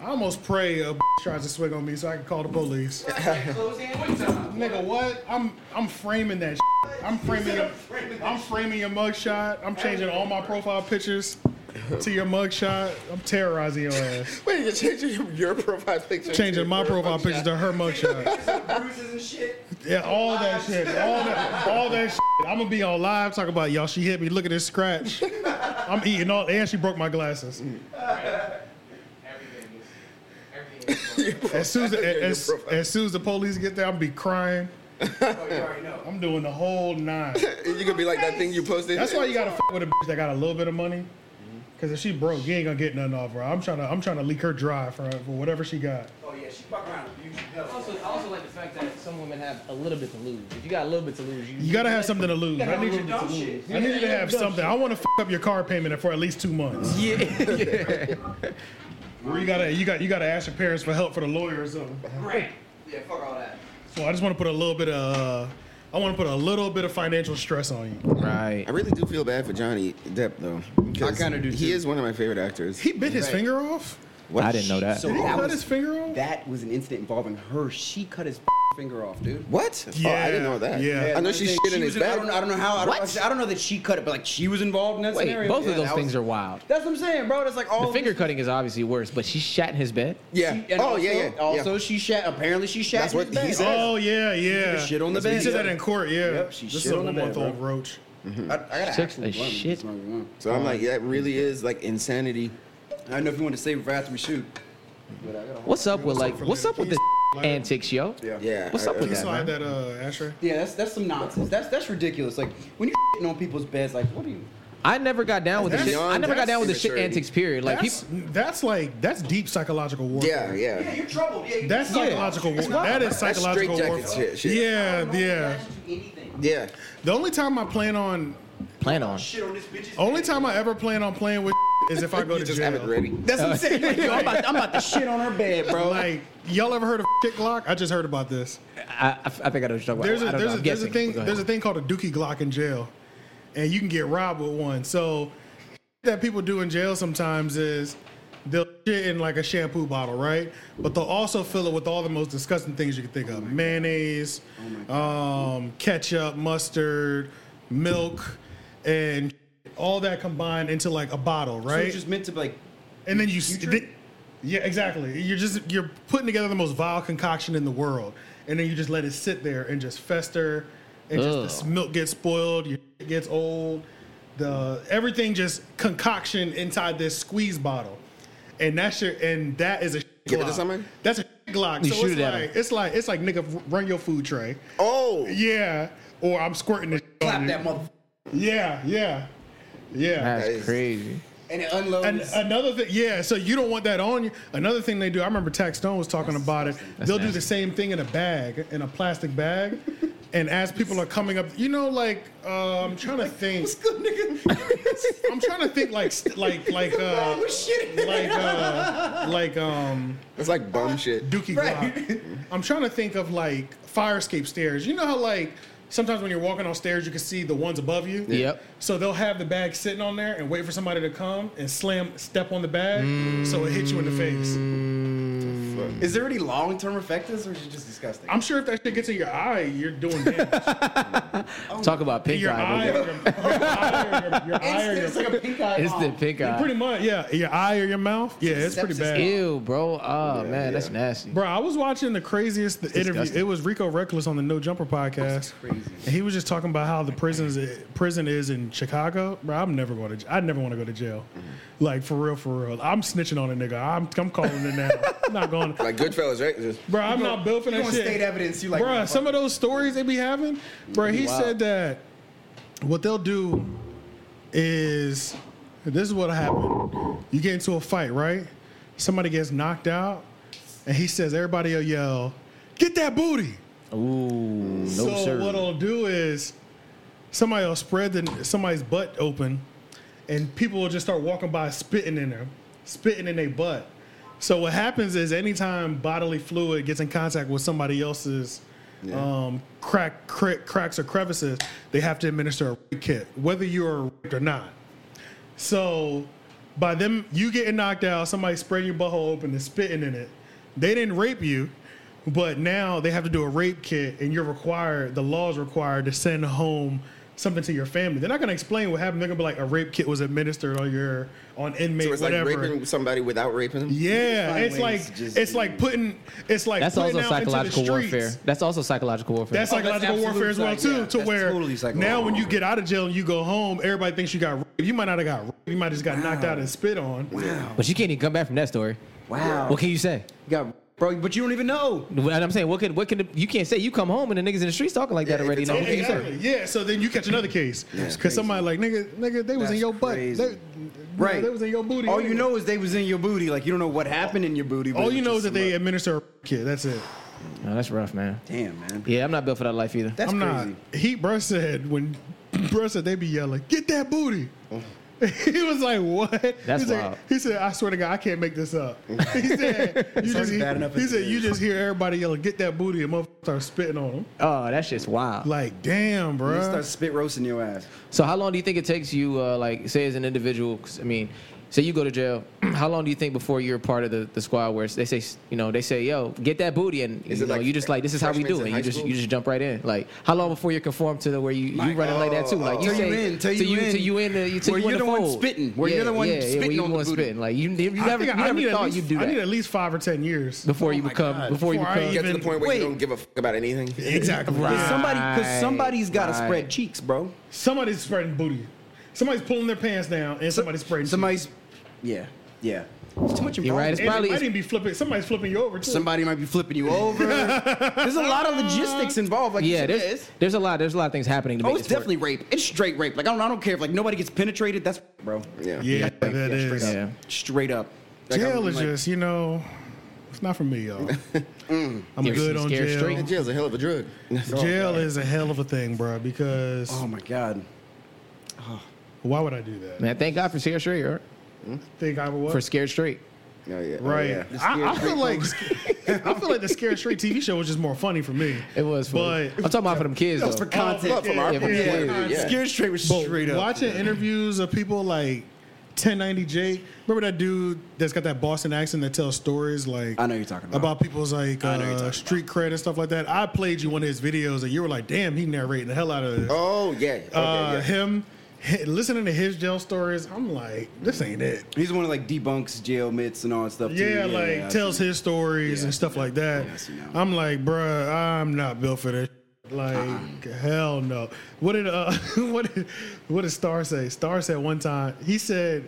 I almost pray a tries to swing on me so I can call the police. Nigga, what? I'm I'm framing that. Shit. I'm framing your, I'm framing your mugshot. I'm changing all my profile pictures to your mugshot. I'm terrorizing your ass. Wait, you're changing your profile picture. Changing to my your profile picture to her mugshot. Bruises and shit. Yeah, all that shit. All that all that shit. I'm gonna be on live talking about y'all. She hit me. Look at this scratch. I'm eating all and she broke my glasses. Everything is. Everything is. going As soon as Your as, profile. as soon as the police get there, I'm gonna be crying. on. You already know. I'm doing the whole nine. You could be like that thing you posted. That's why you gotta fuck with a bitch that got a little bit of money. Cause if she broke, you ain't gonna get nothing off her. I'm trying to I'm trying to leak her dry for, for whatever she got. Oh yeah, she fuck around with you. She I does. also, I also like the fact that some women have a little bit to lose. If you got a little bit to lose, you, You gotta have something to lose. I have a need little you, bit dumb to shit. lose. I need you to have something. I want to fuck up your car payment for at least two months. Yeah, Or you gotta you got you gotta ask your parents for help for the lawyer or something. Great. Yeah, fuck all that. So I just want to put a little bit of uh, I want to put a little bit of financial stress on you. Right. I really do feel bad for Johnny Depp though. because kinda do, He too. is one of my favorite actors. He bit his finger off. What? I didn't know that. Did he cut his finger off? That was an incident involving her. She cut his finger off, dude. What? Oh, Yeah, I didn't know that. yeah. I know she's shit in was his I back. don't, I don't know how. I don't, What? I don't know that she cut it, but like she was involved in that Wait, scenario. both Yeah, of those that things was- are wild. That's what I'm saying, bro. That's like all The finger cutting is obviously worse, but she shat in his bed. Yeah. She, and oh also, yeah, yeah. yeah. Also, she shat. Apparently, she shat. That's in what his bed. he said. Oh yeah, yeah. shit on the He bed, said that yeah. in court. Yeah. Yep, she this is shit a on the one bed, month old bro. roach. Oh. I, I gotta Took actually a blame shit. this motherfucker. so I'm like, that really is like insanity. I don't know if you want to save it for after we shoot. But I gotta What's up with what's up like? for What's later? up with Please, this later. antics, yo? Yeah. Yeah. What's up I- with Can you that, slide man? that uh, ashtray? Yeah, that's that's some nonsense. That's that's ridiculous. Like when you shitting on people's beds, like what do you? I never got down with the That's shit. I never got beyond down with the shit immaturity. antics. Period. Like people. that's, that's like that's deep psychological Yeah, warfare. Yeah, yeah. you're troubled. Yeah. you- That's psychological warfare. That is That's psychological straitjacket warfare. shit, shit. Yeah, Uh, yeah. Don't do anything. Yeah. The only time I plan on Plan on. Shit on this bitch's. only head. time I ever plan on playing with is if I go You to just jail. have it ready. That's what I'm saying. Yo, I'm, about, I'm about to shit on her bed, bro. Like y'all ever heard of shit Glock? I just heard about this. I, I, I think I know what you're talking about. There's I a don't know. there's a, I'm there's a guessing. thing Go ahead. there's a thing called a Dookie Glock in jail, and you can get robbed with one. So that people do in jail sometimes is they'll shit in like a shampoo bottle, right? But they'll also fill it with all the most disgusting things you can think of: mayonnaise, um, ketchup, mustard, milk, and all that combined into like a bottle, So right? it's just meant to like. and then you, s- Future? thi- yeah, exactly. You're just you're putting together the most vile concoction in the world, and then you just let it sit there and just fester, and just the Ugh. s- milk gets spoiled, your shit gets old, the everything just concoction inside this squeeze bottle, and that's your and that is a shit Give it to Glock. somebody? That's a shit Glock. You so shoot it's it at like him. it's like it's like nigga r- run your food tray. Oh. Yeah, or I'm squirting this. shit on Clap you. that motherfucker Yeah, yeah, yeah. That is- That's crazy. and it And uh, unloads. another thing, yeah. So you don't want that on you. Another thing they do, I remember Tax Stone was talking about it. They'll do the nasty. same thing in a bag, in a plastic bag, and as people are coming up, you know, like uh, I'm trying to think. I'm trying to think, like, st- like, like, uh, like, uh, like, um, That's like bum shit. Dookie Glock. I'm trying to think of like fire escape stairs. You know how like sometimes when you're walking on stairs, you can see the ones above you. Yep. So they'll have the bag sitting on there and wait for somebody to come and slam step on the bag so it hits you in the face. Is there any long term effectives, or is it just disgusting? I'm sure if that shit gets in your eye, you're doing damage. Oh, Talk about pink your eye, eye. or your, your eye, or your, your eye, or your, It's like a pink eye. It's the pink eye. Oh, pretty much, yeah, your eye or your mouth. Yeah, it's pretty Sepsis. bad. Ew, bro. Oh man, that's nasty. Bro, I was watching the craziest interview. disgusting. It was Rico Reckless on the No Jumper podcast. And he was just talking about how the prisons prison is in Chicago. Bro, I'm never going to. j- I never want to go to jail. Mm-hmm. Like for real, for real. I'm snitching on a nigga. I'm I'm calling it now. I'm not going. Like Goodfellas, right? Just, Bro, I'm not built for you that want shit. state evidence? You like? Bruh, motherfucker. some of those stories they be having, bruh, he said that what they'll do is this is what happened. You get into a fight, right? Somebody gets knocked out, and he says, everybody will yell, get that booty. Ooh, no so sir. what I'll do is somebody will spread the, somebody's butt open, and people will just start walking by spitting in there, spitting in their butt. So what happens is anytime bodily fluid gets in contact with somebody else's um, crack, crack cracks or crevices, they have to administer a rape kit, whether you're raped or not. So by them you getting knocked out, somebody spraying your butthole open and spitting in it. They didn't rape you, but now they have to do a rape kit, and you're required. The law is required to send home something to your family. They're not gonna explain what happened. They're gonna be like a rape kit was administered on your on inmate So it's whatever. like raping somebody without raping them. yeah, Find it's ways like to just it's do- like putting it's like That's putting also out into the psychological warfare. streets. That's also psychological warfare. That's Oh, that's psychological absolute warfare as well psych- too. yeah, to that's where totally psychological now when you warfare. get out of jail and you go home, everybody thinks you got raped. You might not have got raped. You might just got knocked out and spit on. but you can't even come back from that story. Wow. What can you say? You got bro, but you don't even know. And I'm saying, what can what can the, you can't say? You come home and the niggas in the streets talking like that Yeah, already. if Now, Yeah, what can you say? exactly. Yeah. So then you catch another case because somebody like nigga, nigga, they was in That's your butt. crazy. They- Right. They was in your booty. All you anyway. know is they was in your booty. Like you don't know what happened in your booty. but All it you was know is just that they administer a kid. That's it. No, that's rough, man. some- Damn man. Yeah, I'm not built for that life either. That's I'm crazy. not. He bruh said when bruh said they be yelling, get that booty. Oh. He was like, "What?" That's he said, wild. He said, "I swear to God, I can't make this up." He said, "You just." already He, bad enough he as it said, "You is. just hear everybody yelling, get that booty,' and motherfuckers start spitting on them. Oh, that shit's wild. Like, damn, You bruh. start spit roasting your ass. So, how long do you think it takes you, uh, like, say, as an individual? 'cause, I mean, say you go to jail. how long do you think before you're part of the, the squad where it's- they say, you know, they say, "Yo, get that booty," and Is you it know, like you just like, "This is how we freshmen do it." in You high just school? you just jump right in. Like, how long before you're conformed to the where you you running like that too? Like, you oh, Till say, you in, till till you in. till you in, the, you, till Where you in you're the one fold. spitting. Where you're the one where spitting you on the the one booty. spitting. Like, you, you I never, think you I, I never need at thought least, you'd do I need that at least five or ten years. before you oh my become God. before you Before I become. Get to the Even- point where Wait. you don't give a fuck about anything. Exactly. Right. Yeah. Somebody, Right, because somebody's got to right. spread cheeks, bro. Somebody's spreading booty. Somebody's pulling their pants down, and somebody's spreading. Somebody's, yeah, yeah. It's too much You're right, involvement. it's And it probably- might even be flipping. Somebody's flipping you over too. Somebody might be flipping you over. There's a lot of logistics involved. Like Yeah, yeah, there there's, is. there's a lot there's a lot of things happening to make Oh, it's this work. oh, definitely rape. It's straight rape. Like I don't, I don't care if like nobody gets penetrated. That's bro. Yeah. yeah, that Yeah, straight is. up. Yeah. Straight up. Like, Jail I'm, is like, just, you know, it's not for me, y'all. I'm Mm. Give me good some Oh, on scare jail. straight. Man, jail's a hell of a drug. Jail is a hell of a thing, bro, because Um, Oh my god. why would I do that? Man, thank God for Scared Straight, or Think I would what? for Scared Straight. Oh, yeah. Oh, right. yeah. I, I feel like I feel like the Scare Straight TV show was just more funny for me. It was funny. But I'm talking about for them kids though. for content. But from our Yeah, point yeah, of view, yeah. Scared straight was But straight up. watching interviews of people like 1090 Jake. Remember that dude that's got that Boston accent that tells stories like I know you're talking about. about people's like know you're uh, talking street cred and stuff like that. I played you one of his videos and you were like, "Damn, he narrating the hell out of this." Oh, yeah. Okay, uh, yeah. Him hi- listening to his jail stories, I'm like, this ain't it. He's the one that like debunks jail myths and all that stuff. too. Yeah, like I tells see. his stories Yeah, and stuff like that. Yeah, I see now. I'm like, bruh, I'm not built for this. Like, Uh-uh. hell no. What did uh, what did what did Star say? Star said one time he said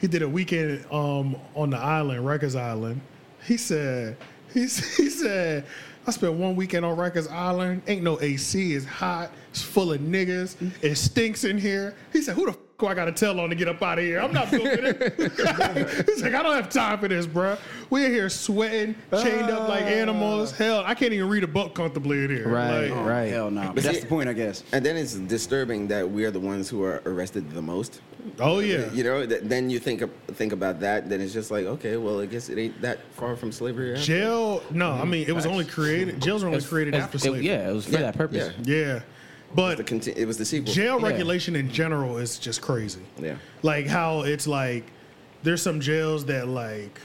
he did a weekend um on the island, Rikers Island. He said he, s- he said I spent one weekend on Rikers Island. Ain't no AC. It's hot. It's full of niggas. Mm-hmm. It stinks in here. He said, who the. F- I gotta tell on to get up out of here. I'm not built for this. He's like, I don't have time for this, bruh. We in here sweating, chained up Ah. like animals. Hell, I can't even read a book comfortably in here. Right, Like, oh, right. Hell no. But see- that's the point, I guess. And then it's disturbing that we are the ones who are arrested the most. Oh yeah. You know, th- then you think ab- think about that. Then it's just like, okay, well, I guess it ain't that far from slavery. after- Jail. No, I mean it was only created. Jails were only created It- after slavery. yeah, it was for Yeah, that purpose. yeah. Yeah, The but conti- it was the sequel. jail Yeah. regulation in general is just crazy. Yeah. Like how it's like there's some jails that like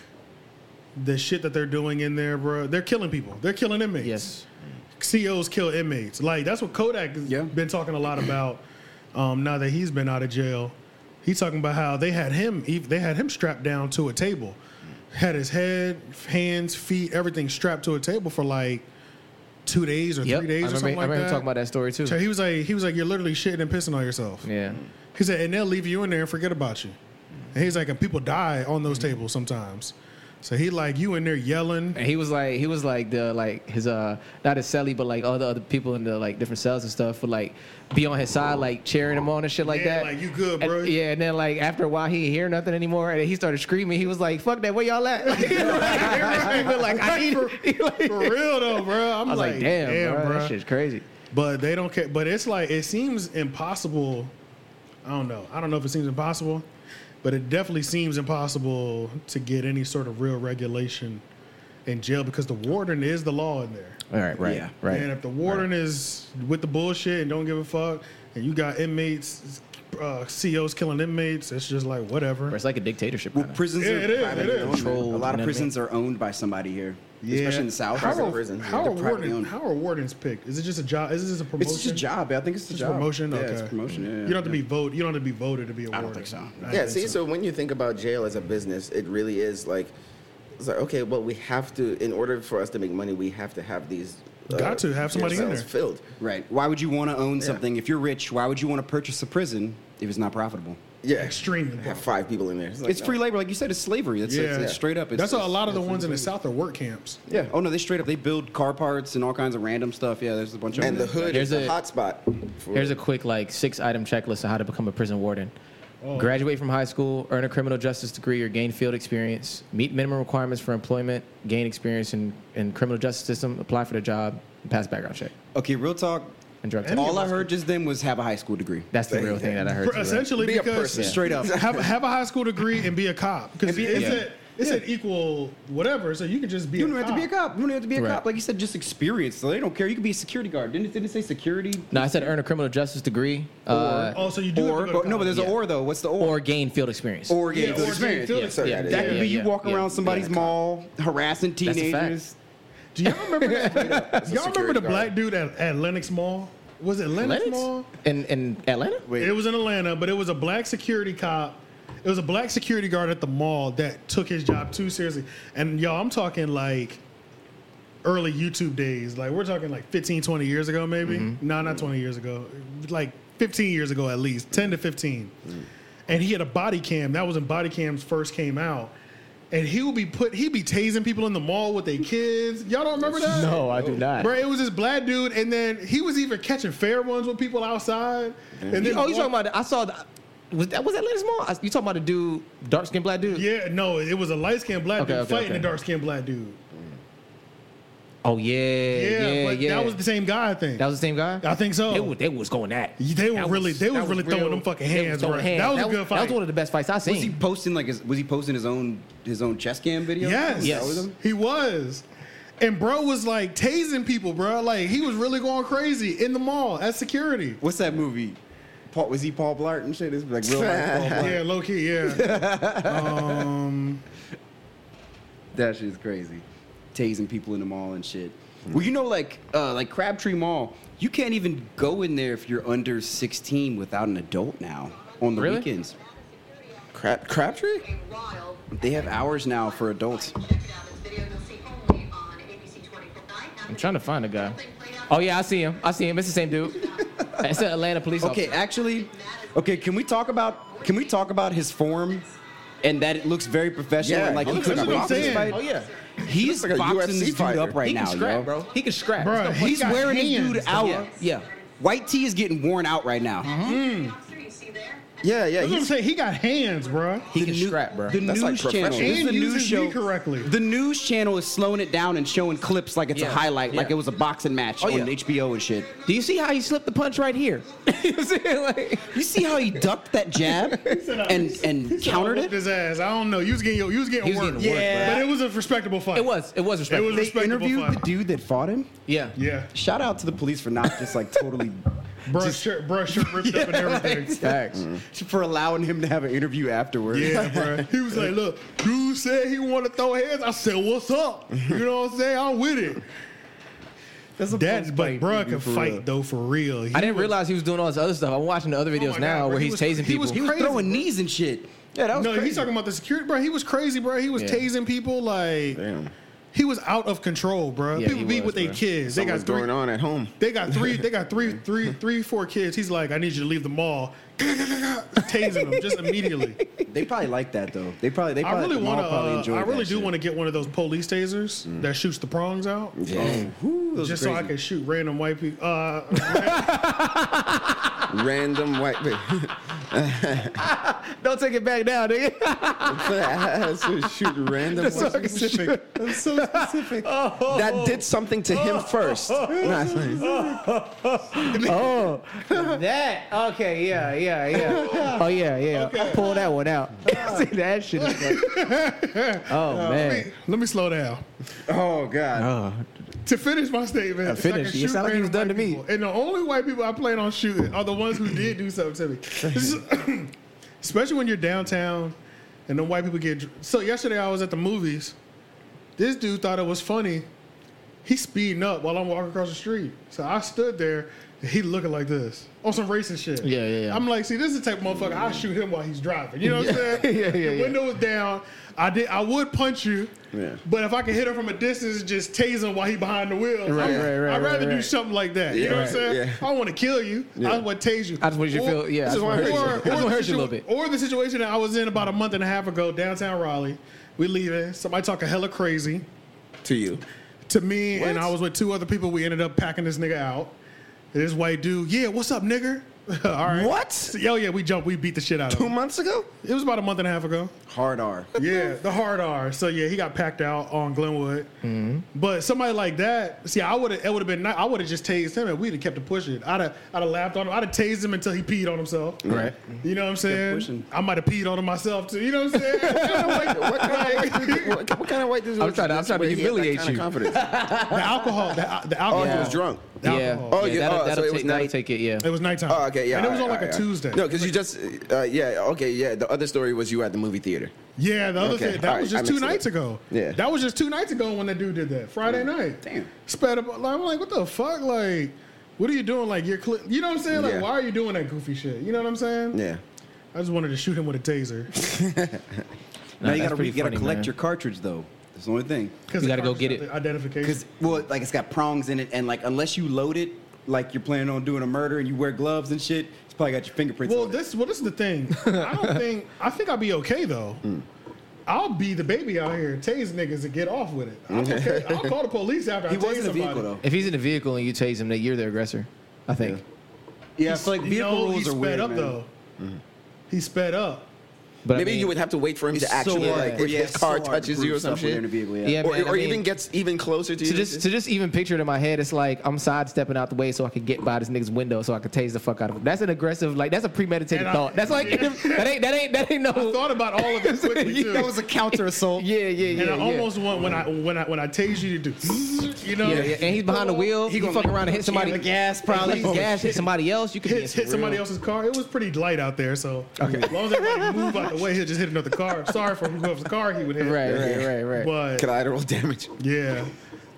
the shit that they're doing in there, bro. They're killing people. They're killing inmates. Yes. COs kill inmates. Like that's what Kodak has Yeah. been talking a lot about. Um, now that he's been out of jail, he's talking about how they had him. he- They had him strapped down to a table, had his head, hands, feet, everything strapped to a table for like two days or Yep. three I days or remember, something I like remember that. talking about that story too. So he was like, he was like, you're literally shitting and pissing on yourself. Yeah. He said, and they'll leave you in there and forget about you. And he's like, and people die on Mm-hmm. those tables sometimes. So he like you in there yelling. And he was like, he was like the like his uh not his celly, but like all the other people in the like different cells and stuff would like be on his side, like cheering him on and shit like Yeah, that. like, "You good, And- bro?" yeah, and then like after a while he didn't hear nothing anymore, and he started screaming. He was like, "Fuck that! Where y'all at?" Like, he was screaming, like, I need. like, For real though, bro. I'm I was like, "Damn, bro, bruh." that shit's crazy." But they don't care. But it's like it seems impossible. I don't know. I don't know if it seems impossible, but it definitely seems impossible to get any sort of real regulation in jail because the warden is the law in there. All right, right, Yeah. right. And if the warden is with the bullshit and don't give a fuck, and you got inmates uh, CEOs killing inmates. It's just like whatever. It's like a dictatorship. Well, kinda. prisons Yeah, are it is, privately it is. owned. man. Controlled, A you know lot what I of prisons are owned by somebody here, especially in the South. How Prison, are, prison. How They're are, privately warden, owned. how are wardens picked? Is it just a job? Is it just a promotion? It's just a job. I think it's a Just job. promotion. Yeah, okay. it's promotion. Yeah, you don't have to yeah. be vote. You don't have to be voted to be a warden. don't think so. I yeah, think see, so. so when you think about jail as a business, it really is like, it's like okay, well, we have to, in order for us to make money, we have to have these. uh, Got to have somebody in jail cells there. filled. Right. Why would you want to own something if you're rich? Why would you want to purchase a prison if it's not profitable? Yeah, Extremely Have profitable. five people in there. like, It's free labor, like you said. It's slavery. That's it's, it's straight up. It's, uh, That's why a it's- lot of the ones in the south are work camps. Yeah. Oh no, they straight up. They build car parts and all kinds of random stuff. Yeah, there's a bunch of. And the hood Here's is a, a- hot spot. For, Here's a quick like six item checklist of how to become a prison warden. Graduate from high school, earn a criminal justice degree or gain field experience, meet minimum requirements for employment, gain experience in, in criminal justice system, apply for the job, and pass background check Okay, real talk. and drug And- test. All I heard just then was have a high school degree. That's the real thing that I heard. For- too, right? essentially, Be a because person. Straight up. have have a high school degree and be a cop because And be- it's yeah. a, it's an equal whatever. So you can just be. You a don't have to be a cop. You don't have to be a Right. cop. Like you said, just experience. So They don't care. You could be a security guard. Didn't it, didn't it say security? No, I said earn a criminal justice degree uh, Oh, so you do. or have to go but, to no, but college. there's an Yeah. or though. What's the or? or gain field experience. or yeah, get the or experience. field Yeah. So experience. that is- That could Yeah, be you yeah, walking yeah. around somebody's Yeah. mall harassing a fact. Hmm. teenagers. Do y'all remember? That, y'all remember security the guard. black dude at, at Lennox Mall? Was it Lennox, Lennox? Mall? In, in Atlanta? Wait. It was in Atlanta, but it was a black security cop. It was a black security guard at the mall that took his job too seriously. And y'all, I'm talking like early YouTube days. Like we're talking like 15, 20 years ago, maybe. Mm-hmm. No, not 20 years ago. Like 15 years ago at least, 10 to 15. Mm. And he had a body cam. That was when body cams first came out. And he would be put. He'd be tasing people in the mall with their kids. Y'all don't remember that? No, I do not. Bro, it was this black dude, and then he was even catching fair ones with people outside. And then oh, you talking about? the- I saw. The, was that was that Lennox Mall? I- You talking about the dude, dark skinned black dude? Yeah, no, it was a light skinned black Okay, dude okay, fighting okay. a dark skinned black dude. Oh yeah, Yeah, yeah, yeah. but that was the same guy, I think. That was the same guy. I think so. They, wa- they was going at. Yeah, they were That really- they was that really throwing them fucking they was hands, throwing bro. That was a good That fight. was one of the best fights I Was he seen. posting like his? Was he posting his own his own chess cam video? yes, Yes. With him? he was. And bro was like tasing people, bro. Like he was really going crazy in the mall at security. What's that movie? Paul, was he Paul Blart and shit? It's like real life Paul Blart. Yeah, low key, yeah. That shit is crazy. Tasing people in the mall and shit. Well, you know, like uh, like Crabtree Mall, you can't even go in there if you're under 16 without an adult now on the Really? weekends. Crab, Crabtree? They have hours now for adults. I'm trying to find a guy. Oh yeah, I see him. I see him. It's the same dude. it's an Atlanta police Okay, officer. actually, okay, can we talk about can we talk about his form and that it looks very professional Yeah, and like he he looks could like a box boxer. this fight? Oh yeah, He's like a boxing UFC this dude fighter. up right he can now, scrap, yo. bro. He can scrap, Bro, There's no- he He's got wearing his dude hands. out. Yeah, yeah. White tee is getting worn out right now. Yeah, yeah. That's what I'm He's, saying. He got hands, bro. He The can new- scrap, bro. The That's news like channel. professional. This is And the news uses show. me correctly. The news channel is slowing it down and showing clips like it's a Yeah, highlight, like yeah. it was a boxing match Oh, on yeah. HBO and shit. Do you see how he slipped the punch right here? you know what I'm saying? Like, You see how he ducked that jab and and countered Whooped it? his ass. I don't know. You was getting your, you was getting He was work. getting worked, Yeah. bro. but it was a respectable fight. it was. It was It respectful. was a They respectable interviewed the fight. dude that fought him. yeah. yeah, Shout out to the police for not just like totally bro. shirt, bro, shirt ripped up and everything. Facts. for allowing him to have an interview afterwards. Yeah, bro. He was like, look, dude said he want to throw hands. I said, what's up? You know what I'm saying? I'm with it. That's a That's post but fight bro interview can for fight real. though for real. He I didn't was- realize he was doing all this other stuff. I'm watching the other videos Oh my now God, bro. where He he's was- tasing he people. was He was Crazy, throwing bro. knees and shit. Yeah, that was No, crazy. he's talking about the security, bro. He was crazy, bro. He was Yeah. tasing people like damn. he was out of control, bro. Yeah, people he beat was, with their bro. kids. They Something's got three. going on at home. They got three. They got three, three, three, four kids. He's like, I need you to leave the mall. Tasing them just immediately. They probably like that though. They probably they I probably really the mall want probably to. enjoyed Uh, I really that do shit. want to get one of those police tasers that shoots the prongs out. Yeah. Ooh, those are Just so I crazy. can shoot random white people. Uh, Random white. Don't take it back now, nigga. so shoot random. That's so white- specific. That's so specific. That did something to him first. Nah, it's fine. Oh, that. Okay, yeah, yeah, yeah. Oh, yeah, yeah. Pull that one out. See, that shit is like. Oh, man. let me slow down. Oh god. Oh, to finish my statement, Uh, so I can finish. You shoot sound like you was random done to white me. people. And the only white people I plan on shooting are the ones who did do something to me. This is- Especially when you're downtown and the white people get. dr- So yesterday I was at the movies. This dude thought it was funny. He's speeding up while I'm walking across the street. So I stood there. and He looking like this on some racist shit. Yeah, yeah, yeah. I'm like, see, this is the type of motherfucker I shoot him while he's driving. You know what I'm Yeah. saying? Yeah, yeah, The yeah. window was down. I did. I would punch you. Yeah. But if I can hit him from a distance, just tase him while he behind the wheel. Right, I'm- right, right, I'd rather right, do right. something like that. you know what I'm Yeah. saying? Yeah. I don't want to kill you. I just want to tase you. I just want you to feel- yeah, I just wanna hurt you. I just wanna the hurt you a little situa- bit. Or the situation that I was in about a month and a half ago, downtown Raleigh. We leaving. Somebody talking hella crazy to you. to me, and I was with two other people. We ended up packing this nigga out. And this white dude, yeah, what's up, nigga? All right. What? So, yo, yeah, we jumped. We beat the shit out of Two him. months ago? It was about a month and a half ago. Hard R. Yeah, the hard R. So yeah, he got packed out on Glenwood. But somebody like that, see, I would have. It would have been. ni- I would have just tased him, and we'd have kept it pushing. I'd have. I'd have laughed on him. I'd have tased him until he peed on himself. Right. You know what I'm pushing. saying? I might have peed on him myself too. You know what I'm saying? Like, What kind of white dude- what, what kind of white dude? I'm trying to- I'm trying to where he had that humiliate kind of you. confidence. the alcohol. The, the Oh, alcohol. he was drunk. The yeah. alcohol. Oh, yeah, yeah, That'll, oh, so that'll it was take, that'll night. take it. Yeah. It was nighttime. Oh, okay, yeah. And it was all on right, like a all right. Tuesday. No, because you just, uh, yeah, okay, yeah. The other story was you were at the movie theater. Yeah, the other Okay, thing that all right, was I just two mixed it nights up. ago. Yeah. that was just two nights ago when that dude did that Friday night. Mm-hmm. Damn. sped up. Like, I'm like, what the fuck? Like, what are you doing? Like, you're, cl- you know what I'm saying? Like, Yeah. why are you doing that goofy shit? You know what I'm saying? Yeah. I just wanted to shoot him with a taser Nah, now you that's gotta, pretty you gotta funny, collect man. your cartridge though. That's the only thing. because You gotta go get it. Identification. Because well, like it's got prongs in it, and like unless you load it, like you're planning on doing a murder, and you wear gloves and shit, it's probably got your fingerprints. Well, on this well, this is the thing. I don't think I think I'll be okay though. Mm. I'll be the baby out here, tase niggas and get off with it. I'm okay. I'll call the police after it. he I tase was in a somebody. vehicle though. If he's in a vehicle and you tase him, then you're the aggressor. I think. Yeah, it's like You vehicle know, he rules are sped weird, up man. Mm-hmm. though. He sped up. But Maybe I mean, you would have to wait for him It's to so actually hard like to- if yeah, his it's car so hard to touches you or prove some stuff when shit. you're in a vehicle, yeah. Yeah, or man, I or mean- even gets even closer to to you. just to just even picture it in my head, it's like I'm sidestepping out the way so I could get by this nigga's window so I could tase the fuck out of him. That's an aggressive, like that's a premeditated And I- thought. that's like that ain't that ain't that ain't no. I thought about all of it quickly too. Yeah. That was a counter assault. yeah, yeah, And yeah. I yeah. almost want when I when I when I tase you to do, you know, yeah, yeah, and he's behind the wheel. He, gonna fuck like around and hit somebody. jam the gas, probably. Hit gas, hit somebody else. You could be in hit, some hit somebody real- else's car. It was pretty light out there, so as long as everybody move out the way, he'll just hit another car. Sorry for whoever's car he would hit. Right, right, right, right. But collateral damage. yeah,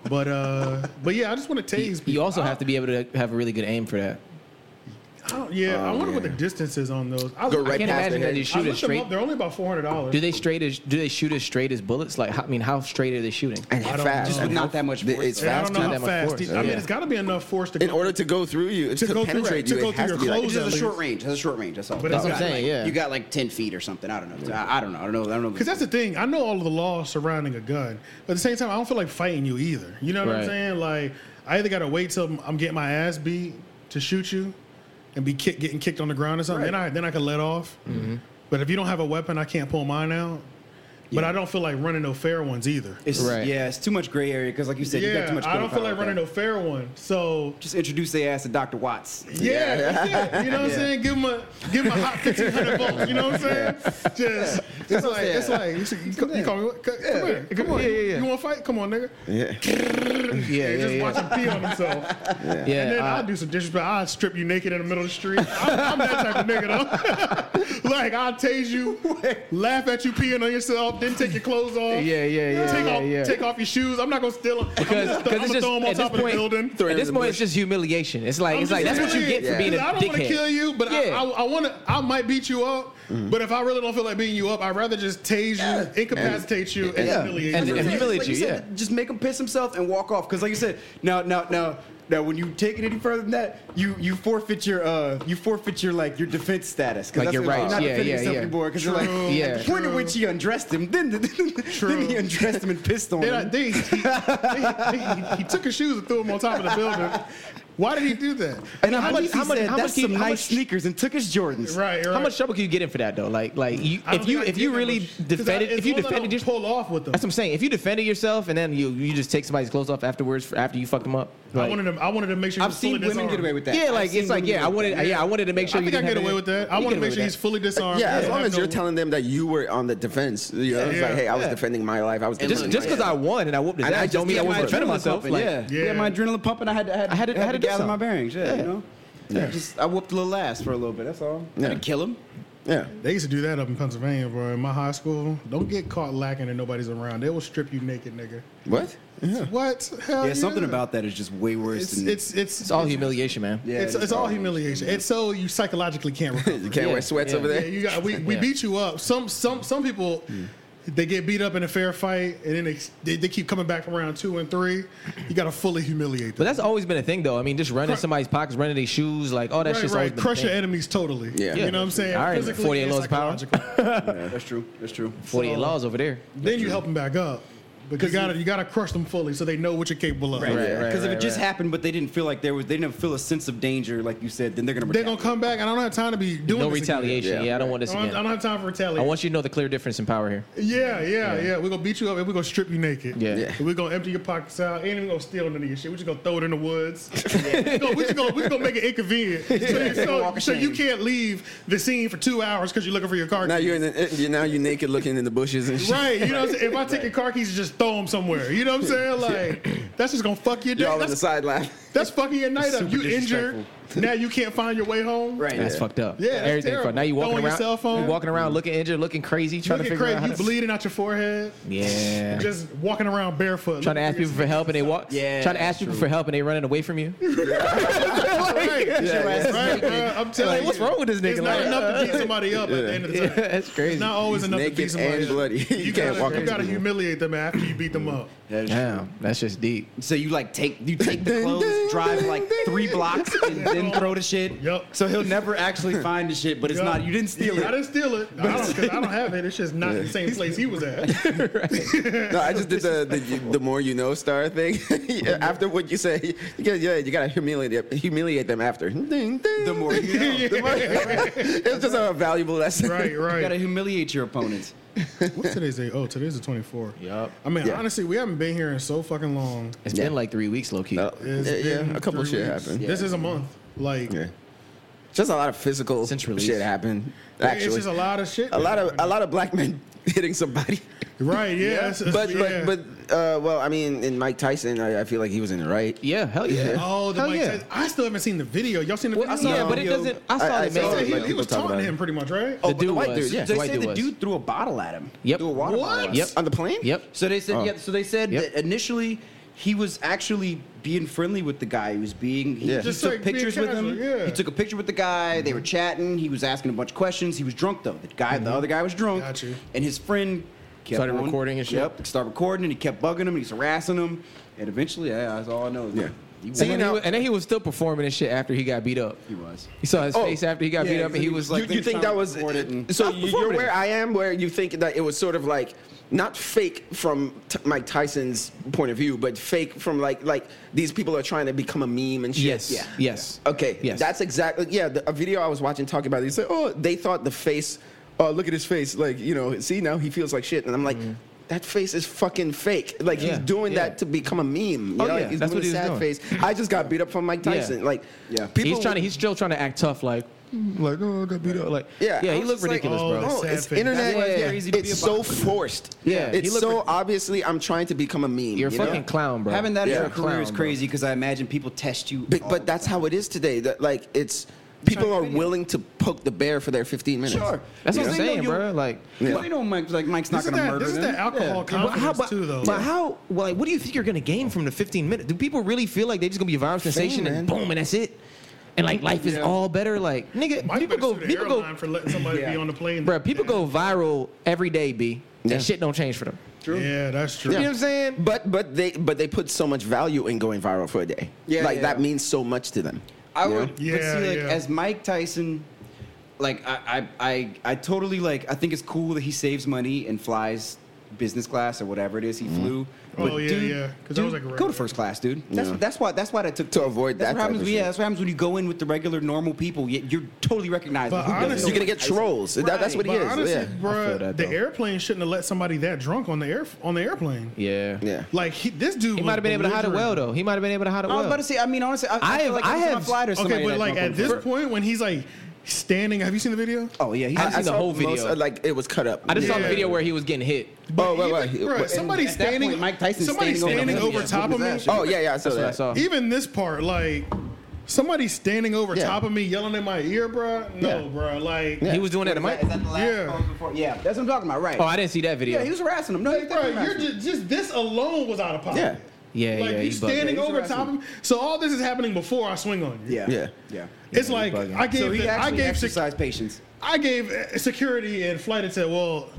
but uh, but yeah, I just want to tase. you people. also have to be able to have a really good aim for that. I don't, yeah, I Oh, wonder what the yeah. distance is on those. I, Go I right can't past imagine the that head. you I shoot looked it them straight. up. They're only about four hundred dollars. Do they straight as do they shoot as straight as bullets? Like how- I mean, how straight are they shooting? And I don't fast. know. and Not how- that much the- force, It's though. I fast. don't know how not that fast. much force. he- I mean, Yeah. it's got to be enough force to In go- order to go through you, To go to, through- penetrate to you, go it through has your to be like, clothes. It's just a At short least. range. That's a short range. That's all. But That's I'm got, saying, like, yeah. You got like ten feet or something. I don't know. I, I don't know. I don't know. I don't know. Because that's the thing. I know all of the laws surrounding a gun, but at the same time, I don't feel like fighting you either. You know what I'm Right. saying? Like, I either got to wait till I'm getting my ass beat to shoot you and be kick, getting kicked on the ground or something. Then I then I can let off. Mm-hmm. But if you don't have a weapon, I can't pull mine out. But I don't feel like running no fair ones either. It's, Right. Yeah, it's too much gray area. Because like you said, you got too yeah, much. I don't feel gunfire like with running that. no fair one. So Just introduce their ass to Dr. Watts. Yeah, that's it. You know what I'm saying? Give him a give him a hot fifteen hundred volts. You know what I'm saying? Just it's like it's like you, should, you, call, you call me what? Come here, come on. Yeah, yeah, yeah. You want to fight? Come on, nigga. Yeah. Yeah, and yeah, just yeah. watch him pee on himself. Yeah. Yeah, And then uh, I'll do some disrespect. I'll strip you naked in the middle of the street. I'm, I'm that type of nigga though. like I'll tase you, laugh at you peeing on yourself, then take your clothes off. Yeah, yeah, yeah, Take yeah, off, yeah. take off your shoes. I'm not gonna steal them. because I'm because gonna it's just throw them on at this top of the point, building. at this point, it's just humiliation. It's like I'm it's like just that's what you saying, get for being a I don't wanna dickhead. kill you, but I- Yeah. Mm-hmm. I, I, want to. I might beat you up, but if I really don't feel like beating you up, I'd rather just tase you, incapacitate you, and humiliate And- you. and Yeah, humiliate like you, said, Just make him piss himself and walk off. Because like you said, now, now, now, now, when you take it any further than that, you you forfeit your uh you forfeit your like your defense status. 'Cause Like your rights. that's- You're not Yeah, defending yeah, yourself yeah. anymore. Because you're True. like, Yeah. at the point at which he undressed him, then then, then he undressed him and pissed on Then I, him. then he, he, he, he took his shoes and threw them on top of the building. Why did he do that? And how, much, much- he how much- said, how that's much he- some how nice much- sneakers and took his Jordans. Right, right. How much trouble can you get in for that though? Like, like you, I don't think if you I if did you that really much. 'Cause defended, I- if you it's one that I defended don't your, pull off with them. that's what I'm saying. If you defended yourself and then you you just take somebody's clothes off afterwards for, after you fuck them up. I like- wanted to. I wanted to make sure. he I've was seen fully women get disarmed. away with that. yeah, I've like seen it's like women get yeah, I away with wanted that. yeah, I wanted to make sure. I you think I didn't get have away any- with that. I want you get to away make with sure that. he's fully disarmed. Yeah, as and long have as no- you're telling them that you were on the defense, you know, it's Yeah. like, hey, I was Yeah. defending my life. I was And just defending just my because I won and I whooped his And I ass, just don't mean I get wasn't my defending adrenaline myself. pumping, Like, yeah. Yeah. yeah, my adrenaline pumping. I had to, I had, I had to- I I had to do gather my something. bearings. Yeah, you know, Yeah. just I whooped a little ass for a little bit. That's all. Yeah. I didn't kill him. yeah. They used to do that up in Pennsylvania, bro. In my high school, don't get caught lacking and nobody's around. They will strip you naked, nigga. What? Yeah. What? Hell Yeah, something about that is just way worse it's than it's it's It's all humiliation, man. Yeah, it's, it's all humiliation. It's so you psychologically can't recover. You can't Yeah. wear sweats Yeah. over there. Yeah, you got we, we Yeah. beat you up. Some some some people they get beat up in a fair fight and then they, they, they keep coming back from round two and three. You got to fully humiliate But them. that's always been a thing, though. I mean, just running Cru- somebody's pockets, running their shoes, like all that right, shit's always right. been a Crush your thing. enemies totally. Yeah. you know what I'm saying. All right, Physically 48 and laws of power. psychologically. That's true. That's true. 48 laws over there. then you help them back up, but you got to you got to crush them fully so they know what you're capable of. Right, Because right, if right, it just right. happened, but they didn't feel like there was, they didn't feel a sense of danger, like you said, then they're gonna. They're gonna retaliate. come back, and I don't have time to be doing No this again. retaliation. Yeah. Yeah, I don't want this I don't, I again. don't have time for I retaliation. want you to know the clear difference in power here. yeah, yeah, yeah, We're gonna beat you up, and we're gonna strip you naked. Yeah. Yeah. We're gonna empty your pockets out. Ain't even gonna steal none of your shit. We're just gonna throw it in the woods. we're, gonna, we're just gonna, we're gonna make it inconvenient. So, you- so, so you can't leave the scene for two hours because you're looking for your car Now keys. you're in the, you now you're naked looking in the bushes and shit. Right, you know what I'm saying? If I take your car keys and just throw them somewhere, you know what I'm saying? Like, that's just gonna fuck your day. You're all on the That's, sideline. that's fucking your night up. Super You injured. Now you can't find your way home. Right. That's fucked up. Yeah, that's everything fucked. Now you terrible. walking Throwing your around, cell phone. you walking around looking injured, looking crazy, trying Looking to figure crazy, out how you to. bleeding out your forehead. Yeah. Just walking around barefoot. Trying to ask people for help and they walk. Yeah, Trying to ask people for help and they running away from you. Right, right, bruh, I'm telling Like, you. what's wrong with this nigga? It's not Like, enough to beat somebody up at the end of the Yeah, day. that's crazy. It's not always enough to beat naked somebody and up. bloody. You can't gotta, walk You up gotta to them. humiliate them after you beat them up. That is true. Damn, that's just deep. So you like take you take the clothes, drive like three blocks, and then throw the shit. Yup. So he'll never actually find the shit, but it's Yeah. not you didn't steal I it. didn't steal it. I don't, 'cause I don't have it. It's just not the same place he was at. No, I just did the, the the more you know star thing. Yeah, after what you say, you gotta, yeah, you gotta humiliate humiliate them after. Ding, ding. The more you know. The more- it's just a valuable lesson. Right, You gotta right. humiliate your opponents. What's today's day? Oh, today's the 24th. Yup. I mean, Yeah. honestly, we haven't been here in so fucking long. It's Yeah. been like three weeks, low key. No, It's yeah, yeah, been a couple three shit weeks. happened. This is a month. Like, Yeah. Just a lot of physical Since release. shit happened. Actually, it's just a lot of shit. a lot of a lot of black men hitting somebody. Right, yeah. it's- it's- But yeah. but but uh, well, I mean, in Mike Tyson, I, I feel like he was in the right. Yeah, hell yeah. Oh, the hell Mike yeah. Tyson. I still haven't seen the video. Y'all seen the Well, I video? saw yeah, the but it video. doesn't. I I- saw I it, saw man. it, he, like, he was people talk taunting about it. him pretty much, right? The dude white was, dude, So yeah. The they white said dude the was. dude threw a bottle at him. Yep. Threw a water What? bottle at him. Yep. On the plane? Yep. So they said, Oh. yeah. So they said Yep. that initially he was actually being friendly with the guy. He was being he Yeah. just Just took like being pictures with him. casual, yeah. He took a picture with the guy. They were chatting. He was asking a bunch of questions. He was drunk though. The guy, the other guy, was drunk. Got you. And his friend kept Started on- recording and shit. Yep, started recording, and he kept bugging him. And he's harassing him, and eventually, yeah, that's all I know. is Yeah. he was. and, then he was, and then he was still performing and shit after he got beat up. He was. You saw his Oh. face after he got beat up, and he was like, you, you think that was recorded and- so Not you, you're performative. where I am, where you think that it was sort of like not fake from t- Mike Tyson's point of view, but fake from like like these people are trying to become a meme and shit. Yes. Yeah. Yes. Okay. Yes. That's exactly yeah. The, a video I was watching talking about it. He said, "Oh, they thought the face. Oh, look at his face. Like you know, see now he feels like shit." And I'm like. That face is fucking fake. Like Mm. Yeah, he's doing yeah. that to become a meme. You Oh, know? yeah, Like, he's that's doing what he a was sad doing. face. I just got beat up from Mike Yeah. Tyson. Like Yeah. he's trying to. He's still trying to act tough, like, Mm-hmm. like oh, I got beat up, like, Yeah, yeah. I He was looked just like, ridiculous, oh, bro. that's- Oh, sad it's face. internet. That's why it's yeah, crazy to it's be a so boxer. forced. Yeah, he it's looked so ridiculous. obviously I'm trying to become a meme. You're a you know? fucking clown, bro. Having that Yeah. in your career is Clown, bro. crazy because I imagine people test you. But, all but the that's how it is today. That like it's people are willing to poke the bear for their 15 minutes. Sure. That's what Yeah. I'm They know saying, you- bro. Like, Yeah. Well, they know Mike, like Mike's not This is going to that, murder this is them. that alcohol But confidence how, but, too, though. but how? Well, like, what do you think you're gonna gain from the 15 minutes? Do people really feel like they just gonna be a viral sensation man. and boom, and that's it? And like, life is Yeah. all better. Like, nigga, Mike people better go, sue the people go, airline for letting somebody Yeah. be on the plane. bro. People go viral every day, b. Yeah. And shit don't change for them. Yeah, that's true. You know what I'm saying? But but they but they put so much value in going viral for a day. Yeah, like yeah. that means so much to them. I you know? would, but Yeah, see, like yeah. as Mike Tyson, like I, I, I, I totally like. I think it's cool that he saves money and flies business class or whatever it is he flew. Oh, yeah, yeah, 'cause I was like dude, a go to regular. first class, dude. That's, Yeah. that's why that's why that took To avoid that's that What type happens, of yeah, shit. that's what happens when you go in with the regular normal people. You- You're totally recognizable. But Who doesn't? honestly- You're gonna get trolls. That- that's what he But is. honestly, yeah. bruh, that, the though. airplane shouldn't have let somebody that drunk on the air on the airplane. Yeah. Yeah. Like he, this dude, He might have been able to hide it well though. He might have been able to hide it I was well. Oh, about to say. I mean, honestly, I, I I, have- feel like I I have- have my flight or somebody. Okay, but that like drunk at on this first- point when he's like standing, have you seen the video? oh yeah, he's I- seen the saw whole video. uh, like it was cut up. I just saw Yeah. the video where he was getting hit. Oh, wait, wait. Even- It- bruh, what- somebody at that standing, point, Mike Tyson's somebody standing on the standing hook. over Yeah, top of look me. at that Oh yeah, yeah, I saw That's what I that. saw. Even this part, like somebody standing over Yeah. top of me, yelling in my ear, bruh. No, Yeah. bruh. Like, He was doing that to Is that, Mike. is that the last Yeah. one before? Yeah, that's what I'm talking about, right? Oh, I didn't see that video. yeah, he was harassing him. No, he like, bruh, definitely you're harassing him. just, just this alone was out of pocket. Yeah. yeah, like yeah, you he bugged. standing He's over harassing top of me. So all this is happening before I swing on you. Yeah, Yeah. yeah. It's like bugging. I gave So he the, I actually gave sec- exercised patience. I gave uh, security and flight and said, well,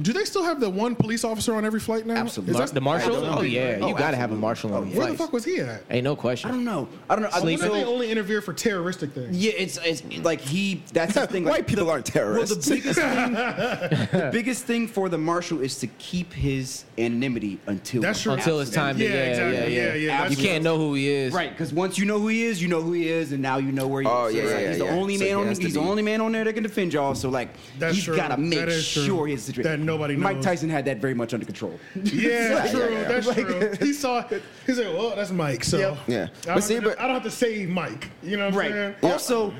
do they still have the one police officer on every flight now? Absolutely. Is Mar- that- the marshal? I don't Oh know. yeah, you Oh, gotta have a marshal on Oh, the yeah. where the flight. fuck was he at? Ain't no I question. don't know. I don't know. I I wonder so- if they only interfere for terroristic things. Yeah, it's it's like he. That's the thing. like, White people the- aren't Well, terrorists. the biggest thing, the biggest thing for the marshal is to keep his anonymity until That's true. Until it's time to- yeah, exactly. yeah, Yeah, yeah. yeah. You that's true. can't know who he is. Right, because once you know who he is, you know who he is, and now you know where he Oh, is. yeah, it's yeah, like, he's yeah. the only So man he on has to he's the be- only man on there that can defend y'all. So like That's he's true. gotta make That is true. sure his situation That nobody Mike knows. Tyson had that very much under control. Yeah, Yeah, true. yeah, yeah. That's Like- true. He saw. He said, "Well, that's Mike." So Yep. Yeah. I But don't, see, have to- but- I don't have to say Mike. You know what I'm saying? right. Also,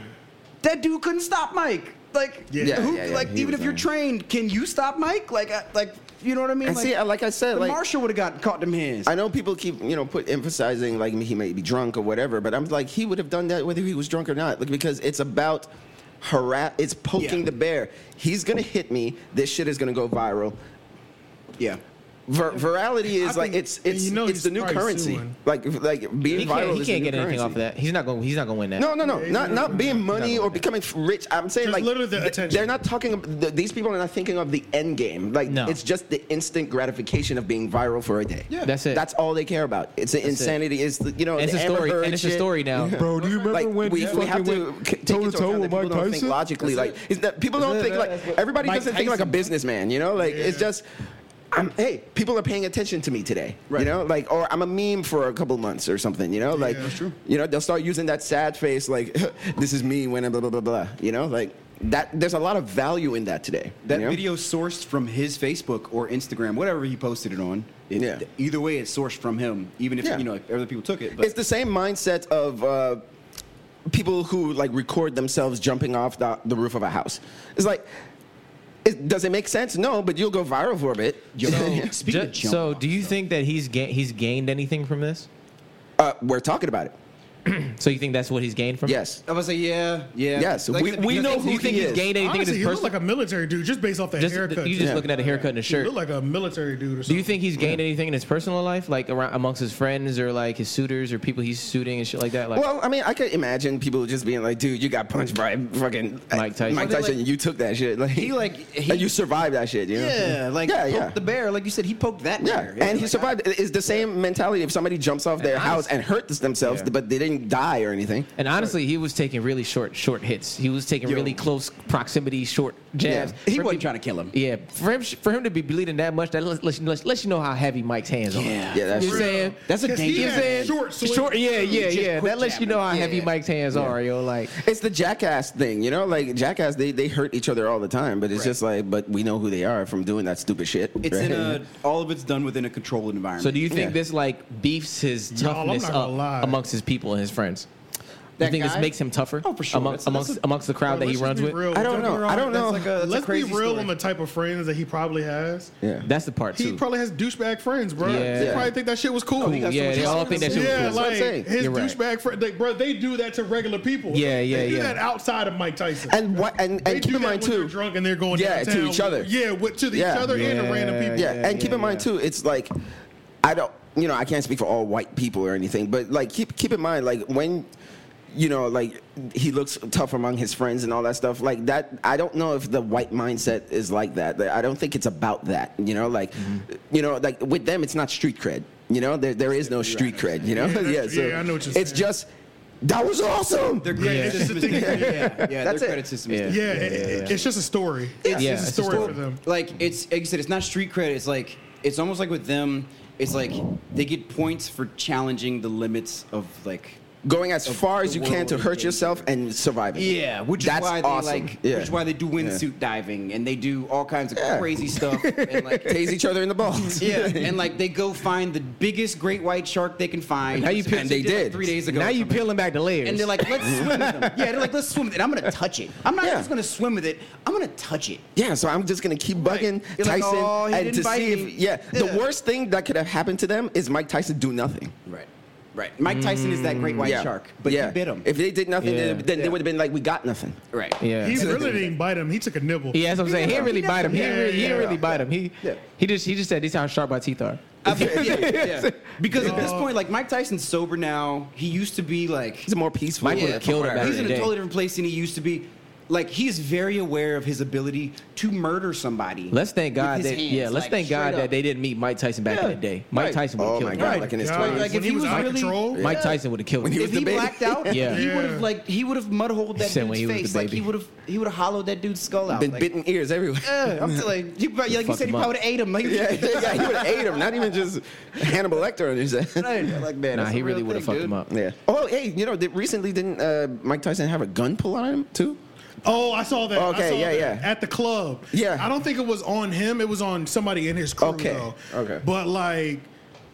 that dude couldn't stop Mike. Like Yeah. Yeah, who yeah, yeah. like He even was if you're on. trained, can you stop Mike? Like I, like you know what I mean? And like, see, I- like I said, the like marshal would have got caught them hands. I know people keep, you know, put emphasizing like he may be drunk or whatever, but I'm like he would have done that whether he was drunk or not, like because it's about harass, it's poking Yeah. the bear. He's Oh. gonna hit me. This shit is gonna go viral. yeah. Vir- virality is I like think- it's it's you know it's he's the new probably currency. suing. Like like being He viral can't, he is the can't new get anything currency. off of that. He's not going. He's not going to win that. No, no, no, Yeah, he's not not not gonna being money gonna or win becoming rich. I'm saying Just like literally the th- attention. They're not talking. ab- th- These people are not thinking of the end game. Like No. it's just the instant gratification of being viral for a day. Yeah. That's it. That's all they care about. It's the insanity. It's the, you know And it's the a Amber story. Heard And it's a shit. story now. Bro, do you remember Like when we, he we have fucking to went c- take into toe-to-toe account that with people Mike don't think Tyson? logically. Like is that people don't That's think it. like That's what- everybody Mike doesn't think like a Tyson. businessman. You know, like it's Yeah. just. I'm, hey, people are paying attention to me today, you know, like, or I'm a meme for a couple months or something, you know, like, that's true. you know, they'll start using that sad face, like, this is me when I'm blah blah blah blah, you know, like that. There's a lot of value in that today. That you know? video sourced from his Facebook or Instagram, whatever he posted it on. It- Yeah. Either way, it's sourced from him, even if Yeah. you know if other people took it. But it's the same mindset of uh, people who like record themselves jumping off the, the roof of a house. It's like, it, does it make sense? No, but you'll go viral for a bit. so, speaking Ju- of jump so, off, do you think that he's ga- he's gained anything from this? uh, we're talking about it. So you think that's what he's gained from? it? Yes. I was like, yeah, yeah. Yes, Like I we- said, we because know it's- who Do you think he he's is. gained anything Honestly, to he this looked person? like a military dude just based off that just, haircut. you just yeah. looking at a haircut and a He shirt. looked like a military dude or something. Do you think he's gained anything in his personal life, like around amongst his friends or like his suitors or people he's suiting and shit like that? Like, Well, I mean, I could imagine people just being like, "Dude, you got punched by fucking Mike Tyson. Well, Mike they Tyson, like- you took that shit. Like He, like, he- and you survived that shit. You know? Yeah, like yeah, he yeah. poked the bear, like you said, he poked that Yeah, bear. and he like, survived. It's the same mentality if somebody jumps off their house and hurts themselves, Yeah. but they didn't die or anything. and honestly, he was taking really short short hits. He was taking Yo. really close proximity short jabs. I- he For him wasn't to- trying to kill him. Yeah, for him, for him to be bleeding that much, that lets, lets, lets, lets you know how heavy Mike's hands are. Yeah. Yeah, that's you know what I'm true. saying That's a Because he danger. You know what I'm saying? Short swing. short, yeah, yeah, Just yeah. quick That lets you know how jabbing. heavy Yeah. Mike's hands are, yo. Like, It's the jackass thing, you know. Like jackass, they they hurt each other all the time, but it's just like, but we know who they are from doing that stupid shit. It's in a right? all of it's done within a controlled environment. so do you think Yeah. this like beefs his Y'all, I'm toughness not gonna up lie. amongst his people and his friends? Do you That think this guy? makes him tougher? Oh, for sure. Among, That's- amongst that's a- amongst the crowd Bro, that he let's just runs be with. real. I don't Don't get me know. wrong. I don't That's know. like a- that's a Let's be crazy real story. on the type of friends that he probably has. yeah. That's the part He too. probably has douchebag friends, bro. Yeah. Oh, He probably think that shit was cool. Ooh, yeah, they all think that shit was yeah, cool. what I'm saying. like his You're right. douchebag friend, they, bro. They do that to regular people. Yeah, They yeah, do yeah. that outside of Mike Tyson. and what? And, They and keep do in that mind when too. they're drunk and they're going Yeah, to downtown. each other. Yeah, with, to the Yeah. each other and the random people. yeah, and keep yeah, in mind too, it's like I don't, you know, I can't speak for all white people or anything, but like keep keep in mind, like when you know, like he looks tough among his friends and all that stuff, like that. I don't know if the white mindset is like that. Like, I don't think it's about that, you know, like Mm-hmm. you know, like with them, it's not street cred. You know, there, there is no street cred. You know, yeah. that's- so yeah, I know what you're it's saying. just That was awesome. Their credit Yeah. system is different. Yeah, yeah That's their it. credit system is Yeah. different. Yeah, it- it- it's just a story. It's Yeah, just a it's a story story. for them. Like it's like you said, it's not street cred. It's like it's almost like with them, it's like they get points for challenging the limits of like. Going as far as the you can to world hurt is yourself and surviving. Yeah, which is That's why they awesome. like, Yeah. which is why they do windsuit diving and they do all kinds of Yeah. crazy stuff and like Tase each other in the balls. Yeah, and like they go find the biggest great white shark they can find. Now you peel- and they did like, three days ago. Now or you something. peeling back the layers. And they're like, let's swim with them. Yeah, they're like, let's swim with it. I'm gonna touch it. I'm not Yeah. just gonna swim with it. I'm gonna touch it. Yeah, so I'm just gonna keep bugging You're like, Tyson "Oh, he and didn't to bite see me." if yeah, Yeah. The worst thing that could have happened to them is Mike Tyson do nothing. Right. Right. Mike Tyson is that great white Mm, yeah. shark, but yeah. he bit him. If they did nothing, Yeah. then- then Yeah. they would have been like, "We got nothing." right. yeah. He really didn't bite him. He took a nibble. yeah, that's what I'm saying. He didn't really bite him. He didn't really, he didn't really bite him. He Yeah. he just he just said this is how sharp my teeth are. I mean, yeah, yeah. Because at this point, like Mike Tyson's sober now. He used to be like He's more peaceful. Mike would've killed him back He's in in a the day. totally different place than he used to be. Like he is very aware of his ability to murder somebody. Let's thank with God his that hands, yeah, let's like, thank God straight that up. they didn't meet Mike Tyson back in the day. Mike Right. Tyson would have Oh killed my him. God, like in his God, twenties. Like, when if he he was was out of really- control, Mike Tyson would have killed him. When he if was he the baby. blacked out, Yeah. he would Yeah. have like he would have mud holed that Said dude's when he was the face. Like he baby. would have he would have hollowed that dude's skull out. been like, bitten ears everywhere. yeah, I'm telling you, you, probably- like you Fuck said, he him up. probably would have ate him. Like, yeah, yeah, yeah, he would have ate him. Not even just Hannibal Lecter on his head. like man, nah, that's he a really real would have thing, fucked him dude. up. Yeah. Oh, hey, you know, did, recently didn't uh, Mike Tyson have a gun pull on him too? Oh, I saw that. I Okay, saw yeah, that yeah. At the club. Yeah. I don't think it was on him. It was on somebody in his crew. Okay, Though. okay. But like,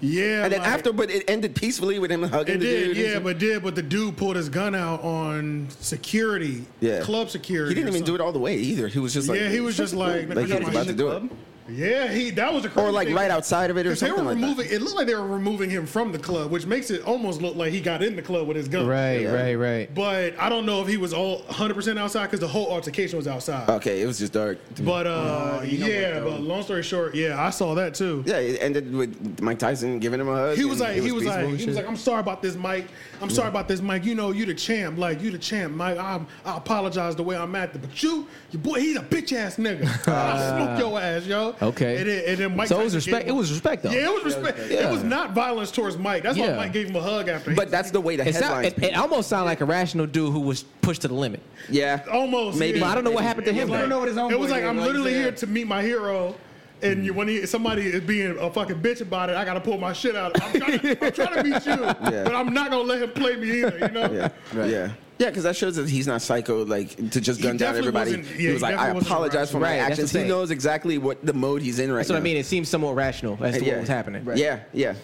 yeah. And then like, after, but it ended peacefully with him hugging It the did, dude. and yeah, stuff. but did, but the dude pulled his gun out on security, Yeah. club security. he didn't even do it all the way either. He was just like Yeah, he was just like- like he was about to do it. Yeah, he that was a crazy or like thing. right outside of it or 'Cause they were something like removing. that. It looked like they were removing him from the club, which makes it almost look like he got in the club with his gun. Right, Yeah. right, right. But I don't know if he was all 100 percent outside because the whole altercation was outside. Okay, it was just dark. But uh, you know yeah, what, though? but long story short, yeah, I saw that too. Yeah, it ended with Mike Tyson giving him a hug. He was and like, it he was peaceful like, and he was shit. like, I'm sorry about this, Mike. I'm sorry about this, Mike. You know, you the champ. Like, you the champ, Mike. I'm, I apologize the way I'm acting, but you, your boy, he's a bitch ass nigga. I'll smoke your ass, yo. Ah. Okay. And then, and then Mike. So it was Tyson respect- gave him- it was respect, though. Yeah, it was respect. It was not violence towards Mike. That's why Yeah. Mike gave him a hug after. but that's the way the It, sound, headlines. it, it almost sounded like a rational dude who was pushed to the limit. yeah, almost. maybe. yeah. But I don't know what happened to It him. was though. like- know what his own It was boy like did, I'm like you literally said. here to meet my hero. And Mm-hmm. you, when he, somebody is being a fucking bitch about it, I gotta pull my shit out. I'm trying to, I'm trying to beat you, but I'm not gonna let him play me either. You know? Yeah, yeah, yeah, because that shows that he's not psycho. Like to just He gun down definitely everybody. wasn't- yeah, he was he like, definitely I wasn't apologize for rational. my Right, that's actions. the He thing. knows exactly what the mode he's in right That's what now. I mean. It seems somewhat rational as to yeah. what was happening. Yeah, yeah.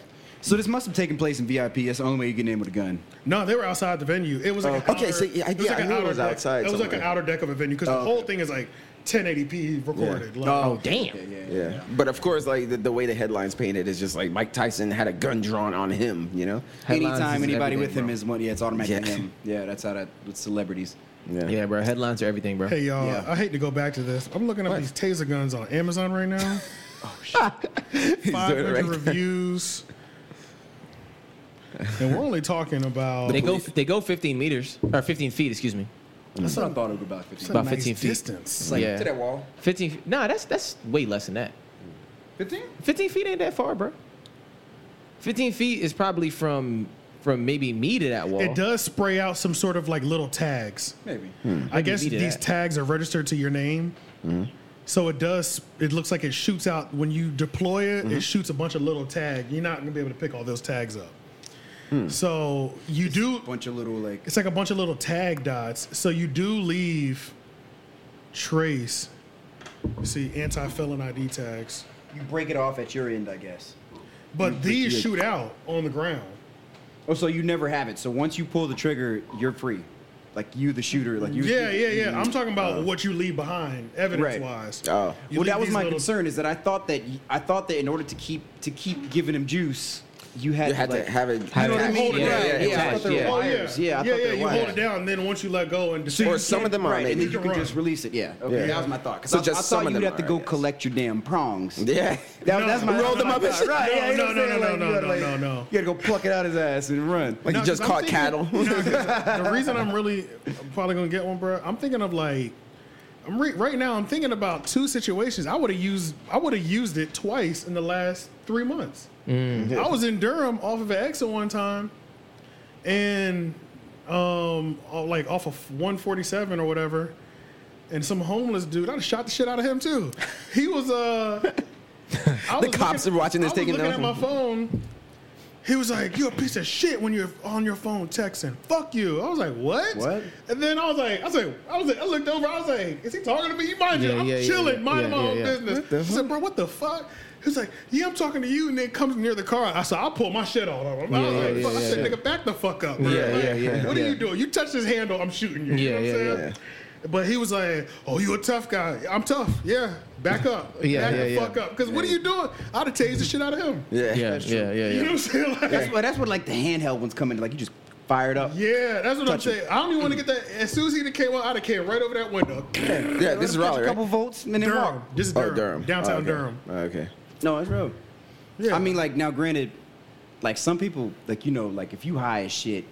So this must have taken place in VIP. That's the only way you get in with a gun. No, they were outside the venue. It was like Oh. an Okay, outer- so, yeah, it was yeah, like I an knew it outer was deck. outside It was like an somewhere. outer deck of a venue because the whole thing is like 1080p recorded. Like, Oh damn. Yeah. But of course, like the, the way the headlines painted is just like Mike Tyson had a gun drawn on him, you know? Headlines Anytime is anybody everything, with him bro. is one, yeah, it's automatically Yeah. him. Yeah, that's how that with celebrities. Yeah, bro. Headlines are everything, bro. Hey y'all, Yeah. I hate to go back to this. I'm looking up these taser guns on Amazon right now. Oh, He's doing it 500 right now. reviews. And we're only talking about They go they go 15 meters or 15 feet, excuse me. That's what I thought over about 50. It's a about 15 feet. distance. yeah. to that wall. 15. feet- Nah, that's that's way less than that. 15? 15 feet ain't that far, bro. 15 feet is probably from from maybe me to that wall. It does spray out some sort of like little tags. Maybe. Hmm. I guess beat it these at. tags are registered to your name. Hmm. So it does. It looks like it shoots out when you deploy it. Hmm. It shoots a bunch of little tag. You're not gonna be able to pick all those tags up. Hmm. So you do. Bunch of little like It's like a bunch of little tag dots. So you do leave trace. See anti-felon ID tags, you break it off at your end, I guess. but these shoot out on the ground. Oh, so you never have it. So once you pull the trigger, you're free. Like you, the shooter. Like you. Yeah, you- yeah, yeah. I'm talking about what you leave behind, evidence-wise. Oh. You well, leave that was these my little- concern is that I thought that y- I thought that in order to keep to keep giving him juice, you had, You had to, like, to have it. You know what I mean? Yeah, Yeah, yeah, yeah. yeah. I thought there Yeah. were Oh, wires. yeah, Yeah, I yeah, thought there were You hold wires. it down, then once you let go and Or some of them are Right, and maybe. then you can just release it. Yeah, okay. Yeah. That was my thought. 'Cause So I, just I some thought of you'd them have to are, go yes. collect your damn prongs. Yeah. That, that's my Roll that's them my up and thought. shit. Right? yeah, you No, know what no, I'm no, saying? no, no, Like, you gotta, no, like, no, no. You gotta go pluck it out his ass and run. Like you just caught cattle. the reason I'm really I'm probably gonna get one, bro. I'm thinking of like, I'm re- right now. I'm thinking about two situations. I would have used, I would have used it twice in the last three Mm. months. I was in Durham off of an exit one time, and um, oh, like off of 147 or whatever, and some homeless dude. I shot the shit out of him too. He was uh. I The was cops looking- are watching this, I taking was looking at my notes. phone. He was like, "You're a piece of shit when you're on your phone texting. Fuck you." I was like, "What?" What? And then I was like, "I was like, I was like, I looked over. I was like, is he talking to me? You mind you, Yeah, I'm yeah, yeah, chilling, yeah, minding yeah, my yeah, own yeah. business." I said, "Bro, what the fuck?" He was like, "Yeah, I'm talking to you." And then comes near the car. I said, "I'll pull my shit out on him." I was Yeah, like, yeah, fuck. I yeah, said, yeah. "Nigga, back the fuck up." bro. Yeah, Like, yeah, yeah, What are yeah. you doing? You touch his handle, I'm shooting you. you Yeah, know what yeah, I'm saying? yeah. But he was like, "Oh, you a tough guy? I'm tough. Yeah, back up. Yeah, back yeah, the yeah. fuck up. Because what are you doing? I'd have tased the shit out of him. Yeah. Yeah, yeah, yeah, You know what yeah. I'm saying? Like, That's what, that's what like the handheld ones come in. Like you just fire it up. yeah, that's what I'm Touch it. saying. I don't even want to get that. As soon as he came out, I'd have came right over that window. Yeah, this is Catch Raleigh, a right? couple volts and then Durham. walk. This is Oh, Durham. Durham. Downtown Oh, okay. Durham. Oh, okay. No, it's road. Yeah. I mean, like now, granted, like some people, like you know, like if you high as shit,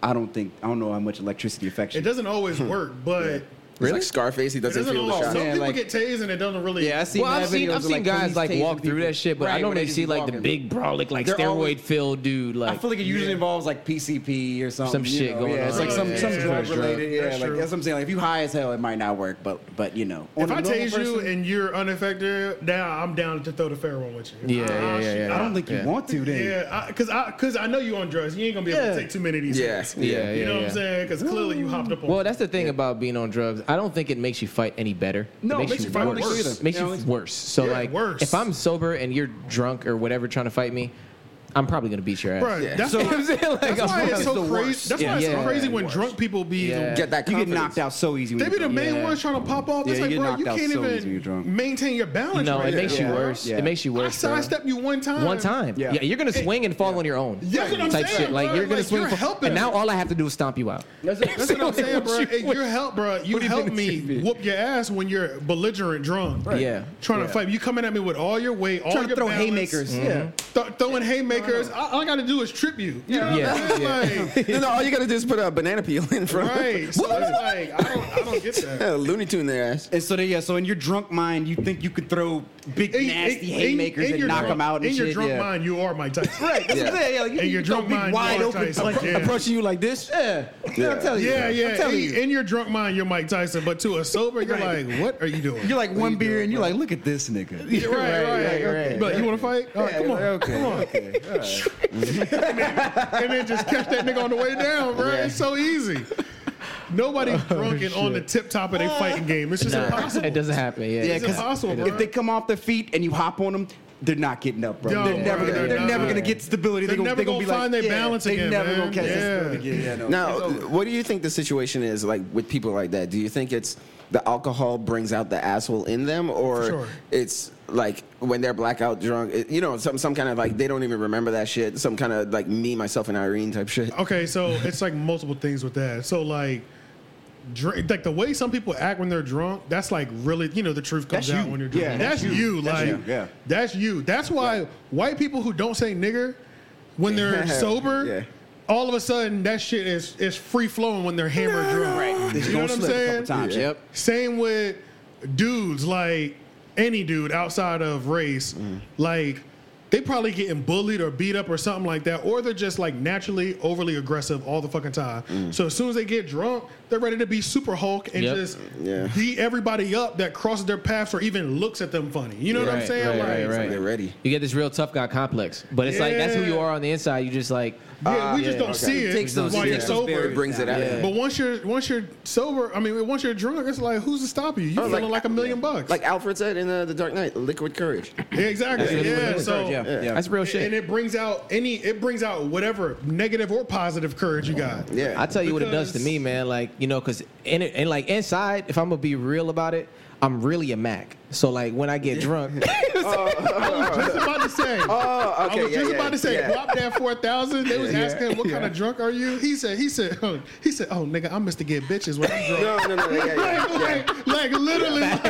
I don't think I don't know how much electricity affects it you. doesn't always Hmm. work, but it It's like Scarface. He doesn't doesn't feel the always. shot. Some man, people like- get tased and it doesn't really. Yeah, I see. Well, I've seen, I've seen guys like walk through that shit, but I normally see like the big bro, like like They're always- steroid filled dude, like I feel like it usually involves like PCP or something. Some you shit know, going yeah, It's on. like some Yeah, some yeah, drug yeah. related. Yeah, That's like true. that's what I'm saying. Like if you high as hell, it might not work. But but you know, If on a I normal tase you person, and you're unaffected, now I'm down to throw the pheromone with you. Ah, Yeah, yeah, yeah, yeah. I don't think you Yeah. want to. Then Yeah, because I because I, know you on drugs. You ain't gonna be able Yeah. to take too many of these. Yeah, hits. yeah. yeah, yeah, You know what yeah. I'm saying? Because clearly you hopped up on. Well, that's the thing about being on drugs. I don't think it makes you fight any better. No, it makes you fight worse. worse either. Makes You you know, it's- worse. So Yeah, like, worse. if I'm sober and you're drunk or whatever trying to fight me, I'm probably gonna beat your ass. Right. Yeah. That's, So- why, I'm saying, like, that's why I'm it's so the worst. crazy. That's why it's so Yeah. crazy when drunk people be. Yeah. The, Get that you get confidence. knocked out so easy. When they be you're the drunk. main Yeah. ones trying to pop off. It's Yeah, like, you get bro, knocked you out can't so easy when you're drunk. even maintain your balance. No, right it makes now. you Yeah. worse. Yeah. It makes you worse. I bro. sidestepped you one time. One time. Yeah. Yeah. you're gonna swing and fall on your own. That's what I'm type saying, shit. Like bro. you're gonna Like, swing. you're and fall- helping And now us. all I have to do is stomp you out. That's what I'm saying, bro. Hey, you're help, bro. You do you help think me it's gonna be? whoop your ass when you're belligerent drunk. Yeah. Trying Yeah. to fight. You coming at me with all your weight, all Trying to your throw balance. haymakers. Mm-hmm. Yeah. Th- throwing haymakers. All, all I got to do is trip you. You know Yeah. what I'm saying? Like, no, no, all you gotta do is put a banana peel in front. right. So it's like, I don't, I don't get that. Yeah, Looney Tune their ass. And so, they, yeah, so in your drunk mind, you think you could throw big In- in- nasty in- haymakers in and your knock drunk- them out and In shit. your drunk yeah. mind, you are my type. right? That's what I'm Yeah. saying. Yeah, like, you, In your you throw drunk big mind, wide Mike open. Tyson. punch- Yeah. Approaching you like this. Yeah, yeah. I'm telling you. Yeah, I'm yeah. telling In, you. in your drunk mind, you're Mike Tyson, but to a sober, you're Right. like, what are you doing? You're like What one you beer, doing, and you're bro? like, look at this nigga. Yeah, right, right, right, okay. right. But you want to fight? All right, come on, come on. and then just catch that nigga on the way down, bro. It's so easy. Oh, Nobody's drunk and on the tip top of their fighting game. It's just Nah, impossible. It doesn't happen. Yeah. It's impossible, bro. if they come off their feet and you hop on them, they're not getting up, bro. Yo, they're never, bro, gonna, they're they're not. never gonna get stability. They're gonna, never they gonna gonna be like, find their yeah, balance they again, never man. gonna catch this Yeah. stability again. Yeah, no. Now, what do you think the situation is like with people like that? Do you think it's the alcohol brings out the asshole in them, or Sure. it's like when they're blackout drunk? It, you know, some some kind of like they don't even remember that shit. Some kind of like me, myself, and Irene type shit. Okay, so it's like multiple things with that. So like, drink, like the way some people act when they're drunk, that's like really, you know, the truth comes That's out you. when you're drunk. Yeah, that's, that's you. you. That's Like, you, yeah. that's you. That's why white people who don't say nigger when they're sober. Yeah. All of a sudden, that shit is is free flowing when they're hammered drunk. They just You know gonna what I'm slip a couple saying? times. Yep. Same with dudes, like any dude outside of race, like they probably getting bullied or beat up or something like that, or they're just like naturally overly aggressive all the fucking time. So as soon as they get drunk, they're ready to be Super Hulk and Yep. just Yeah. beat everybody up that crosses their path or even looks at them funny. You know what I'm Right, saying? right, like, right, right. They're ready. You get this real tough guy complex, but it's like that's who you Yeah. are on the inside. You just like Yeah, we just yeah, don't okay. see It it, takes those- while it you're takes those sober. It brings it out. Yeah. But once you're once you're sober, I mean, once you're drunk, it's like who's to stop you? You're Oh, feeling like, a million bucks. Like Alfred said in uh, The Dark Knight, liquid courage. yeah, exactly. really what it Yeah, is. so Yeah, yeah. that's real And Oh, shit. it brings out any, it brings out whatever negative or positive courage you got. Yeah. I tell you what it does to Because- me, man. Like you know, because in it, and like inside, if I'm gonna be real about it, I'm really a Mac. So like when I get drunk, I was just about to say. Oh, okay, I was yeah, just yeah, about to say, yeah. drop that four thousand. They was asking him, "What kind of drunk are you?" He said, "He said, oh, he said, oh nigga, I'm Mr. Get Bitches when I'm drunk." no, no, no, yeah, yeah. Like, like, like literally, like,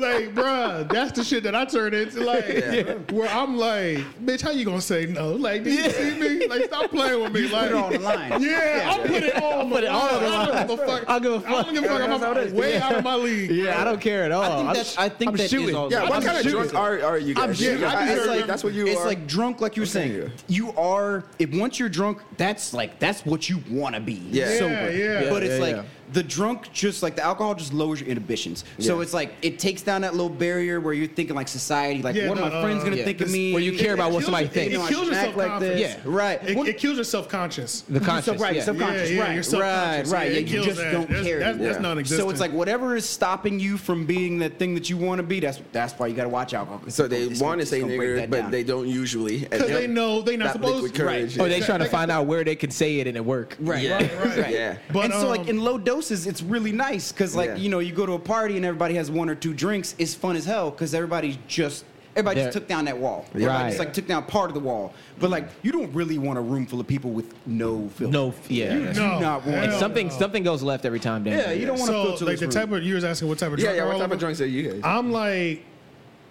like, bruh, that's the shit that I turned into. Like, where I'm like, bitch, how you gonna say no? Like, did you see me? Like, stop playing with me. Like, Put it on the line. Yeah, I'll put it all on the it all on the line. I don't give a fuck. I'll give a I don't give a fuck. I'm way out of my league. yeah, I don't care at all. I think I'm that's. sh- I think I'm that is shooting. all. Yeah, that what is. kind of drunk are, are you guys? I'm shooting. Yeah, I- it's it's like, like, that's what you It's are. like drunk, like you were saying. yeah. You are. If once you're drunk, that's like that's what you want to be. Yeah. Yeah, sober. yeah. But it's Yeah, like yeah. the drunk, just like the alcohol, just lowers your inhibitions. So Yeah. it's like it takes down that little barrier where you're thinking like society, like Yeah, what the, are my friends gonna yeah, think of this- me? where you care about kills what somebody your- thinks. It, You know, I kills your should act like this. self-confidence. yeah, right. It, it kills your self-conscious. the conscience. right, yeah. subconscious, yeah, right, your subconscious, right, right. yeah, Yeah, it you kills just that. don't That's- care. that's- anymore. that's non-existent. So it's like whatever is stopping you from being that thing that you want to be. That's that's why you got to watch alcohol. 'cause So it's gonna- they it's want gonna- to say it's gonna break nigger, that but down. they don't usually. Because they know they not that supposed liquid courage. Oh, they trying to find out where they could say it and it work. Right, Yeah. right, right, right. Yeah. But, and so, like um, in low doses, it's really nice because, like, Yeah. you know, you go to a party and everybody has one or two drinks. It's fun as hell because everybody's just everybody just They're- took down that wall. Yeah. Everybody Right. just like took down part of the wall. But like, you don't really want a room full of people with no filter. No, f- yeah. you do No. not want. Hell And something no. something goes left every time. Dan. Yeah, you don't want to so filter like this the room. type of you was asking what type of Yeah, drunk yeah. are What all type of them? drunks are you guys? I'm like,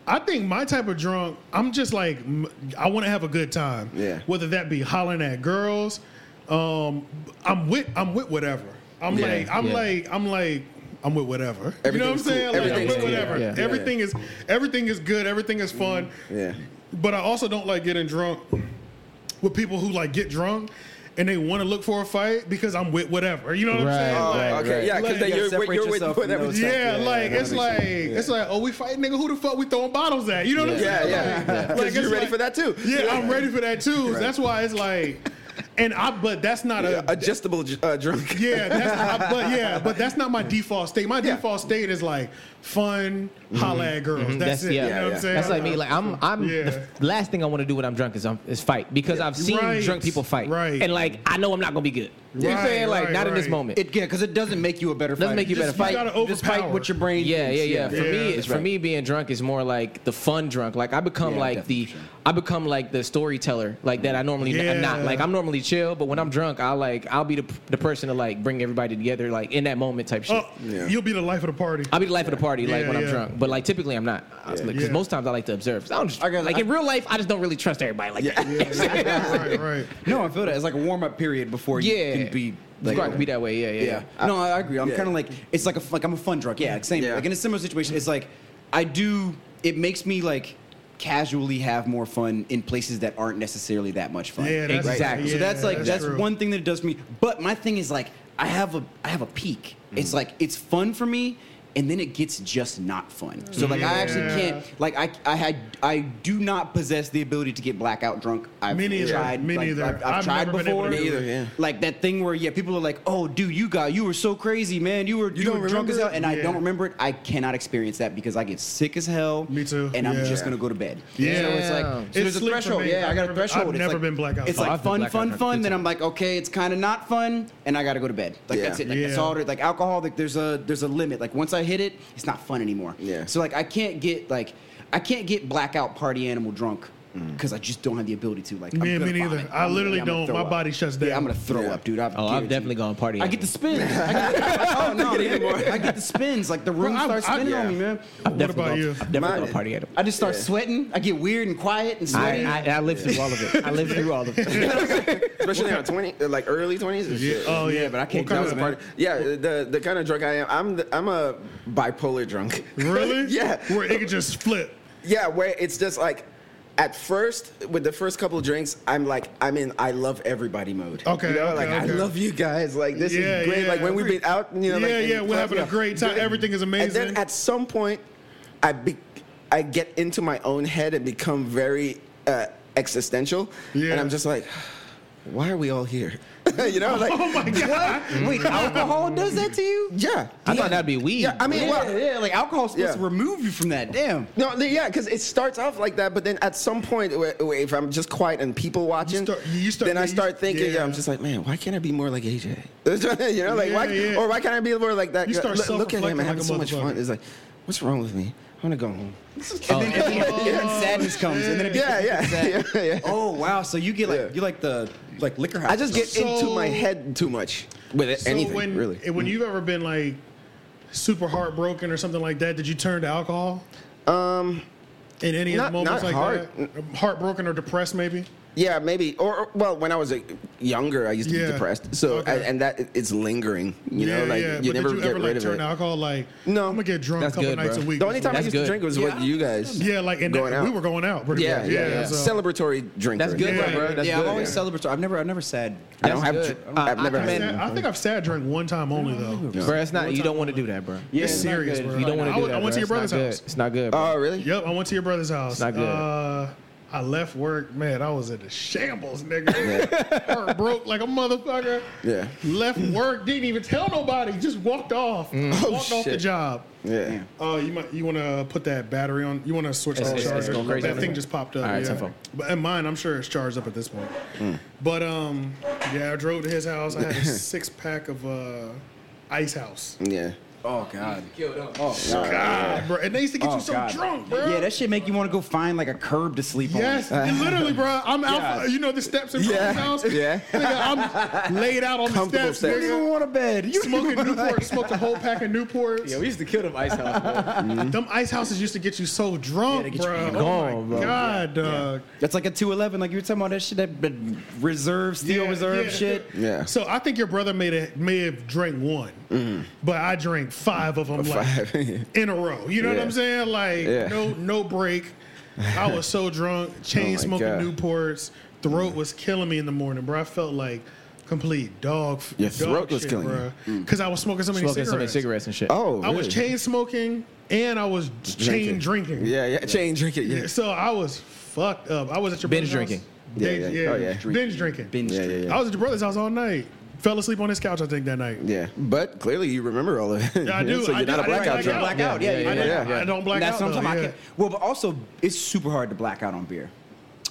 I think my type of drunk, I'm just like, m- I want to have a good time. Yeah. Whether that be hollering at girls, um, I'm with, I'm with whatever. I'm Yeah, like, I'm yeah. like, I'm like. I'm with whatever. You know what I'm Everything's cool. saying? Like, I'm Everything's with cool. whatever. Yeah, yeah. everything is everything is good. Everything is fun. Yeah. But I also don't like getting drunk with people who like get drunk and they want to look for a fight because I'm with whatever. You know what Right, I'm saying? Oh, Like, okay. Yeah, like- because you're, separate with- you're with yourself from whatever. those yeah, like yeah, it's that makes like sense. Yeah. it's like oh we fighting nigga who the fuck we throwing bottles at you know what I'm Yeah, saying yeah. Like, Because it's you're ready like- for that too. yeah, I'm ready for that too that's why it's like and I but that's not Yeah, a adjustable uh, drunk. yeah, that's I, but yeah, but that's not my default state. My Yeah. default state is like fun, holla at girls. Mhm, That's, that's- it. yeah, you know yeah, what I'm yeah. saying? That's like me. Like I'm, I'm. Yeah. The f- last thing I want to do when I'm drunk is um, is fight because I've seen Right, drunk people fight, right. And like I know I'm not gonna be good. You know what Right, I'm saying? Like right, not in this right. moment. It, yeah, because it doesn't make you a better Doesn't fighter. make you a better Just- you fighter. gotta Just fight overpower. what your brain. yeah, yeah, thinks, yeah. For me, Yeah. it's for Right. me being drunk is more like the fun drunk. Like I become Yeah, like the, definitely. I become like the storyteller. Like that I normally n- Yeah. am not. Like I'm normally chill, but when I'm drunk, I like I'll be the, p- the person to like bring everybody together, like in that moment type shit. Oh, Yeah. You'll be the life of the party. I'll be the life of the party, like Yeah, when I'm yeah. drunk. But like typically, I'm not. Because Yeah. most times I like to observe. So I don't just, I got- like I- in real life, I just don't really trust everybody like that. right, right. No, I feel that it's like a warm up period before you Yeah. can be. Like, Like, Scar could be that way. Yeah, yeah. Yeah. No, I agree. I'm yeah. kind of like it's like a like I'm a fun drunk. Yeah, like same. Yeah. Like in a similar situation, it's like I do. It makes me like casually have more fun in places that aren't necessarily that much fun. Yeah, that's- exactly. so yeah, that's like that's that's, true. one thing that it does for me. But my thing is like I have a I have a peak. It's like it's fun for me. And then it gets just not fun. So like I actually Yeah. can't like I I had I do not possess the ability to get blackout drunk. I've Me neither. tried Me like, neither. I've, I've I've tried never been able before. to do Me it. either, yeah. Like that thing where yeah, people are like, "Oh, dude, you got you were so crazy, man. You were you, don't were drunk as remember hell." it? And I Yeah. don't remember it. I cannot experience that because I get sick as hell. Me too, And I'm yeah. just gonna go to bed. Yeah. So it's like so It's there's a slick for threshold. me. Oh, Yeah, I I've got never a been- threshold. I've It's never like- been blackout It's drunk. like I've been fun, blackout fun, drunk fun. too. Then I'm like, okay, it's kind of not fun, and I gotta go to bed. Like Yeah. that's it. Like that's Yeah. all. Like alcohol. Like there's a there's a limit. Like once I hit it, it's not fun anymore. Yeah. So like I can't get like I can't get blackout party animal drunk. Mm. Because I just don't have the ability to like. Me- I'm gonna me neither. vomit. I I'm literally gonna- I'm gonna don't. My throw up. body shuts Yeah, down. I'm gonna throw Yeah. up, dude. I've Oh, I've definitely gone party. I get the spins. I get the, oh no, dude. I get the spins. Like the room Bro, I- starts I- spinning yeah. on me, man. I've What about you? I've definitely Mine- gone party animal. I just start Yeah. sweating. I get weird and quiet and I, sweaty. I, I lived through all of it. I lived through all of it. especially in our twenty, uh, like early twenties. Yeah. Oh yeah, but I can't What That kind was a of- party. Yeah, the the kind of drunk I am. I'm the, I'm a bipolar drunk. Really? yeah. Where it could just flip. Yeah, where it's just like, at first, with the first couple of drinks, I'm like, I'm in I love everybody mode. Okay, You know, okay, like I okay. love you guys. Like this Yeah, is great. yeah. Like when we've been out, you know, Yeah, like, in yeah, we're clubs, having a yeah. great time. Good. Everything is And amazing. then at some point, I be, I get into my own head and become very uh, existential, Yeah. and I'm just like, why are we all here? you know, like Oh my god. Mm-hmm. Wait, alcohol does that to you? yeah. I thought that'd be weed. Yeah, I mean, well, yeah, like alcohol's supposed Yeah. to remove you from that. Damn. No, th- yeah, because it starts off like that, but then at some point, w- w- if I'm just quiet and people watching, start- you start- then yeah, I you- start thinking, yeah. yeah. I'm just like, man, why can't I be more like AJ? you know, like why, Yeah, yeah. or why can't I be more like that? You guy? start look, look at him, self-reflecting I'm like having a so much fun. motherfucker. It's like, what's wrong with me? I want to go home. Oh, And then, and then sadness comes, and then it Yeah, becomes yeah, sad. yeah, yeah. Oh wow, so you get like Yeah. you like the like liquor house. I just get into So- my head too much with it, anything, when, really. eh, When you've ever been like super heartbroken or something like that, did you turn to alcohol? Um, In any of the Not- moments not like heart- that? Heartbroken or depressed, maybe? yeah, maybe, or or- well, when I was a younger, I used to Yeah. be depressed. So Okay. and- and that it's lingering. You know, like you but never did you get ever rid like of turn it. alcohol like No. I'm gonna get drunk a That's couple good, nights bro. a week. The only time I That's used to good. drink was with you guys. yeah, like and Going out. we were going out. Pretty Yeah, much. yeah, yeah. so- Celebratory drinker. That's good, Yeah. bro. That's yeah, good. I've always celebrated. I've never, I've never said. I don't have. That's good. I've never I, had. sad, I think I've sad drank one time only though. Bro, it's not. You don't want to do that, bro. Yeah, it's serious, bro. You don't want I to do went- that. I went to bro. your brother's It's not good. house. It's not good. bro. Oh, really? Yep, I went to your brother's house. not good. Uh, I left work, man. I was in a shambles, nigga. Heart broke like a motherfucker. Yeah. Left work, didn't even tell nobody. Just walked off. Mm. walked off the Oh, shit. job. Yeah. Oh, you might you want to put that battery on? You want to switch It's- off it's- charger? it's going crazy. That thing just popped up. All right, it's yeah. on phone. Hmm. But in mine, I'm sure it's charged up at this point. But um, yeah, I drove to his house. I had a six pack of uh, Ice House. Yeah. Oh God. Killed him. God, bro, and they used to get Oh, you so God. drunk, bro. Yeah, that shit make you want to go find like a curb to sleep Yes, on. literally, bro. I'm out. You know the steps in front Yeah, of his house. yeah. Nigga, I'm laid out on the Comfortable steps. steps. You don't Nigga. even want a bed. You Smoking Newport, smoked a whole pack of Newports. Yeah, we used to kill them ice house. bro. Them ice houses used to get you so drunk, bro. oh gone, my bro. god, dog. That's like a 211. Like you were talking about that shit, that that reserve, steel Yeah, reserve yeah. shit. Yeah. Mm-hmm. So I think your brother made a, may have drank one, but I drank five of them Five. like in a row. You know what Yeah. I'm saying? Like Yeah. Oh no no break. I was so drunk, chain my smoking God. Newports. Throat was killing me in the morning, bro. I felt like complete dog. f- Your dog throat was shit, killing bro. Because I was smoking so many Smoking cigarettes. so many cigarettes and shit. Oh. I was really? chain smoking and I was chain drinking. Yeah, yeah. Chain drinking. Yeah. So I was fucked up. I was at your brother's Binge drinking. house. Yeah, Binge- yeah. Oh, yeah. Binge drinking. Binge Yeah, yeah, I yeah. was at your brother's house all night. Fell asleep on his couch, I think, that night. Yeah. But clearly you remember all of it. Yeah, I do. so I you're do. not a I didn't blackout black drunk. out. Blackout, yeah, yeah, I, yeah, don't, yeah. I don't black That's out. what I'm though, talking yeah. about. I can- Well, but also it's super hard to black out on beer.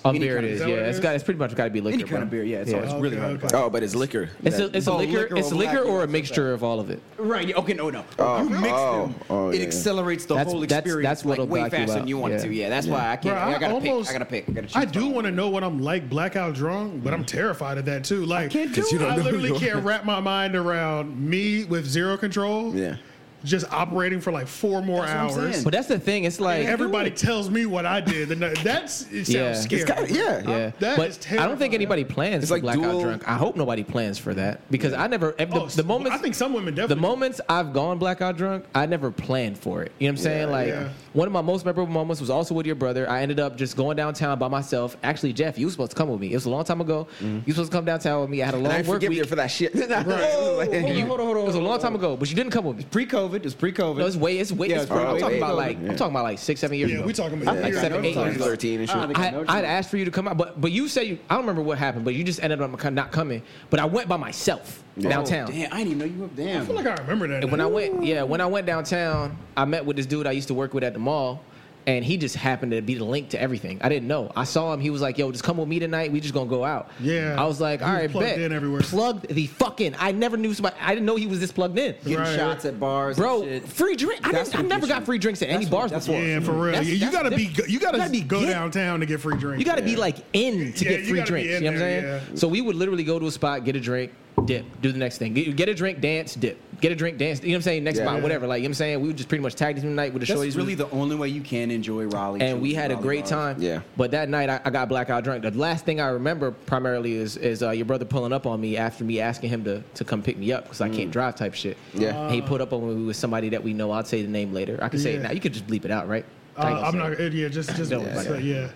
On Any beer it kind of- is. is that Yeah, what it it's is? got. It's pretty much got to be liquor. Any kind bro. of beer, yeah. It's, Yeah. it's really Okay, hard. To okay. black. Oh, but it's liquor. It's That- a, it's a Oh, liquor. liquor It's a or liquor black, or yeah, a mixture of all of it. Right. yeah, Okay. No. No. Oh, you mix oh, them. oh, it yeah. accelerates the That's- whole that's- experience that's what'll like way black you faster than up, you want yeah. it to. Yeah. That's why I Bro, can't. I, gotta pick. I gotta pick. I gotta choose. Mm. I do want to know what I'm like blackout drunk, but I'm terrified of that too. Like, I, can't do 'Cause you it. don't know literally who you can't wrap my mind around me with zero control. Yeah. Just operating for like four more That's what I'm hours. saying. But that's the thing. It's like Everybody tells me what I did. The night- That's it sounds Yeah. It's scary. Kinda- yeah. Yeah, That but is I don't think terrifying. anybody plans It's for like blackout dual- drunk. I hope nobody plans for that because I never. The, Oh, the moments I think some women the definitely. moments I've gone blackout drunk, I never planned for it. You know what I'm saying? Yeah, like yeah. one of my most memorable moments was also with your brother. I ended up just going downtown by myself. Actually, Jeff, you were supposed to come with me. It was a long time ago. You were supposed to come downtown with me. I had a long And I work forgive week. you for that shit. Hold on, hold on, hold on. It was a long time ago, but you didn't come with me. Pre-COVID. It's pre-COVID. No, it's way, it's way. Yeah, it's it's I'm probably talking way about over. like, Yeah. I'm talking about like six, seven years Yeah, ago. we talking about- like yeah, seven, yeah, eight I'm talking years ago. about- 13 and I don't shit. think I know I, what I'd you're- asked for you to come out, but but you said you. I don't remember what happened, but you just ended up not coming. But I went by myself downtown. Oh, Damn. I didn't even know you were. Damn. I feel like I remember that. And when night. I went, yeah, when I went downtown, I met with this dude I used to work with at the mall, and he just happened to be the link to everything. I didn't know. I saw him. He was like, "Yo, just come with me tonight. We just gonna go out." Yeah. I was like, He "All was right, plugged bet." in everywhere. Plugged the fucking. I never knew somebody. I didn't know he was this plugged in. getting Right. shots at bars. Bro, and shit. free drink. I, That's didn't, I what never gets got you. free drinks at any That's what- bars that's before. Yeah, for real. That's- you that's gotta be. different. You gotta, You gotta be go good. downtown to get free drinks. You got to be like in to Yeah, get you free gotta be drinks. You in know what I'm there, saying? yeah. So we would literally go to a spot, get a drink, dip, do the next thing. Get, get a drink, dance, dip. Get a drink, dance. You know what I'm saying? Next Yeah. spot, whatever. Like you know what I'm saying, we would just pretty much tag team the night with the That's shorties. really the only way you can enjoy Raleigh. and we truly, had a Raleigh great bars. time. Yeah. But that night I, I got blackout drunk. The last thing I remember primarily is is uh, your brother pulling up on me after me asking him to, to come pick me up because I can't drive type shit. Mm. Yeah. And he put up on me with somebody that we know. I'll say the name later. I can say it Yeah. now. You could just bleep it out, right? Uh, I'm not. Yeah, just just Don't worry about so, it. yeah.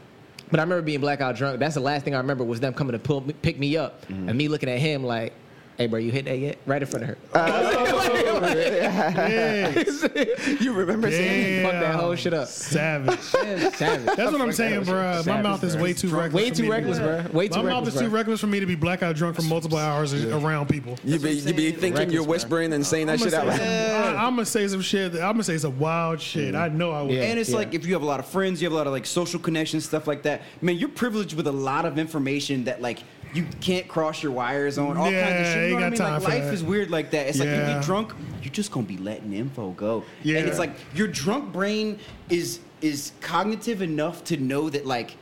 But I remember being blackout drunk. That's the last thing I remember was them coming to pull me, pick me up Mm-hmm. and me looking at him like, "Hey, bro, you hit that yet?" Right in front of her. Yeah. You remember saying? Fuck that whole shit up. Savage. Savage. That's what I'm saying, bro. My Savage, mouth is bro. way too reckless. for Way me too to be- reckless, bro. Way My too mouth is reckless. too bro. reckless for me to be blackout drunk for multiple hours around people. You be you be thinking you're whispering and saying that I'm shit out gonna, loud. say, I, am gonna say some shit. That, I'm gonna say some wild shit. I know I will. Yeah. And it's like if you have a lot of friends, you have a lot of like social connections, stuff like that. Man, you're privileged with a lot of information that like you can't cross your wires on. All kinds Yeah, of shit. You ain't know what I got mean? time Like for life that. is weird like that. It's like you Yeah. get drunk, you're just gonna be letting info go. Yeah. And it's like your drunk brain is is cognitive enough to know that like.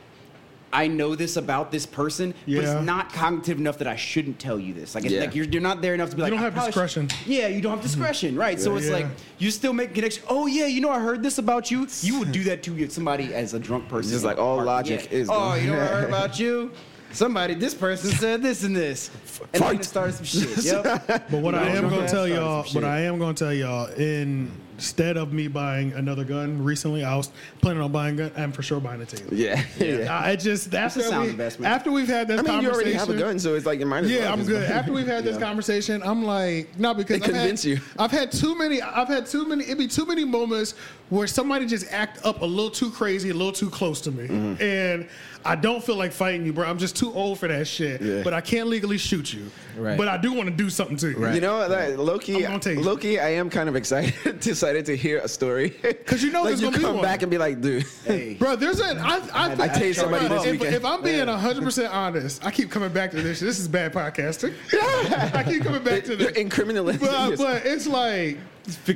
I know this about this person, but Yeah. it's not cognitive enough that I shouldn't tell you this. Like, it's Yeah. like you're, you're not there enough to be You like, don't I have probably should- discretion. yeah, you don't have discretion, right? so Yeah. it's Yeah. like you still make connection. Oh yeah, you know I heard this about you. You would do that to somebody as a drunk person. Just like all Yeah. logic is Oh, you know what I heard about you? Somebody, this person said this and this, and then Fight. it started some shit. Yep. But what I No, am no, gonna that's tell not y'all, some what shit. I am gonna tell y'all, instead of me buying another gun recently, I was planning on buying a gun. I'm for sure buying a taser. Yeah. yeah. I just after sound we, investment. after we've had this I mean, you conversation, already have a gun, so it's like you might as well Yeah, I'm just good. buy it. After we've had this Yeah. conversation, I'm like, no, because They I've had- convince you. I've had too many. I've had too many. It'd be too many moments where somebody just act up a little too crazy, a little too close to me, Mm-hmm. and I don't feel like fighting you, bro. I'm just too old for that shit. Yeah. But I can't legally shoot you. Right. But I do want to do something to you. You know, like, Loki. I'm gonna take it. Loki, I am kind of excited, decided to hear a story. 'Cause you know like there's you gonna be come one. back and be like, dude, Bro, there's a. I, I, I tased somebody this if, weekend. If I'm being 100% honest, I keep coming back to this. This is bad podcasting. I keep coming back to you're this. in criminal. But, yes. but it's like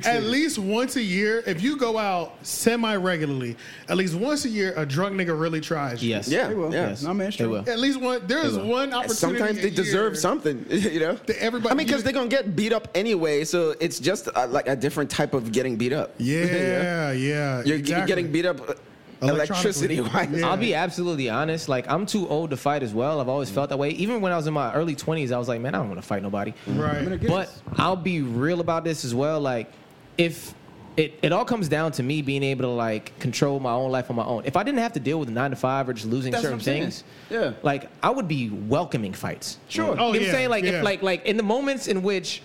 at least once a year, if you go out semi regularly, at least once a year, a drunk nigga really tries. you. Yes. yeah, They will. yeah. Yes. No, man, it's They true. will. At least one. There is They will. one opportunity. Sometimes a they deserve year. something, you know. To everybody- I mean, because you- they're gonna get beat up anyway, so it's just uh like a different type of getting beat up. Yeah, yeah. you're, you're exactly. getting beat up uh, Electronically. electricity wise. Yeah. I'll be absolutely honest. Like I'm too old to fight as well. I've Mm. always felt that way. Even when I was in my early 20s, I was like, man, I don't want to fight nobody. Right. But I'll be real about this as well. Like, if it, it all comes down to me being able to like control my own life on my own. If I didn't have to deal with a nine to five or just losing That's what certain I'm saying. things, Yeah. like I would be welcoming fights. Sure. Oh, you know what yeah, I'm saying? Like, yeah. if, like, like in the moments in which,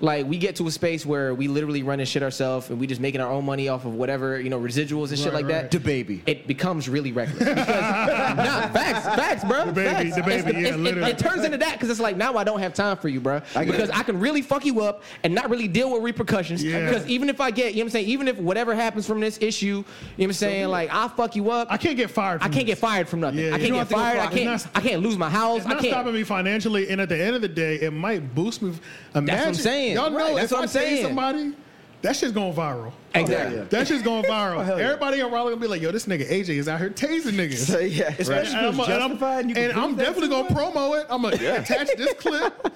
like, we get to a space where we literally running shit ourselves and we just making our own money off of whatever you know residuals and shit Right, like right. that. The baby. It becomes really reckless. Because, nah, facts, facts, bro. The baby, facts. the It's baby, yeah, it's- it- literally. it turns into that because it's like now I don't have time for you, bro. because I can really fuck you up and not really deal with repercussions. Yeah. Because even if I get, you know what I'm saying, even if whatever happens from this issue, you know what I'm saying, like I fuck you up. I can't get fired. I From can't this. get fired from nothing. Yeah, I you don't have can't get to go fired. I fight. It's can't. not- I can't lose my house. It's I not can't. stopping me financially, and at the end of the day, it might boost me. Imagine, saying. Y'all know Right, that's if what I I'm tase saying. somebody, that shit's going viral. Exactly. That shit's going viral. Oh, hell yeah. Everybody in Raleigh gonna be like, "Yo, this nigga AJ is out here tasing niggas." So yeah, And Especially I'm, if it's and I'm- justified and you can and I'm prove that definitely gonna promo it. I'm gonna attach this clip.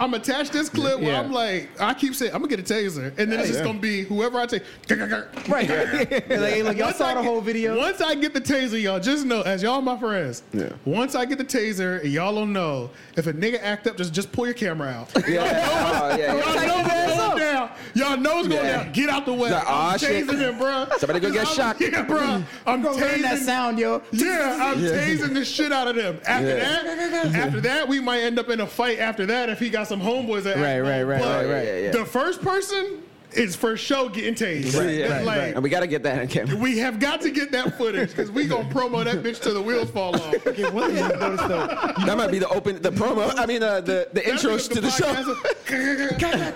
I'm gonna attach this clip where Yeah. I'm like, I keep saying, I'm gonna get a taser, and then it's just gonna be whoever I take. Right. And like, hey, look, y'all Once saw I the get- whole video. Once I get the taser, y'all just know, as y'all my friends. Yeah. Once I get the taser, and y'all don't know if a nigga act up, just just pull your camera out. yeah. Oh, yeah, yeah. Y'all know it's going down. Y'all know it's going Yeah. down. Get out the way. Like, I'm aw, ah, shit. tasing him, bro. Somebody gonna get shot. Yeah, bro. I'm Go learn that tasing. sound, yo. Yeah, I'm Yeah. tasing the shit out of them. After Yeah. that, after that, we might end up in a fight. After that, if he got some homeboys that Right, right, right, But right, right. Yeah, yeah. The first person is for show getting tased. Right, yeah. like, And we gotta get that on camera. we have got to get that footage because we gonna promo that bitch till the wheels fall off. Okay, one thing I noticed though, That might be the open, the promo. I mean, uh, the the intro to the show. show. But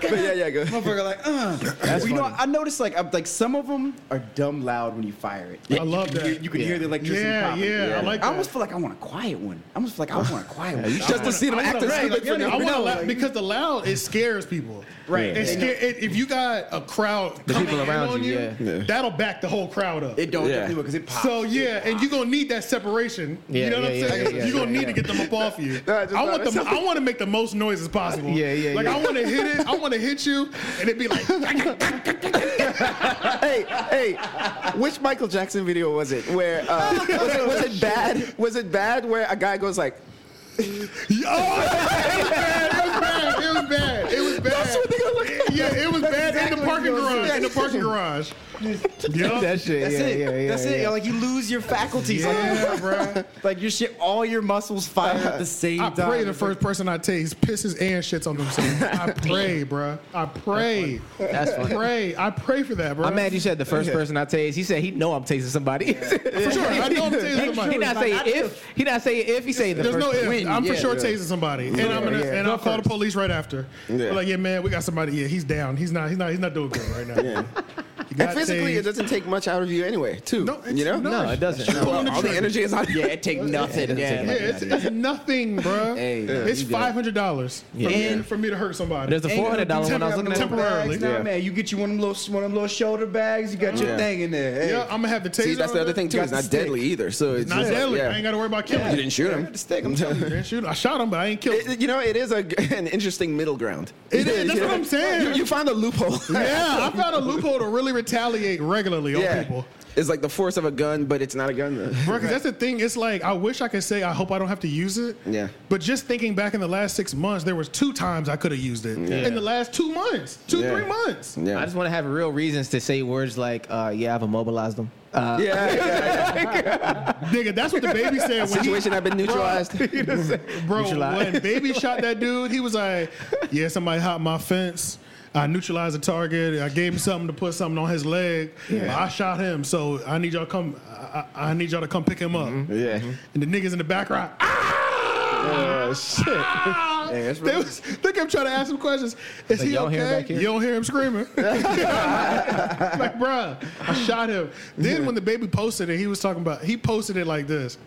yeah, yeah, go. motherfucker, like, uh. you know, I noticed like, I'm, like some of them are dumb loud when you fire it. I love You, that. you can hear the electricity Yeah, popping. yeah, I like I almost that. feel like I want a quiet one. I almost feel like I want a quiet one. Just to see them I act wanna- as right, stupid for like, I no wanna reason. laugh because the loud it scares people. Right. It Yeah. scare, it, if you got a crowd, The coming people in around on you, you, yeah. Yeah. that'll back the whole crowd up. It don't Yeah. definitely because it pops. so yeah, and you're gonna need that separation. Yeah, you know what yeah, I'm yeah, saying? yeah, yeah, you're gonna yeah, need to get them up off you. No, I I just thought want of them. I want to make the most noise as possible. Yeah, yeah, Like yeah. I want to hit it. I want to hit you, and it'd be like, hey, hey, which Michael Jackson video was it? Where uh, was, it, was it bad? Was it bad? Where a guy goes like, oh, it was bad. It was bad. It was bad. "That's what they gonna look at." Yeah, it was bad in the parking garage. In the parking garage. Yup. shit. That's it. That's it. Like you lose your faculties. Yeah, bro. Like, like your shit, all your muscles fire at the same I time. pray the It's first person I taste pisses and shits on themselves. I pray, bruh. I pray. That's funny. Pray. I pray for that, bruh. I'm mad you said the first person I tased. He said he know I'm tasing somebody. For sure. I know I'm tasing somebody. He not Like, say I just- if. He not say if. He say the There's first. no if. When, I'm for yeah, sure yeah. tasing somebody, and I'm gonna, and I'll call the police right after. Yeah. Like, yeah, man, we got somebody. Yeah, he's down. He's not. He's not. He's not doing good right now. Yeah. You And got physically, it tased. doesn't take much out of you anyway, too. No, it's you know, not. No, it doesn't. Well, all the energy is on. Yeah, it take nothing. Yeah, Yeah, like, it's, it's nothing, bruh. Hey, yeah, it's you good. five hundred dollars for, Yeah. me- for me to hurt somebody. There's a four hundred dollar one. I was looking at. temporarily. Bags, nah, Yeah. man, you get you one of them little, one of them little shoulder bags. You got your Yeah. thing in there. Hey. yeah, I'm gonna have the taser. See, that's on the other it. thing too. Got It's the not stick. deadly either. So it's Not just like, deadly. yeah. I ain't gotta worry about killing You you. didn't shoot I him. got the stick. I'm telling you. Didn't shoot. I shot him, but I ain't killed. him. It- you know, it is a, an interesting middle ground. It is, that's what I'm saying. You, you found a loophole. yeah, I found a loophole to really retaliate regularly Yeah. on people. It's like the force of a gun, but it's not a gun. though. Bro, 'cause that's the thing. It's like I wish I could say I hope I don't have to use it. Yeah. But just thinking back in the last six months, there was two times I could have used it in the last two months, two Yeah. three months. I Yeah. just want to have real reasons to say words like, uh, "Yeah, I've immobilized them." Uh, yeah, yeah. Nigga, that's what the baby said when he, Situation I've been neutralized. bro. neutralized. When baby shot that dude, he was like, "Yeah, somebody hopped my fence." I neutralized the target. I gave him something to put something on his leg. But I shot him, so I need y'all come. I, I I need y'all to come pick him up. yeah. And the niggas in the background. Ah! Oh shit. Ah! that's they, was, they kept trying to ask him questions. Is Like, he you don't okay? hear him back here? You don't hear him screaming. like, bruh, I shot him. Then when the baby posted it, he was talking about. He posted it like this.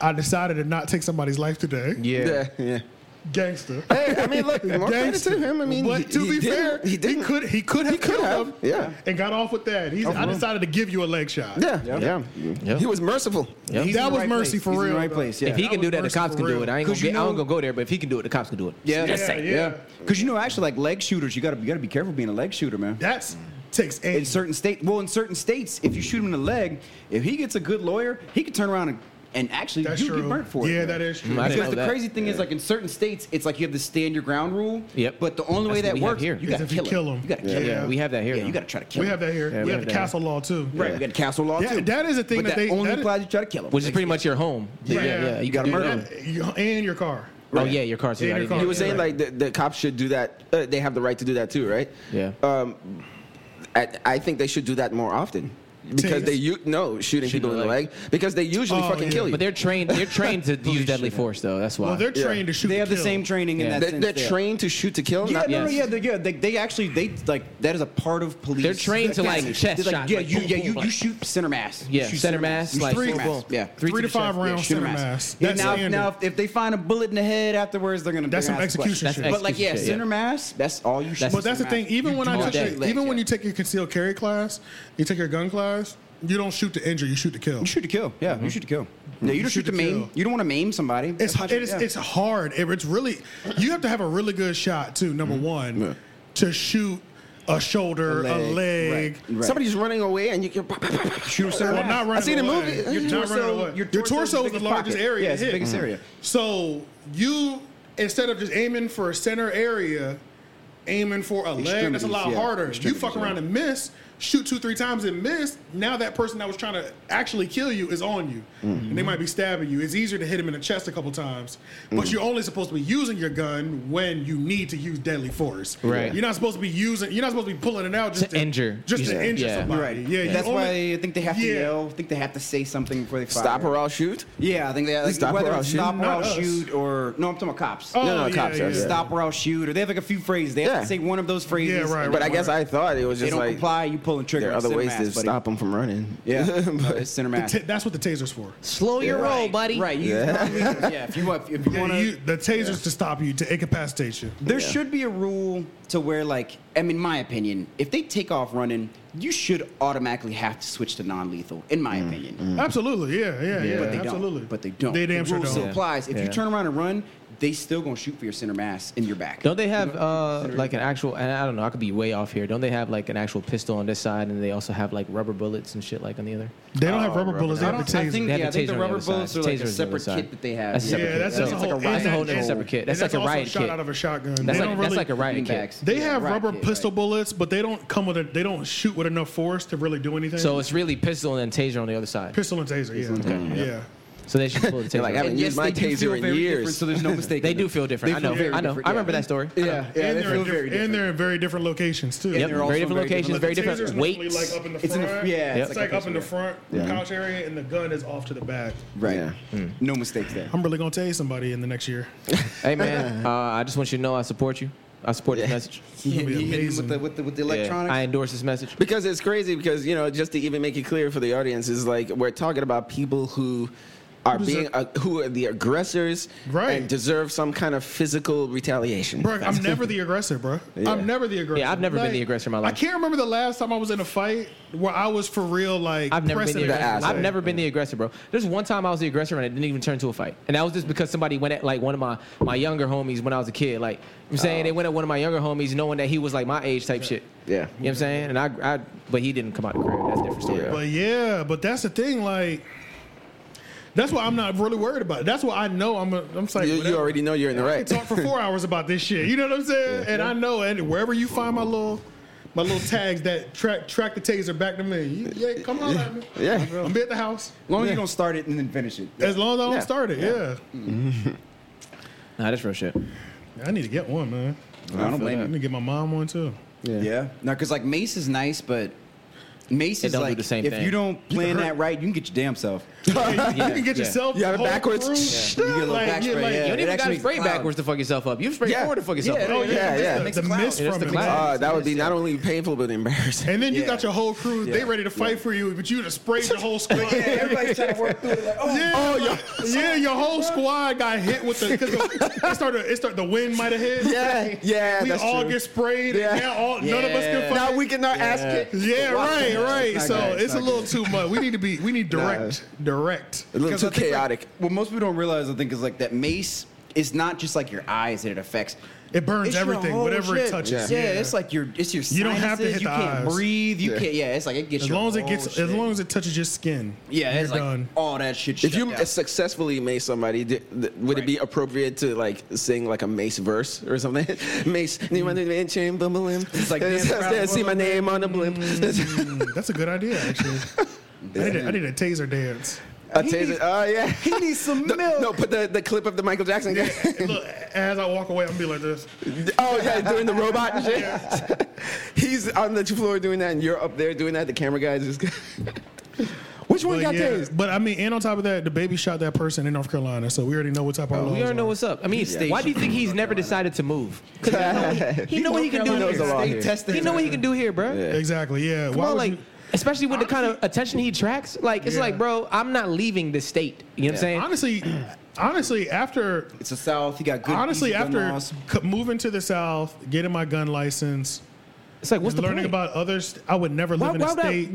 I decided to not take somebody's life today. Yeah. Yeah. Gangster. Hey, I mean, look, more credit Gangster. to him. I mean, but he- to he be didn't- fair, he he, didn't. could he could have could killed have, him, yeah. and got off with that. He's, I decided to give you a leg shot. Yeah, yeah, Yeah. He was merciful. Yep. that was mercy for He's real. in the right though. place. Yeah. If he That can do was that, the mercy cops for can do real. it. I ain't 'Cause gonna, you get, I know- ain't gonna go there, but if he can do it, the cops can do it. yeah. Yeah, yeah. Because you know, actually, like leg shooters, you got to you got to be careful being a leg shooter, man. That's takes in eight. certain state, well, in certain states, if you shoot him in the leg, if he gets a good lawyer, he could turn around and, and actually That's you true. get burnt for it. yeah, man. that is true. Mm, I didn't Because know the that. crazy thing is, like in certain states, it's like you have the stand your ground rule. Yep. But the only way That's what that we have works, here. you Is got to if you kill, kill him. him. You got to Yeah. kill him. Yeah, we have that here, Yeah, though. you got to try to kill We him. have that here. Yeah, we, we have have the that castle law too. Right. We got castle law That- too. that is a thing but that they- only that- applies if you try to kill him. Which is pretty much your home. Yeah, yeah. You gotta can do murder that. him. And, you- and your car. Oh yeah, your car's Yeah, here. I your didn't car. know He You was that. saying like the, the cops should do that. Uh, they have the right to do that too, right? Yeah. Um, I, I think they should do that more often Tasers? because they u- no shooting people in the leg because they usually Oh, fucking yeah. kill you. But they're trained. They're trained to use deadly shit. force, though. That's why. Well, they're Yeah. trained to shoot. They to have the kill. same training Yeah. in that They're, sense. they're there. trained to shoot to kill. Yeah, not- no, no, Yes. yeah, they, yeah. They, they actually, they like that is a part of police. They're trained to, like, academy. chest They're shots, Yeah, like, you, boom, yeah, boom, you, like- you shoot center mass. yeah, You shoot center mass, You like three- boom, boom. Yeah. Three, to, the five chest. rounds Center center mass. mass. Yeah, That's now, if, standard. now if, if they find a bullet in the head afterwards, they're gonna. That's some they're gonna ask execution That's shit. But like, yeah, Execution shit, center yeah. mass. That's all you shoot. That's- But that's the thing. Even when I do took, that. your, even when you take your concealed carry class, you take your gun class, you don't shoot to injure, you shoot to kill. You shoot to kill. Mm-hmm. Yeah, you shoot to kill. No, you don't shoot shoot to to maim. kill. You don't want to maim somebody. It's That's not your- it's yeah. it's hard. It- it's really you have to have a really good shot too. Number one, to shoot a shoulder, a leg. leg, right. Somebody's running away and you can pop, pop, pop, pop, shoot Well, not running I seen a away. movie. You're not running away. Your torso is the biggest largest pocket. area. Yeah, to it's the hit. biggest area. So you instead of just aiming for a center area, aiming for a leg that's a lot Extremities, yeah. harder. You Extremities, fuck yeah. around and miss, shoot two, three times and miss. Now that person that was trying to actually kill you is on you, and they might be stabbing you. It's easier to hit him in the chest a couple times, but you're only supposed to be using your gun when you need to use deadly force. Right. You're not supposed to be using. You're not supposed to be pulling it out just To injure. just Yeah. to injure Yeah. somebody. Right. Yeah. you That's only- why I think they have to Yeah. yell. I think they have to say something before they fire. Stop or I'll shoot. Yeah, I think they like, Stop whether or I'll it's shoot. stop or Not I'll us. shoot or no, I'm talking about cops. Oh, no, yeah, cops, yeah. yes. Stop or I'll shoot, or they have like a few phrases. They have Yeah. to say one of those Yeah, phrases. right, and right. But I guess I thought it was They just don't like comply. You pull and trigger. there are other Center ways mass, to buddy. stop them from running. Yeah, no, it's center mass. T- that's what the taser's for. Slow your roll, buddy. Right. You yeah. yeah. If you want, if you Yeah, want to, you, the taser's to stop you to incapacitate you. There should be a rule to where, like, I mean, in my opinion, if they take off running, you should automatically have to switch to non-lethal. In my opinion, Absolutely, yeah, yeah, Mm, yeah. but they absolutely, don't. But they don't. They damn the sure rule don't. still applies. If Yeah. you turn around and run, they still gonna shoot for your center mass in your back. Don't they have uh, like an actual? And I don't know. I could be way off here. Don't they have like an actual pistol on this side, and they also have like rubber bullets and shit like on the other? They don't have rubber bullets. They I, have don't, the I taser. think, They have yeah, a I think the taser on rubber the other bullets side. are like Taser's a on the other separate side. kit that they have. That's a yeah, separate kit. that's, That's that's a whole. like a riot- and that's a whole that- nother and- separate kit. and That's like a also riot shot kit. out of a shotgun. That's they like don't that's really. like a riot Bean kit. bags. they Yeah, have riot rubber kit, pistol right. bullets, but they don't come with a. They don't shoot with enough force to really do anything. So it's really pistol and taser on the other side. pistol and taser. Yeah, yeah. So they should pull the taser. like, out. haven't And used yes, my they do feel taser in very different, years. So there's no mistake. they do feel different. I know. very I know. different, I yeah. remember that story. Yeah, yeah, and they they're, feel in very diff- different. and they're in very different locations too. Yep. they're also Very different very different. locations, very the different taser's normally, weights. Like up in the front. It's in the- yeah, it's, it's like, like a up in the taser. front Yeah. couch area, and the gun is off to the back. Right. Yeah. No mistakes there. I'm really gonna tase somebody in the next year. Hey man, uh, I just want you to know I support you. I support this message. It's gonna You be hit them amazing. with the with the with the Yeah. electronics. I endorse this message. Because it's crazy. Because you know, just to even make it clear for the audience, is like we're talking about people who are Who being uh, who are the aggressors Right. and deserve some kind of physical retaliation. Bro, I'm never the aggressor, bro. I'm never the aggressor. Yeah, I've never been the aggressor in my life. I can't remember the last time I was in a fight where I was for real, like I've never been pressing the it. aggressor. asshole. I've never been the aggressor, bro. There's one time I was the aggressor and it didn't even turn to a fight, and that was just because somebody went at like one of my my younger homies when I was a kid. Like I'm saying, they went at one of my younger homies, knowing that he was like my age type shit. Yeah. you know what I'm saying. And I, I, but he didn't come out of the crib. That's a different story. Yeah. bro. But yeah, but that's the thing, like. That's why I'm not really worried about it. That's why I know I'm. A, I'm just like You, you whatever. already know you're in the I right. could talk for four hours about this shit. You know what I'm saying? And I know, and wherever you find my little, my little tags that track track the taser back to me. You, yeah, come on at me. Yeah. I'm be at the house long as you don't start it and then finish it. as long as I don't Yeah. start it. Yeah. Nah, that's real shit. I need to get one, man. I don't blame I need him. to get my mom one too. Yeah. No, because like Mace is nice, but Mace It is don't do like the same if thing. you don't plan that right, you can get your damn self. you can get yeah. yourself. You have it pulled backwards? through. Yeah. You get a little Like, back yeah, spray, like- yeah. You don't it even got actually to spray clown. backwards to fuck yourself up. You spray Yeah. forward to fuck yourself Yeah, up. Oh yeah, Yeah, yeah. yeah. The, Makes the a clown. miss Yeah, that's from the it. clown. man. Uh, that would be not only painful but embarrassing. And then you Yeah. got your whole crew. They ready to fight for you, but you just sprayed the whole squad. Everybody's trying to work through it. Like, oh, Yeah, yeah, your whole squad got hit with the because it started. It started. The wind might have hit. Yeah, yeah, we that's all true. get sprayed. Yeah. And now all, none of us can fight. Now we getting our ass kicked. yeah, right, right. not so good, it's it's a not little too much. We need to be. We need direct, direct. A little 'Cause too I think, like, chaotic. what most people don't realize, I think, is like that Mace is not just like your eyes that it affects. It burns your everything, whole whatever it shit. touches. Yeah. Yeah. it's like your it's your. You don't have to hit sinuses, You the can't eyes. breathe. You Yeah. can't. Yeah, it's like it gets. As your long as it whole gets, shit. as long as it touches your skin. Yeah, you're it's like done. all that shit. If shut you down. successfully mace somebody, d- th- would it be appropriate to like sing like a mace verse or something? mace, anyone in the chain, bum, bum, bum. It's like, Uh, damn, proud see my name on the blimp. Mm, That's a good idea, actually. I need, a, I need a taser dance. A taser. Oh yeah. he needs some No, milk. no, put the, the clip of the Michael Jackson guy. Look, as I walk away, I'm gonna be like this. oh yeah, doing the robot and shit. He's on the floor doing that, and you're up there doing that. The camera guy is just. Which one But, got yeah, tased? but I mean, and on top of that, the baby shot that person in North Carolina, so we already know what type of. Oh, We laws already know are. what's up. I mean, why do you think he's never decided to move? 'Cause He know what he can do. He knows the law Here. here. He know what he can do here, bro. Exactly. Yeah. Come Why on, would like, you- especially with the kind of attention he attracts. Like, it's Yeah. like, bro, I'm not leaving this state. You know what I'm saying? honestly, honestly, after It's the South. He got good. honestly easy gun after laws. c- moving to the South, getting my gun license, it's like, what's the and learning point? about others, I would never Why- live in a why would I- state.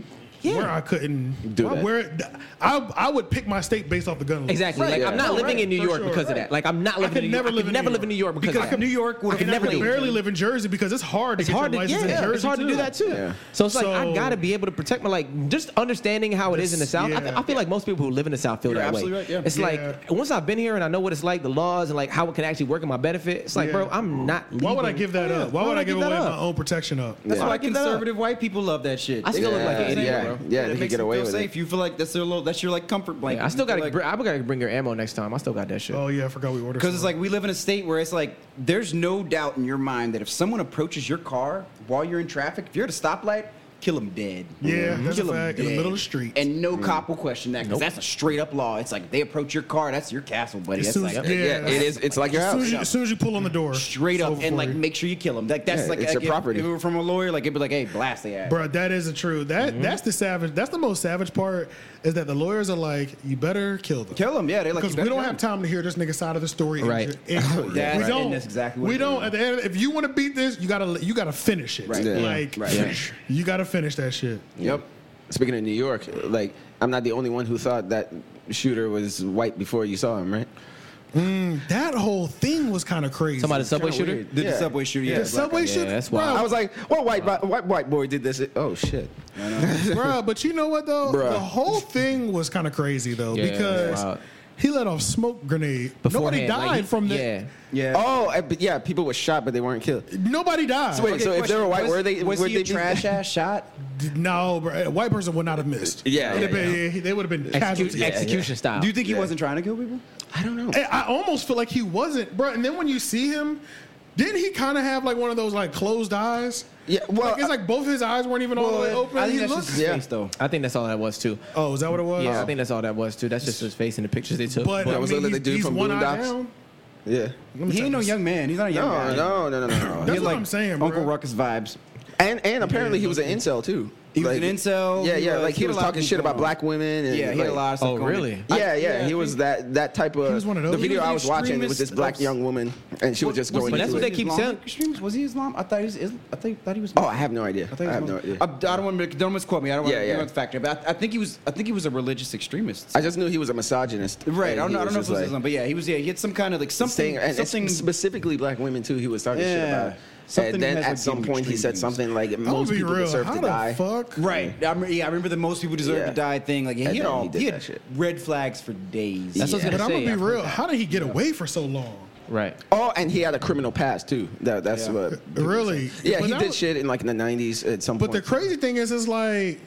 Yeah. Where I couldn't Do why- that. Where I, I would pick my state based off the gun. laws. exactly. Right, Like, yeah. I'm not No, living right, in New for York sure. because of that. Like, I'm not living. could in New York. never I live could in never New live in New York because Because of that. New York would I could never I could leave. barely live in Jersey because it's hard to It's get hard your to, yeah, license in Jersey. it's hard to too. do that too. Yeah. So it's like I So- gotta be able to protect my like just understanding how it is in the This- South. I, yeah. th- I feel like most people who live in the South feel You're that absolutely way. right, yeah. It's Yeah. like once I've been here and I know what it's like, the laws and like how it can actually work in my benefit. It's like, Yeah. bro, I'm not. Leaving. Oh, Why would I give that Yeah. up? Why, would I give, that away up? my own protection up? That's Yeah. why Give that up. conservative white people love that shit. I still They- look like Yeah, an idiot, yeah, bro. yeah, they it can makes get them away feel with safe. it. You feel like that's their little, that's your like comfort blanket. I still gotta. like, br- I gotta bring your ammo next time. I still got that shit. Oh yeah, I forgot we ordered. Because it's some. like we live in a state where it's like there's no doubt in your mind that if someone approaches your car while you're in traffic, if you're at a stoplight, kill them dead. Yeah, Mhm. that's a fact, in the middle of the street. And no cop will question that because that's a straight up law. It's like they approach your car, that's your castle, buddy. As That's soon like as- Yeah, Yeah. it is. It's like your as soon as, house. you, as soon as you pull on the door, straight it's up over and for like you. make sure you kill them. Like that's Yeah, like it's like, your if- property. If it were from a lawyer, like it'd be like, hey, blast the ass. Bro, that is the truth. That Mm-hmm. that's the savage. That's the most savage part is that the lawyers are like, you better kill them. Kill them, yeah. They're like because "You we better don't have kill time to hear this nigga side of the story. and- Right. and- That's- we and don't. that's exactly what we it don't. is. At the end, if you want to beat this, you gotta you gotta finish it. Right. Yeah. Like Right. Yeah. you gotta finish that shit. Yep. Speaking of New York, like I'm not the only one who thought that shooter was white before you saw him, right? That whole thing was kind of crazy. Somebody subway shooter. them." Did Yeah. the subway shooter? the Yeah, subway shooter. that's Bro, wild. I was like, what white bo- white white boy did this? Oh shit. Bruh, but you know what though? Bruh. The whole thing was kind of crazy though Yeah, because wow. he let off smoke grenade. nobody Beforehand, died like, he- from the. Yeah. yeah. Oh, uh, but yeah, people were shot, but they weren't killed. Nobody died. So wait, so if they were white, was, were they? was were he they a trash ass shot? No, bro, a white person would not have missed. Yeah, It'd yeah, have been- they would have been Execute, casualties. execution style. Do you think he wasn't trying to kill people? I don't know. And I almost feel like he wasn't, bro. And then when you see him, didn't he kind of have like one of those like closed eyes? Yeah, well, like, it's like both his eyes weren't even all the way open. I think He that's looked- just his Yeah. face, though. I think that's all that was too. oh, is that what it was? Yeah, I think that's all that was too. That's just his face in the pictures they took. But That I was mean, the he's, dude he's from one eye Boondocks? down. Yeah. Let me He tell ain't no you. young man. He's not a young No, guy. no, no, no, no. That's what I'm saying, bro. Uncle Ruckus vibes. And and apparently he was an incel too. He was an incel. Yeah, He yeah. was- Like he he had was a lot of talking things shit going about on. black women. And, Yeah, he had a like- lot of stuff. Oh, going on. really? I- Yeah, yeah, he was that that type of. He was one of those. The He video was I an was watching it extremist was this black of- young woman, and she was just Was going. But he that's into what it. they keep Islamic saying. extremist? Was he Islam? I thought he was. Islam. I think thought he was. Oh, I have no idea. I, thought he was have no Muslim. idea. I, I don't want to don't misquote me. I don't want Yeah, to yeah. yeah. factor, but I, I think he was. I think he was a religious extremist. I just knew he was a misogynist. right. I and don't, he know- I don't know if just it was like- Islam, but yeah, he was. Yeah, he had some kind of like something. saying, and it's something. specifically black women too. He was talking Yeah. shit about. Something and then has, at like, some gave point he extreme said views. something like I'm gonna most be people real. deserve How to the die. fuck? Right. I, remember, yeah, I remember the most people deserve Yeah. to die thing. Like yeah, And he had then all he did he that had shit. red flags for days. That's what I was But gonna I'm say. gonna be I've heard real. that. How did he get away for so long? Right. Oh, and he had a criminal past too. That, that's Yeah. what. Really? Yeah, But he that did was- shit in like in the '90s at some But the point. crazy thing is, is like,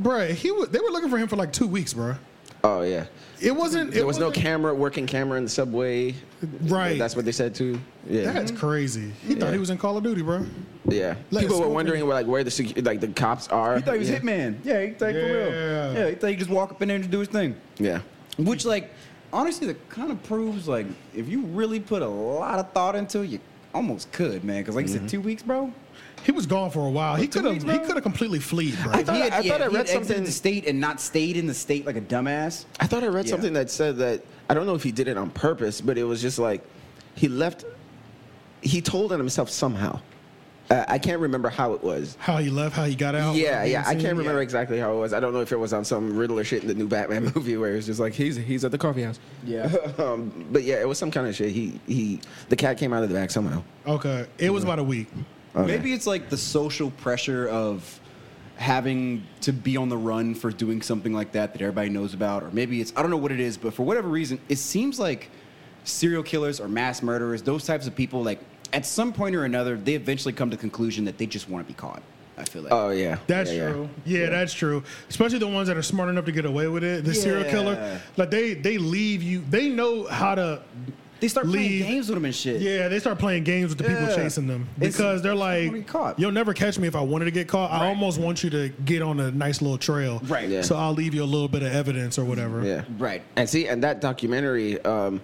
bruh, he wa they were looking for him for like two weeks, bruh. oh yeah, It wasn't. It there was no wasn't- camera, working camera in the subway. Right. That's what they said too. Yeah. That's crazy. He thought he was in Call of Duty, bruh. yeah. Like, People were smoking- wondering where, like where the secu- like the cops are. He thought he was yeah. hitman. Yeah, he thought for Yeah. real. Yeah, he thought he could just walk up in there and do his thing. Yeah. Which, like, honestly, that kind of proves like if you really put a lot of thought into it, you almost could, man. Because like you said, two weeks, bro. He was gone for a while. He two could have. weeks, He bro? could have completely fleed, I bruh. thought- I thought I if he read had exited something- the state and not stayed in the state like a dumbass. I thought I read Yeah. something that said that I don't know if he did it on purpose, but it was just like he left. He told on himself somehow. Uh, I can't remember how it was. How he left, how he got out. Yeah, being yeah. I seen. can't remember exactly how it was. I don't know if it was on some Riddler shit in the new Batman movie where it was just like he's he's at the coffee house. Yeah. um, but yeah, it was some kind of shit. He he. The cat came out of the bag somehow. Okay, it was about a week. Okay. Maybe it's like the social pressure of having to be on the run for doing something like that that everybody knows about, or maybe it's I don't know what it is, but for whatever reason, it seems like serial killers or mass murderers, those types of people, like at some point or another, they eventually come to the conclusion that they just want to be caught. I feel like. Oh yeah. That's Yeah, yeah. true. Yeah, that's true. Especially the ones that are smart enough to get away with it. The serial Yeah. killer, like they they leave you. They know how to. they start playing leave- games with them and shit. Yeah, they start playing games with the people Yeah. chasing them It's- because they're it's gonna be like, caught. "You'll never catch me if I wanted to get caught. I almost want you to get on a nice little trail, Right. Yeah. So I'll leave you a little bit of evidence or whatever." Yeah. Right. And see, and that documentary um,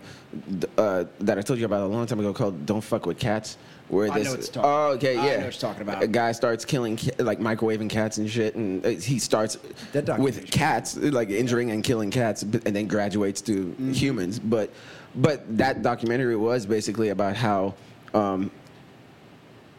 th- uh, that I told you about a long time ago called "Don't Fuck with Cats," where I know this what you're talking oh about. okay I know yeah what you're talking about. a guy starts killing ca- like microwaving cats and shit, and uh, he starts That with documentary. cats like injuring and killing cats, but- and then graduates to Mm-hmm. humans. But but that documentary was basically about how. Um,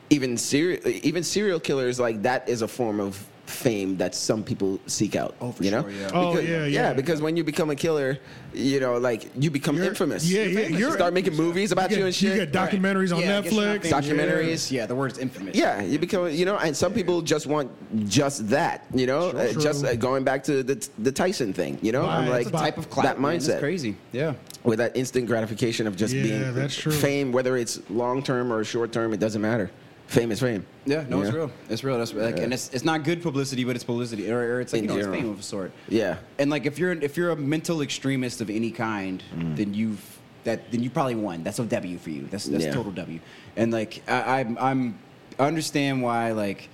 even serial even serial killers like that is a form of fame that some people seek out. Oh, for you know? sure, yeah. Oh, yeah, yeah. because when you become a killer, you know, like you become You're- infamous. yeah, yeah, You you're- start making movies about you, You and get, you shit. get documentaries on Yeah, I guess you're Netflix. not famous. Documentaries. Yeah, the word's infamous. yeah, you become, you know, and some people just want just that, you know, Sure. Uh, True. just uh, going back to the the Tyson thing, you know, Right, I'm like that's a Type of clout. that man, that's mindset crazy. Yeah. with that instant gratification of just Yeah, being that's true. fame, whether it's long term or short term, it doesn't matter. Fame is fame. Yeah, no, you it's know? real. It's real. That's like, and it's it's not good publicity, but it's publicity, or, or it's like In you know, general. it's fame of a sort. Yeah. And like, if you're if you're a mental extremist of any kind, Mm. then you've that then you probably won. That's a W for you. That's that's Yeah. total W. And like, I, I'm I'm I understand why like.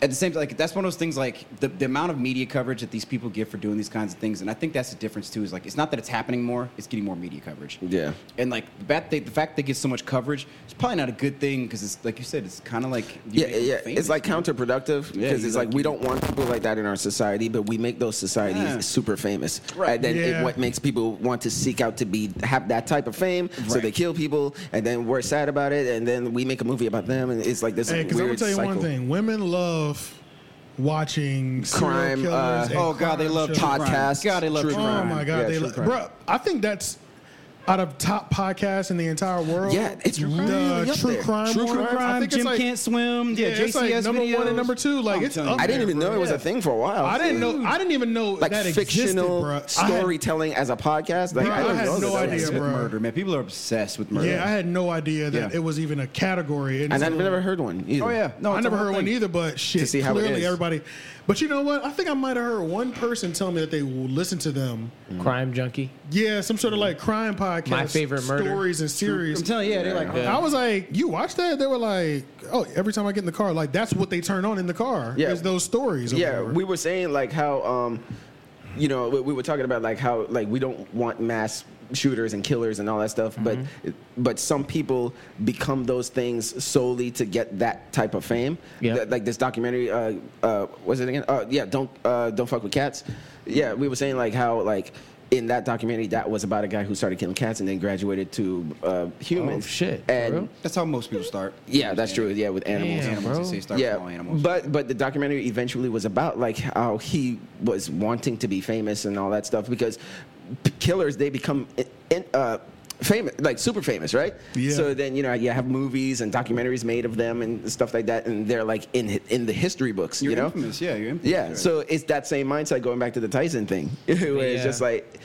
At the same time, like that's one of those things. Like the, the amount of media coverage that these people get for doing these kinds of things, and I think that's the difference too. Is like it's not that it's happening more; it's getting more media coverage. Yeah. And like the fact they, the fact they get so much coverage, it's probably not a good thing because it's like you said, it's kind of like you Yeah, make them yeah. famous, It's like you know? counterproductive because Yeah, you it's like, like- we don't want people like that in our society, but we make those societies Yeah. super famous. Right. And then Yeah. it, what makes people want to seek out to be have that type of fame, so Right. they kill people, and then we're sad about it, and then we make a movie about them, and it's like this Hey, weird because I'm gonna tell you cycle. one thing: women love watching serial Crime, Killers uh, and Oh god, they crime love shows. true crime. Podcasts, God, they love true true Oh crime. my Yeah, god, they true love, crime. bro. I think that's out of top podcasts in the entire world. Yeah, it's the really up true there. crime. True one. crime, I think Jim it's like, can't swim. Yeah, it's like JCS number one videos. and number two. Like I'm it's. telling up you. I didn't even there, know it was bro. a thing for a while. Oh, I didn't know. I didn't even know like that fictional existed, bro. I had- storytelling as a podcast. Like Bruh, I, I didn't had know no that idea, that was Obsessed it. bro. with murder, man. People are obsessed with murder. yeah, I had no idea that Yeah. it was even a category. And I've until- never heard one. Either. Oh yeah, no, I it's never a whole heard thing. one either, but shit, see how it clearly is. everybody. But you know what? I think I might have heard one person tell me that they will listen to them. Crime junkie. Yeah, some sort of like crime podcast. My Favorite Murder. stories and series. I'm telling you, yeah, they're like, Yeah. I was like, you watch that? They were like, oh, every time I get in the car, like that's what they turn on in the car. Yeah. is those stories. Or yeah whatever. we were saying like how um you know we, we were talking about like how like we don't want mass shooters and killers and all that stuff. Mm-hmm. But but some people become those things solely to get that type of fame. Yeah. Th- like this documentary. Uh, uh, was it again? Uh, yeah, don't uh, don't fuck with cats. Yeah, we were saying like how like. In that documentary, that was about a guy who started killing cats and then graduated to uh, humans. Oh, shit, for And real? That's how most people start. yeah, that's true. Yeah, with animals. Damn, Animals, bro. they say start yeah, following animals. but but the documentary eventually was about like how he was wanting to be famous and all that stuff because p- killers they become in, in, uh, famous like super famous, right? Yeah. So then you know you have movies and documentaries made of them and stuff like that, and they're like in hi- in the history books, you're you know. infamous. Yeah, you're infamous. Yeah, right. so it's that same mindset going back to the Tyson thing, where it's Yeah. just like,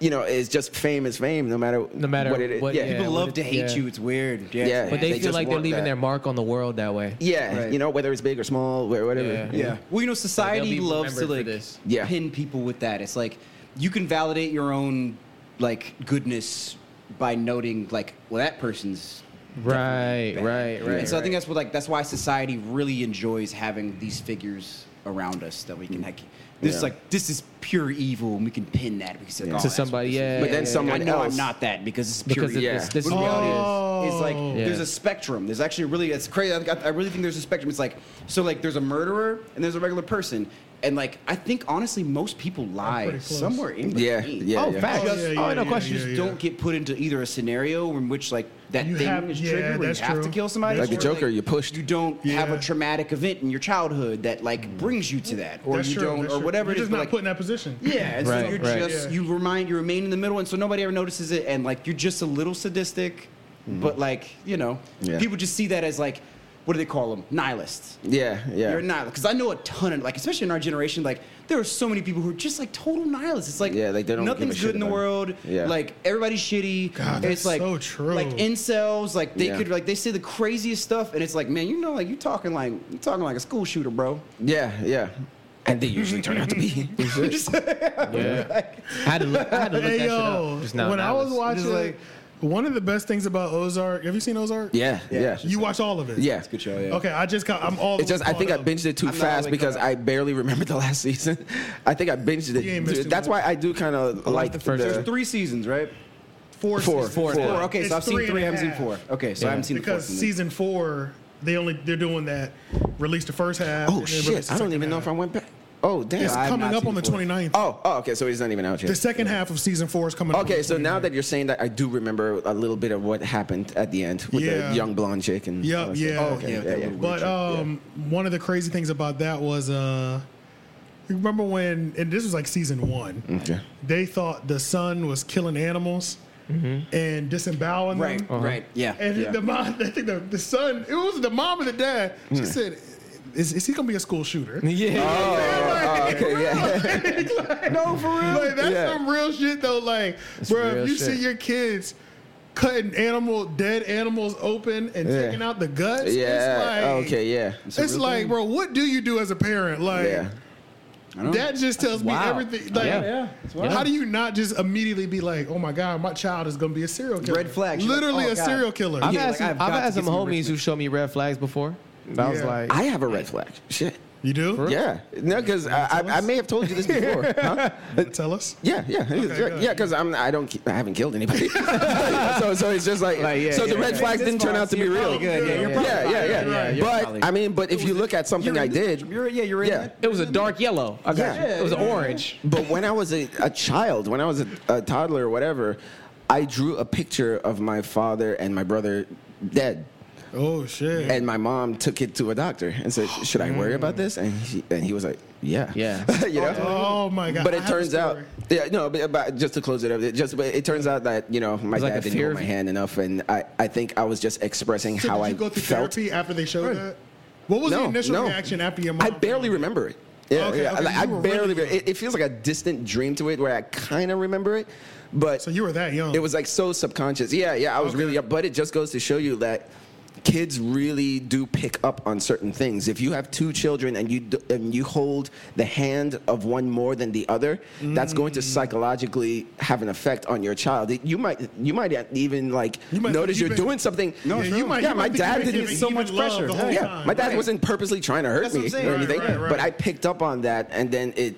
you know, it's just fame is fame, no matter No matter what it is. what- yeah, yeah. people love to hate yeah. you. It's weird. Yeah, Yeah. But They they, feel just like they're want leaving that. their mark on the world that way. Yeah, Right. you know, whether it's big or small, wh- whatever. Yeah. Yeah. Well, you know, society be loves to remembered for like this. Yeah. pin people with that. It's like you can validate your own like goodness by noting like, well, that person's Right, right, right. and so I think that's what like that's why society really enjoys having these figures around us that we can like. This Yeah. is like this is pure evil, and we can pin that because like, Yeah. oh, To that's what somebody, this is. yeah, But then Like, someone I know else- I'm not that because it's pure because evil. of Yeah. this, this is But reality. reality is like Oh. there's Yeah. a spectrum. There's actually really it's crazy. I, I really think there's a spectrum. It's like so like there's a murderer and there's a regular person, and like I think honestly most people lie pretty close. somewhere in Yeah, between. yeah, oh, yeah. facts. Oh, yeah, yeah, oh, no yeah, question. yeah, You yeah. just don't get put into either a scenario in which like that You thing have- is yeah, triggered where you that's have to true. kill somebody. Like the or, Joker, you pushed. You don't have Yeah. a traumatic event in your childhood that like brings you to that, or That's you true, don't, that's or true. whatever You're it is. just but, not like, put in that position. yeah, and Right, so you're right. just Yeah. you remind you remain in the middle, and so nobody ever notices it, and like you're just a little sadistic, but like you know, Mm-hmm. Yeah. people just see that as like, what do they call them? Nihilists. Yeah, yeah. You're a nihilist because I know a ton of like, especially in our generation, like there are so many people who are just like total nihilists. It's like Yeah, like, they don't give a nothing's shit good in the about it. world. Yeah. like everybody's shitty. God, And it's that's like so true. Like incels, like they Yeah. could like they say the craziest stuff, and it's like man, you know, like you talking like you talking like a school shooter, bro. Yeah, yeah. And they usually turn out to be. Yeah. had to look, I had to look that Hey shit yo, up. Just now, when that I was, watching, just like- one of the best things about Ozark. Have you seen Ozark? yeah, yeah, You watch all of it. yeah. It's a good show. Yeah. Okay, I just got. I'm all. It's just I think I caught up. binged it too I'm not fast really uh, because caught up. I barely remember the last season. I think I binged You ain't missed it. too That's why much. I do kind of like the the first There's three seasons, right? four. Four, seasons. four. Four. Yeah. Okay, It's so I've seen three three. I and haven't a seen half. four. Okay, so I Yeah. haven't seen because the fourth. season four they only they're doing that release the first half. Oh and then release shit! the I don't second even know if I half. went back. Oh damn! It's I- have coming not up seen on the four. 29th. oh, oh, okay. So he's not even out the yet. second half of season four is coming. up on Okay, the so now 29th. that you're saying that, I do remember a little bit of what happened at the end with Yeah. the young blonde chick and. Yep, all "Oh, that stuff. Oh, yeah. okay, Yeah, that little But um, one of the crazy things about that was uh, you remember when and this was like season one. Okay. They thought the sun was killing animals Mm-hmm. and disemboweling Right, Oh. Uh-huh. them. right, yeah. And yeah. the mom, I think the, the son, it was the mom and the dad. She said, "Is, is he gonna be a school shooter?" Yeah. Oh, okay, yeah. no, for real. Like, that's Yeah. some real shit though. Like, bro, real if you shit. see your kids cutting animal, dead animals open and Yeah. taking out the guts, yeah. it's like, okay, yeah. It's, like, bro, what do you do as a parent? Like, Yeah. that just tells Wow. me everything. Like, Yeah. How do you not just immediately be like, "Oh my god, my child is gonna be a serial killer"? Red flag. She's like, Literally "Oh, a God." serial killer. I've Yeah, had like, some, I've got I've had to some get some homies who enrichment. showed me red flags before. And I was Yeah. like, I have a red flag. Shit. You do? Yeah. No, because I, I, I may have told you this before. huh? Tell us. Yeah, yeah, good. yeah. Because I'm, I don't, ki- I haven't killed anybody. so, so it's just like, so the red flags didn't turn out to be real. probably good. Yeah, you're yeah, probably yeah, fine. yeah. You're right. You're But probably- I mean, but if you look at something I did, You're, yeah, you're in Yeah. that. it was a dark yellow. I got Yeah. you. It was orange. But when I was a, a child, when I was a, a toddler or whatever, I drew a picture of my father and my brother dead. Oh shit. And my mom took it to a doctor and said, Oh, "Should I worry about this?" And he, and he was like, "Yeah, Yeah. you know? oh my god. but I it have a turns out, story. yeah, no, but, but just to close it up, it just but it turns out that you know my was like dad a didn't fear hold of- my hand enough, and I, I think I was just expressing So how did I you go through felt. therapy after they showed that? What was the No, initial no. reaction after your mom? I barely remember it. Yeah, Okay, yeah. okay, Like, you I were barely. really young. it, it feels like a distant dream to it, where I kind of remember it, but So you were that young. it was like so subconscious. Yeah, yeah, I was really up, but it just goes to show you that kids really do pick up on certain things. If you have two children and you d- and you hold the hand of one more than the other, that's going to psychologically have an effect on your child. It- You might you might even like You might notice think you're you've been- doing something. No, Yeah, it's you true. might- yeah, you my might think you've dad been didn't giving even love the whole yeah, time. my dad Right. wasn't purposely trying to hurt That's what me I'm saying. or Right, anything, right, right. but I picked up on that, and then it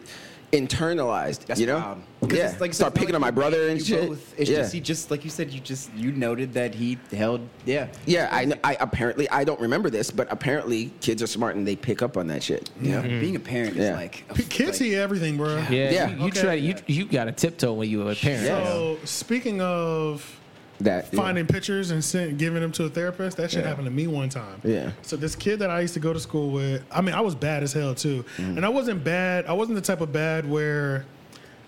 internalized. you know, wild. 'Cause yeah. it's like- Start so it's not picking like on my he brother hated and you shit. both. It's yeah. just he just like you said, you just you noted that he held yeah. yeah, I, kn- I apparently I don't remember this, but apparently kids are smart and they pick up on that shit. Yeah. Being a parent is Yeah. like P- Kids like, see everything, bro. Yeah, Yeah. you, you Okay. try. You you got to tiptoe when you were a parent. So speaking of That yeah. finding pictures and send, giving them to a therapist. That shit happened to me one time. Yeah. So this kid that I used to go to school with, I mean, I was bad as hell too, Mm. and I wasn't bad. I wasn't the type of bad where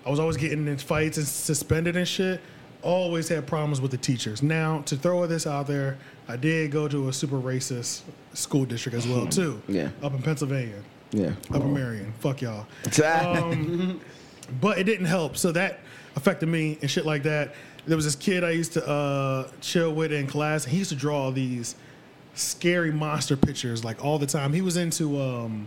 I was always getting in fights and suspended and shit. Always had problems with the teachers. Now to throw this out there, I did go to a super racist school district as well too. Hmm. Yeah. Up in Pennsylvania, yeah. up in Marion. Fuck y'all Um, but it didn't help. So that affected me and shit like that. There was this kid I used to uh, chill with in class, and he used to draw all these scary monster pictures like all the time. He was into um,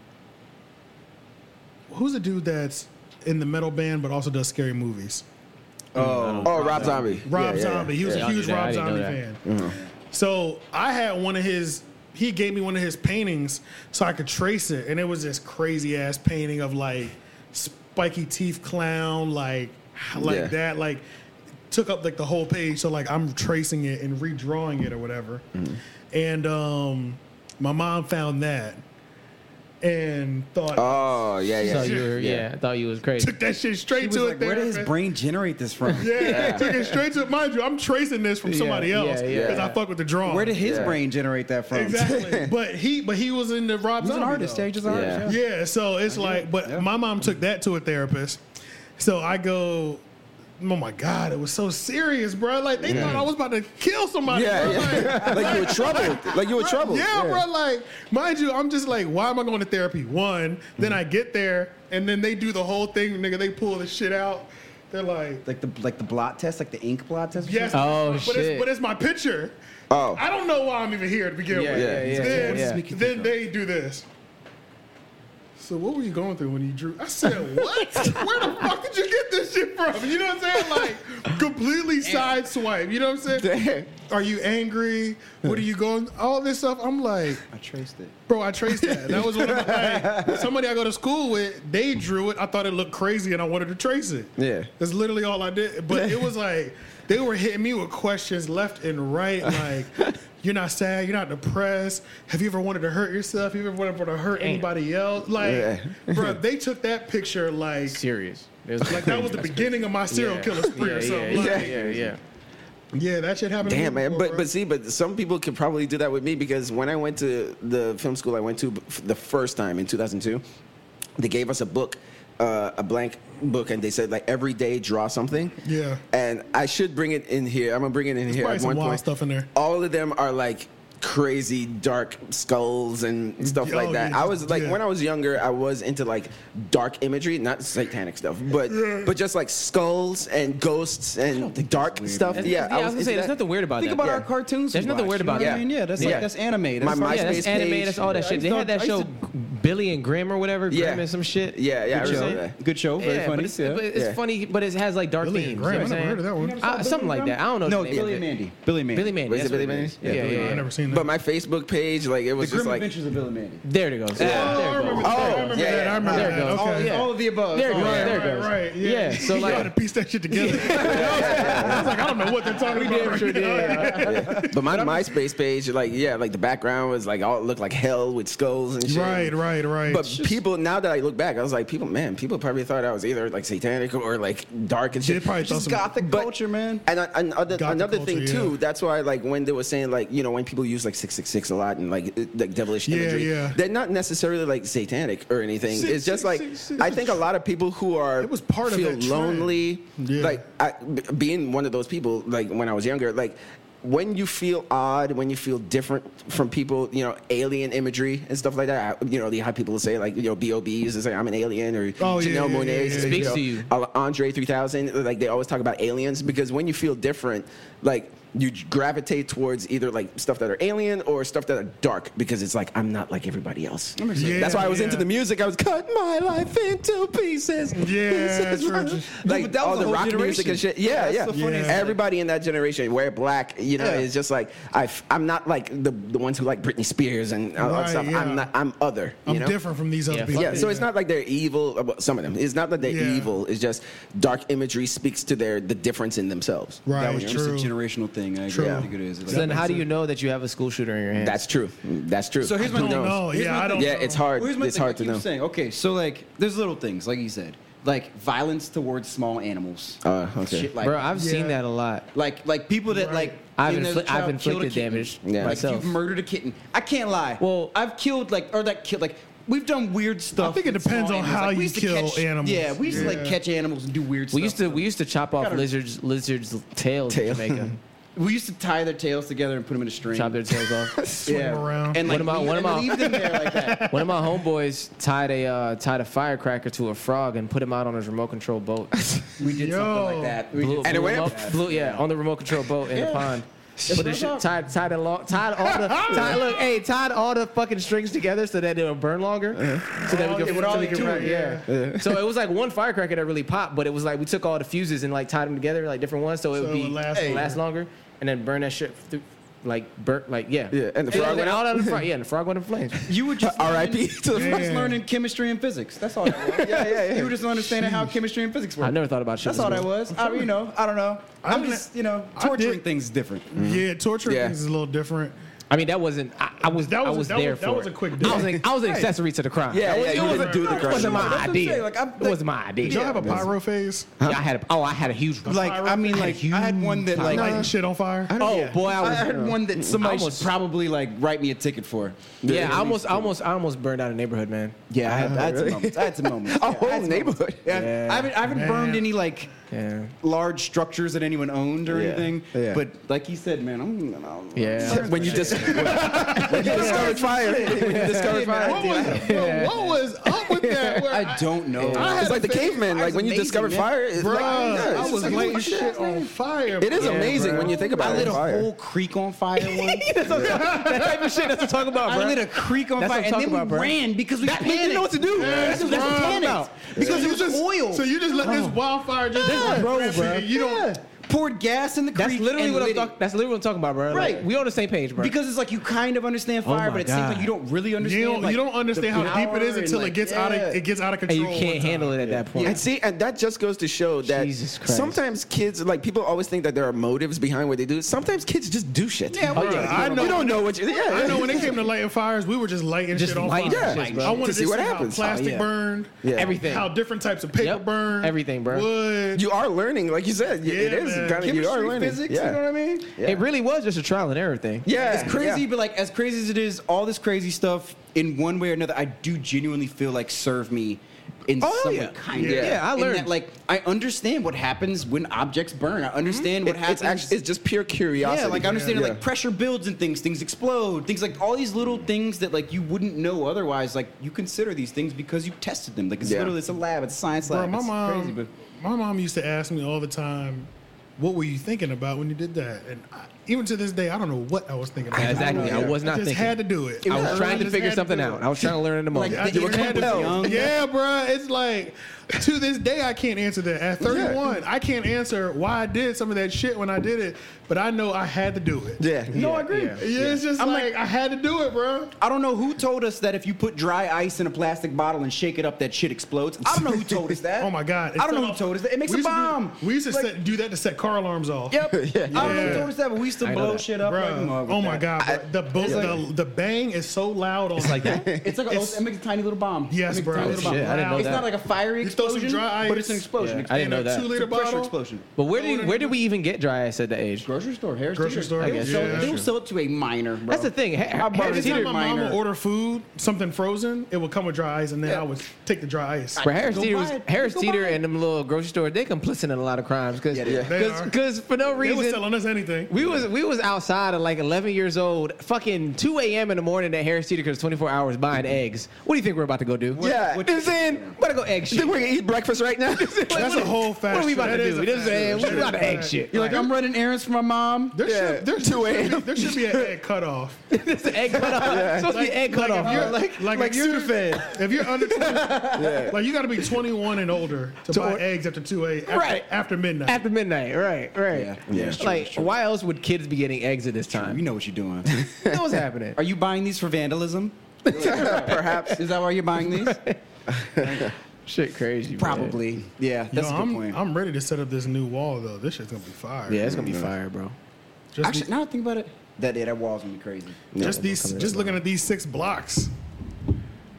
who's the dude that's in the metal band but also does scary movies? oh, Rob Zombie. Rob Yeah, yeah, Zombie. He was Yeah, a I huge knew that. I Rob didn't know Zombie fan. that. Mm-hmm. So I had one of his. He gave me one of his paintings so I could trace it, and it was this crazy ass painting of like spiky teeth clown, like like Yeah. that, like took up like the whole page. So like I'm tracing it and redrawing it or whatever. Mm-hmm. And um, my mom found that and thought Oh, yeah, yeah. So you were, yeah. I thought you was crazy. took that shit straight he was to like, it. where did his brain generate this from? Yeah, took it straight to mind you. I'm tracing this from Yeah, somebody yeah, else because yeah. I fuck with the drawing. Where did his Yeah. brain generate that from? Exactly. but he but he was in the Rob He's an Zombie, artist. though. Yeah, he's just an Yeah. artist. Yeah. Yeah, so it's like but my mom took that to a therapist. So I go Oh my God! It was so serious, bro. Like they thought I was about to kill somebody. Yeah, bro. yeah. Like, like you were troubled. Like you were troubled. yeah, bro. Like, mind you, I'm just like, why am I going to therapy? One, then I get there, and then they do the whole thing, nigga. They pull the shit out. They're like, Like the like the blot test, like the ink blot test. or yes, something? Oh, but shit. It's, but it's my picture. Oh. I don't know why I'm even here to begin Yeah, with. yeah, yeah, then yeah, yeah. then they do this. So what were you going through when you drew? I said, what? Where the fuck did you get this shit from? You know what I'm saying? Like completely sideswipe. You know what I'm saying? Damn. Are you angry? What are you going? All this stuff. I'm like, I traced it. bro, I traced that. That was one of my, like, somebody I go to school with. They drew it. I thought it looked crazy, and I wanted to trace it. Yeah. That's literally all I did. But it was like they were hitting me with questions left and right, like you're not sad, you're not depressed. Have you ever wanted to hurt yourself? Have you ever wanted to hurt anybody else? Like, Yeah. bro, they took that picture like Serious. It like that was the beginning of my serial killer spree yeah, or something. Yeah, Like, yeah, Yeah, yeah, yeah. that shit happened. to Damn, me man. before, But bro. but see, but some people could probably do that with me because when I went to the film school I went to b- f- the first time in 2002, they gave us a book, uh, a blank book, and they said like every day draw something. Yeah. And I should bring it in here. I'm gonna bring it in here probably at some one wild point. stuff in there. All of them are like crazy dark skulls and stuff Yeah, like oh, that. yeah, I was like yeah. when I was younger, I was into like dark imagery, not satanic stuff, but but just like skulls and ghosts and dark stuff. That's- yeah, yeah, I was gonna into say, there's that. nothing weird about Think that. about Yeah. our cartoons. There's we nothing watch, weird you know about what I that. mean? Yeah, that's Yeah. like that's anime. That's My like- yeah, that's MySpace anime. page. That's all that I shit. They used had to- that I show, used Billy and Grimm or whatever. Yeah. Grimm and some shit. Yeah, yeah, I What remember you saying? that. Good show, very yeah, funny. But it's, yeah. but it's Yeah. funny, but it has like dark Billy themes. and you know what Graham. I I'm never saying? heard of that one. Uh, something like that. I don't know. no, the name Billy of it. Mandy. Billy Mandy. Billy Mandy. Was it that's Billy what Mandy? is. Yeah, Yeah, yeah, No, I yeah. never seen that. But my Facebook page, like it The was Grim just like Adventures of Billy Mandy. There it goes. oh, I There it remember goes. that. I Oh, remember yeah, that. I remember there it that. goes. Okay. Oh, yeah. All of the above. There it goes. All Right, There it right, goes. right. Yeah. Yeah. So you like, gotta piece that shit together. I was like, I don't know what they're talking about. Right now. But my MySpace page, like yeah, like the background was like all it looked like hell with skulls and shit. Right, right, right. But people, now that I look back, I was like, people, man, people probably thought I was either like satanic or like dark and They shit. probably Just thought some- gothic But- culture, man. And, I- and other, Gothic another culture, thing yeah. too, that's why like when they were saying like you know when people use like six six six a lot and like it- like devilish Yeah, imagery, yeah. they're not necessarily like satanic or anything. Six, it's just six, like six, six. I think a lot of people who are It was part of feel that trend. lonely, Yeah. like I, b- being one of those people. Like when I was younger, like. When you feel odd, when you feel different from people, you know, alien imagery and stuff like that. I, you know, you have people say like, you know, Bob used to say I'm an alien or Oh, yeah, Janelle yeah, Monae yeah, yeah, says, yeah. Speaks know, to you. Ale- Andre 3000, like they always talk about aliens because when you feel different, like you gravitate towards either like stuff that are alien or stuff that are dark because it's like I'm not like everybody else. sense. That's why I was Yeah, into yeah. the music. I was cut my life into pieces. Yeah, Pieces. true, true. like No, but that all was the the whole rock music generation. and shit. Yeah, That's yeah. the funniest Yeah. thing. Everybody in that generation, wear black. You know, Yeah. it's just like I f- I'm not like the the ones who like Britney Spears and all Right, that stuff. yeah. I'm not. I'm other. You I'm know? different from these other Yeah, people. Yeah, so it's not like they're evil. uh, well, Some of them. It's not that they're Yeah. evil. It's just dark imagery speaks to their the difference in themselves. right. that was just true. a generational thing. I True. agree. I think it is. Like, So then, how do you know that you have a school shooter in your hand? That's true. That's true. So here's my I don't thing. know. Here's Yeah, my I don't. thing. Yeah, know. it's hard. Well, here's my it's thing. hard I to keep know. Saying, okay, so like, there's little things, like you said, like violence towards small animals. Uh, okay. Shit like Bro, I've seen Yeah. that a lot. Like like people that like I've in their infli- I've child inflicted killed a kitten. damage Yeah. Like myself. you've murdered a kitten. I can't lie. Well- I've killed like or that kid like we've done weird stuff. I think it with small depends on animals. how Like, you we used to kill catch- animals. Yeah, we used to like Yeah. catch animals and do weird stuff. We used to we used to chop off Gotta- lizards lizards tails Tail. in Jamaica. we used to tie their tails together and put them in a string. chop their tails off. Swing them around. And like One of my- leave, one of and my- leave them there like that. One of my homeboys tied a uh, tied a firecracker to a frog and put him out on his remote control boat. We did something Yo. like that. We Blew, did- blew it went him up? Blew, yeah, on the remote control boat in the pond. Put the shit, tied, tied, it long, tied all the, tied, look, hey, tied all the fucking strings together so that it would burn longer, Uh-huh. so that we could, so we could run- yeah. So it was like one firecracker that really popped, but it was like we took all the fuses and like tied them together, like different ones, so it So would it be would last last, longer. longer, and then burn that shit through, like burnt, like yeah, Yeah, and the frog then went all out in front, yeah, and the frog went in flames. You were just R.I.P. learning- to the You were just Yeah. learning chemistry and physics. That's all. It was. Yeah, yeah, yeah. You were just understanding how chemistry and physics work. I never thought about shit. That's this all that much. was. I, you know, I don't know. I I'm didn't- just, you know, I torturing did- things is different. Yeah, torture Yeah. things is a little different. I mean, that wasn't. I, I was. That I was- was that there was- for. that was a it. quick I was, day. an, I was an accessory to the crime. Yeah, yeah, you was- didn't do the it It crime. wasn't my That's what I'm idea. saying, like, I'm- it wasn't my idea. Did y'all have a pyro phase? Yeah, I had. A, oh, I had a huge. Like, I mean, had a like, I had one that, huge like, pyro. Lighting shit on fire. oh boy, I I, was. heard one that somebody I almost- should probably like write me a ticket for. yeah, I almost, I almost, I almost burned out a neighborhood, man. Yeah, I had, I had some moments. I had some moments. A Yeah, I whole had some neighborhood. moments. Oh, Yeah. I haven't, I haven't burned Man. any like Yeah, large structures that anyone owned or Yeah. anything. Yeah. But like he said, man, I'm, I'm yeah. When you just when you discovered fire, when you discovered What fire, was, bro, what was up with that? Where I don't know. I had it's like a the phase- caveman. I Like was when you amazing, discovered man. fire, it's Bruh, like, yeah, it's I just was like, lighting holy shit. shit on fire. It is bro. amazing when you think about I it. lit a fire. whole creek on fire once. that type of shit. That's what I'm talking about, I bro. lit a creek on That's fire, what I'm and then talking we about, bro. ran because we panicked. you know what to do. Yes, That's what I'm bro. talking about. Because So it you was just- oil. So you just let this wildfire just That's bro, bro. You don't. poured gas in the creek. That's literally and what I'm lit it. talking. That's literally what I'm talking about, bro. Like, Right. we on the same page, bro. Because it's like you kind of understand fire, Oh my but at the same God. time you don't really understand. You don't, like, you don't understand the how deep it is until power and, it like, gets out of yeah. it gets out of and control. you can't handle it at that point. And see, and that just goes to show that Jesus Christ. sometimes kids, like people, always think that there are motives behind what they do. Sometimes kids just do shit. Yeah, well, yeah, I know- You don't know what. You, yeah, I know when it came to lighting fires, we were just lighting Just shit on lighting fire. shit, bro. I wanted To to see, see what how happens. plastic Oh, yeah. burned, Yeah. Everything. how different types of paper Yep. burned, Everything, bro. Wood. you are learning, like you said. Yeah, it Yeah, is man. kind of you are Chemistry, learning. physics, yeah. you know what I mean? yeah. It really was just a trial and error thing. Yeah, It's crazy, yeah. but like as crazy as it is, all this crazy stuff in one way or another, I do genuinely feel like serve me in Oh, some yeah. way, kind of. Yeah. Yeah, I In learned. that, like I understand what happens when objects burn. I understand Mm-hmm. It- what happens. it's actually it's just pure curiosity. yeah, like I understand Yeah. like pressure builds and things, things explode, things like all these little things that like you wouldn't know otherwise. Like you consider these things because you tested them. Like it's Yeah. literally it's a lab, it's a science Bro, lab. my it's mom, crazy, but my mom used to ask me all the time, "What were you thinking about when you did that?" And I, even to this day, I don't know what I was thinking about. Exactly. I was I not just thinking. had to do it. I was trying to just figure had something do out. it. I was trying to learn in the moment. Like, I You were just had to do it. compelled. Yeah, bruh. It's like to this day I can't answer that. At 31, I can't answer why I did some of that shit when I did it, but I know I had to do it. Yeah. No, I agree. Yeah, it's just I'm like, like- I had to do it, bro. I don't know who told us that if you put dry ice in a plastic bottle and shake it up, that shit explodes. I don't know who told us that. Oh my god! I don't know who It's- told us that. It makes we a used to do- bomb. we used to Like, set, do that to set car alarms off. Yep. I don't know Yeah. who told us that, but we used to I know blow that. shit up. like Bruh, mad with oh my that. god! bruh. the, bo- the the bang is so loud on it's like that. It's like a, It's- it makes a tiny little bomb. Yes, It makes a bro. tiny Oh, little bomb. shit, I didn't know it's that. not like a fiery You throw some explosion, dry but ice it's an explosion. Yeah, I didn't in know a that. Two It's liter a pressure bottle. explosion. But where did Throwing where it did we even get dry ice at that age? Grocery store, Harris. Grocery Teeter. store, They will Harris sell, Teeter. they Yeah. will sell it to a minor. Bro. That's the thing. Ha- bought Harris it. Every Teeter, time my mom would minor. order food, something frozen, it would come with dry ice, and then I would take the dry ice. Bro, Harris Go Teeter, buy was, it. Harris Go buy Teeter it. and them little grocery stores, they complicit in a lot of crimes because they are. because for no They was reason selling us anything. we was was we was outside at like 11 years old, fucking 2 a.m. in the morning at Harris Teeter because 24 hours buying eggs. What do you think we're about to go do? Yeah. what, what, I'm saying, we're gonna go egg shit. Think we're gonna eat breakfast right now? That's a whole fast What are we about food. That to is do? a This is fast eh, food. we're about to egg Right. shit. You're like, I'm running errands for my mom. There Yeah, should there, two should be, AM. there should be an egg cutoff. It's the egg cutoff. It's supposed to be egg cutoff. if bro. you're, like, like, if you're- If you're under, 20, like you got to be 21 and older to, buy or- eggs after 2 a. After, Right. after midnight. after midnight, right? Right. Yeah, yeah, it's true, like, it's true. why else would kids be getting eggs at this You time? know what you're doing. You know what's happening. Are you buying these for vandalism? Perhaps. Is that why you're buying these? Shit, crazy. man. Probably. Yeah, Yo, that's a good I'm, point. I'm ready to set up this new wall though. This shit's gonna be fire. Yeah, it's gonna be fire, bro. Just, Actually, now that I think about it, that yeah, that wall's gonna be crazy. just Yeah, these, we'll come to just that looking at these six blocks.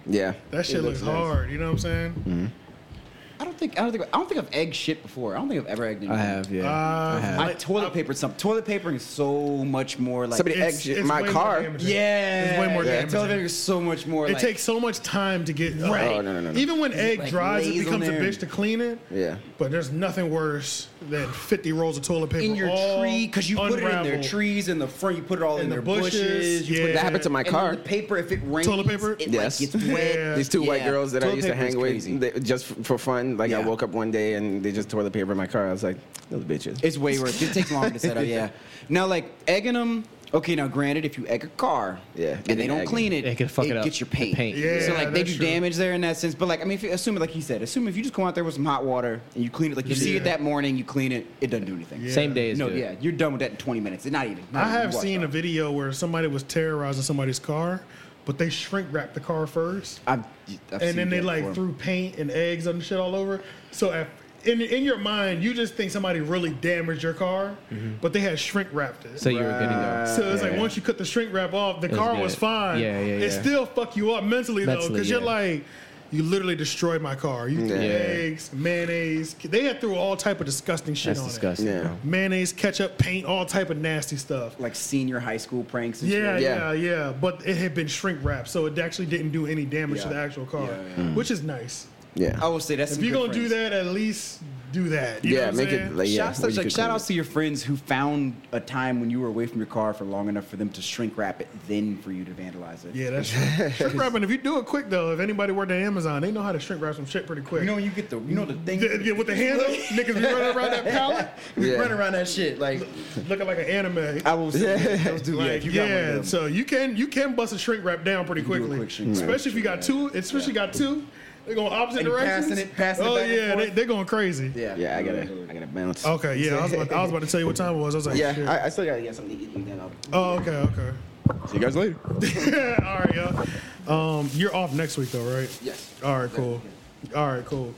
Yeah. That shit looks, looks nice. hard. You know what I'm saying? I don't think I don't think I don't think I've egged shit before. I don't think I've ever egged. I anything. have, yeah. Uh, I have. I toilet papered something. Toilet papering is so much more like. Somebody- It's- Egg shit. it's My way more car. damaging. yeah, It's way more yeah. damaging. Toilet papering is so much more. It like, takes so much time to get Right. Oh, no, no, no, no. Even when egg like dries, it lays on becomes a there. bitch to clean it. Yeah. But there's nothing worse than 50 rolls of toilet paper in your all tree because you put it in their unraveled. trees in the front. You put it all in, the their bushes, bushes. you put yeah. That happened to my and then car. The paper, if it rains, Toilet paper? it Yes. like gets wet. Yeah. These two white Yeah. girls that I Toilet used to paper is hang with, crazy. they, just f- for fun. Like I Yeah. woke up one day and they just toilet papered my car. I was like, those bitches. It's way worse. It takes longer to set up. Yeah. Now, like egging them. Okay, now granted, if you egg a car, Yeah, you and can they don't egg clean it, It can fuck it up. gets your The paint. paint. Yeah, so like they that's do true. damage there in that sense. But like I mean, if you, assume like he said, assume if you just go out there with some hot water and you clean it, like you see Yeah. it that morning, you clean it, it doesn't do anything. Yeah. Same day is no, good. yeah, you're done with that in 20 minutes. Not even. not I even. have You wash seen it a off. video where somebody was terrorizing somebody's car, but they shrink wrapped the car 1st I've, I've seen and then they that like before. threw paint and eggs and shit all over. So at, in in your mind, you just think somebody really damaged your car, Mm-hmm. but they had shrink wrapped it. So you were good to go. So it's like once you cut the shrink wrap off, the was car good. was fine. Yeah, yeah, It yeah. still fuck you up mentally though, Mentally, because you're yeah. like, you literally destroyed my car. You threw Yeah. eggs, mayonnaise. They had threw all type of disgusting shit That's on disgusting. Yeah. bro. it. Mayonnaise, ketchup, paint, all type of nasty stuff. like senior high school pranks. And Yeah, shit. yeah, Yeah. yeah, But it had been shrink wrapped, so it actually didn't do any damage to Yeah. the actual car, Yeah, yeah. Mm. which is nice. Yeah. Oh, I will say that's If some you're good gonna do friends. that, at least do that. You know yeah. what I'm Make it saying? like yeah. Shouts where you like, could shout clean outs to your friends who found a time when you were away from your car for long enough for them to shrink wrap it, then for you to vandalize it. yeah, that's shrink wrapping. If you do it quick though, if anybody worked at Amazon, they know how to shrink wrap some shit pretty quick. You know, you get the you know the thing Yeah, yeah, with the handle, niggas be running around that pallet, Yeah. run around that shit like looking like an anime. I will say yeah. those dudes, Like, you got one of yeah, them. so you can you can bust a shrink wrap down pretty do a quickly, quick shrink wrap. especially if you got two. Especially got two, they going opposite And directions. passing it- passing it oh back and yeah, forth. they, they're going crazy. yeah, Yeah. I gotta. I gotta bounce. Okay, yeah, I was, about, I was about to tell you what time it was. I was like, Yeah. shit. I, I still gotta get something to eat and then I'll. oh, okay, okay. See you guys later. All right, y'all. Um, you're off next week though, right? Yes. All right, cool. All right, cool.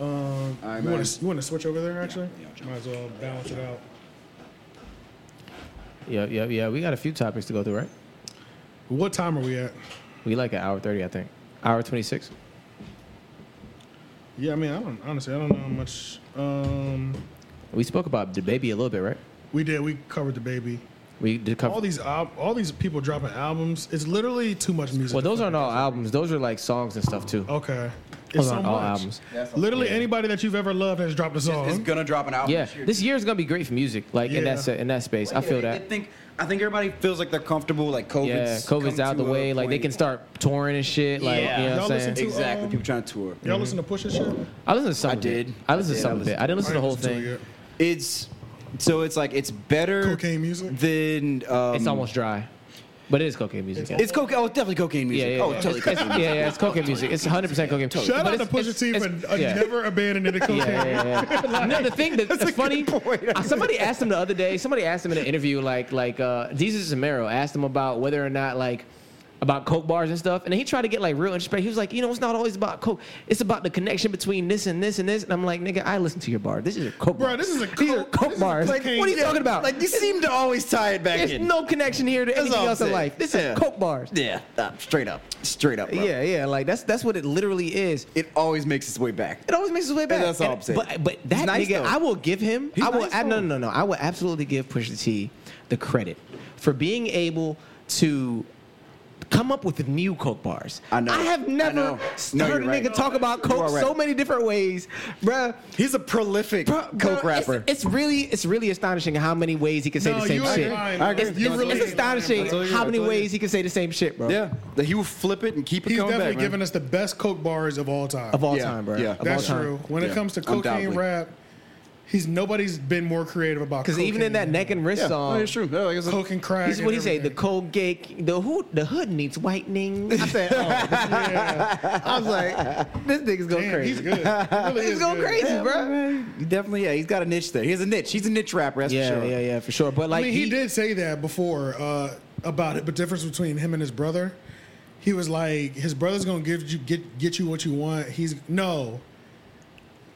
Um, All right, you man. want to you want to switch over there actually? yeah, I'll jump. Might as well balance it out. Yeah, yeah, yeah. We got a few topics to go through, right? What time are we at? We like an hour thirty, I think. Hour twenty six. Yeah, I mean, I don't honestly, I don't know how much. Um, We spoke about the baby a little bit, right? we did. We covered the baby. We did all cover. these al- all these people dropping albums. It's literally too much music. Well, those aren't all albums. Those are like songs and stuff too. okay. Those aren't all albums. Literally anybody that you've ever loved has dropped a song. It's gonna drop an album. Yeah, this year. this year is gonna be great for music, like in Oh, Yeah. that se- in that space. I Yeah, feel they- they that. think I think everybody feels like they're comfortable. Like COVID's Yeah, COVID's come out the to a way. Like they point- can start touring and shit. Yeah. Like you know Y'all what I'm listen saying. to, exactly um, people trying to tour. Y'all listen to Push and shit? I listened to some. I of it. did. I listened I to did. some I of it. I didn't listen to the ain't whole listened to it thing. yet. It's so it's like it's better Cocaine music? than um, It's almost dry, but it is cocaine music. yeah. it's cocaine. Oh, it's definitely cocaine Yeah, music. yeah, yeah. Oh, totally. It's- cocaine. yeah, yeah, it's cocaine music. It's 100% cocaine. Shout But out to it's- Pusha it's- T for it's- uh, yeah. never abandoning the cocaine. Yeah, yeah, yeah. no, the thing that- that's, funny. uh, somebody asked him the other day. Somebody asked him in an interview, like like uh, Jesus Zamero asked him about whether or not like about coke bars and stuff, and he tried to get like real introspective. He was like, you know, it's not always about coke. It's about the connection between this and this and this. And I'm like, nigga, I listen to your bar. This is a coke Bro, bar. this is a These are coke- this coke is a bars. Like, cocaine- what are you yeah, talking about? Like you seem to always tie it back There's in. no connection here to anything all I'm else in saying. life. This Yeah. is coke bars. Yeah, uh, straight up, straight up. Bro. Yeah, yeah. Like that's that's what it literally is. it always makes its way back. It always makes its way back. that's all And- I'm saying. But but that nice, nigga, though. I will give him. He's I will. nice, ab- no though. no no. I will absolutely give Pusha T the credit for being able to Come up with new Coke bars. I know. I have I never know. No, heard a you're right. nigga talk about You Coke are right. so many different ways, bruh. He's a prolific Bro, bro, Coke rapper. It's, it's really, it's really astonishing how many ways he can say No, the same you ain't shit. lying. I agree. It's, You it's really ain't astonishing lying, bro. how many That's all you- ways he can say the same shit, bro. yeah, that he will flip it and keep it He's going definitely back. man. giving us the best Coke bars of all time. Of all Yeah, time, bro. yeah. Of That's all time. true. When it Yeah, comes to cocaine undoubtedly. rap, he's nobody's been more creative about. Because even in that cocaine. neck and wrist Oh, yeah, song, no, it's true. Yeah, like I said- coke and crack. He's and what he say? The everything. Colgate, the hood, the hood needs whitening. I said, oh, this is- I was like, this nigga's going Damn, crazy. he's good. He really He's is going good. crazy, Yeah, bro. man, he definitely, yeah, he's got a niche there. He has a niche. He's a niche rapper, that's Yeah, for sure. yeah, yeah, for sure. But I like, mean, he, did say that before uh, about it, but difference between him and his brother. He was like, his brother's gonna give you get get you what you want. He's no.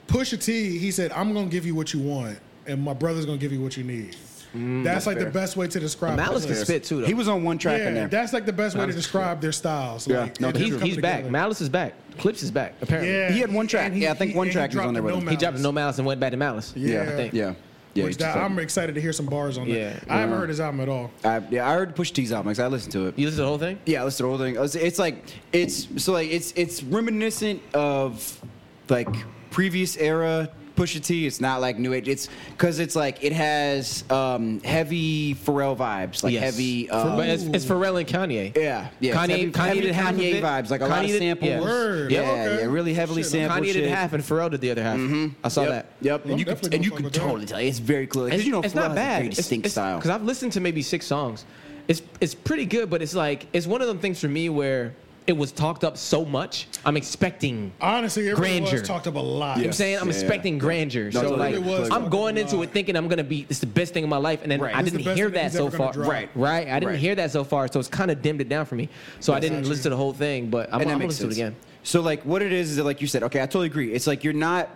Pusha T, he said, I'm gonna give you what you want, and my brother's gonna give you what you need. Mm, that's, like the best way to describe. Malice can it. spit too. Though. He was on one track in Yeah, there. that's like the best way to describe their styles. Yeah, like, no, it that's just he's, comes he's back. together. Malice is back. Clips is back. Apparently, Yeah, He had one and track. Yeah, I think one and track he was dropped on there the with him. he dropped No Malice and went back to Malice. Yeah. I think. yeah. Yeah, Which he's just that- I'm like- excited to hear some bars on Yeah. that. I haven't heard his album at all. I, yeah, I heard Push T's album because I listened to it. You listen to the whole thing? Yeah, that's the whole thing. It's, it's like it's so like it's it's reminiscent of like previous era Pusha T. It's not like new age. It's because it's like it has um, heavy Pharrell vibes, like Yes. heavy. Um, but it's, it's Pharrell and Kanye. yeah, yeah. Kanye- it's Kanye heavy did half of Kanye it. vibes, like a lot Kanye of did- samples. yeah. Word. Yeah, Okay. yeah, really heavily Shit, sampled Kanye shit. Mm-hmm. did half, and Pharrell did the other half. I saw Yep, that. Yep, I'm and you can definitely and you gonna can fuck with totally tell it's very close. It's, Because you know it's not Pharrell's a bad. very distinct style. Because I've listened to maybe six songs. It's it's pretty good, but it's like it's one of them things for me where it was talked up so much. I'm expecting. You know Honestly, everyone Grandeur. was talked up a lot. what I'm saying I'm Yeah, yeah. expecting grandeur. No, so it like really was I'm fucking going a into lot. it thinking I'm gonna be it's the best thing in my life, and then Right. I It's the didn't best hear thing that he's so ever gonna far. drop. Right. right. I didn't Right. hear that so far, so it's kind of dimmed it down for me. So I didn't actually- listen to the whole thing, but I'm, I'm And that gonna makes listen to it sense. again. So like what it is is that like you said, okay, I totally agree. It's like you're not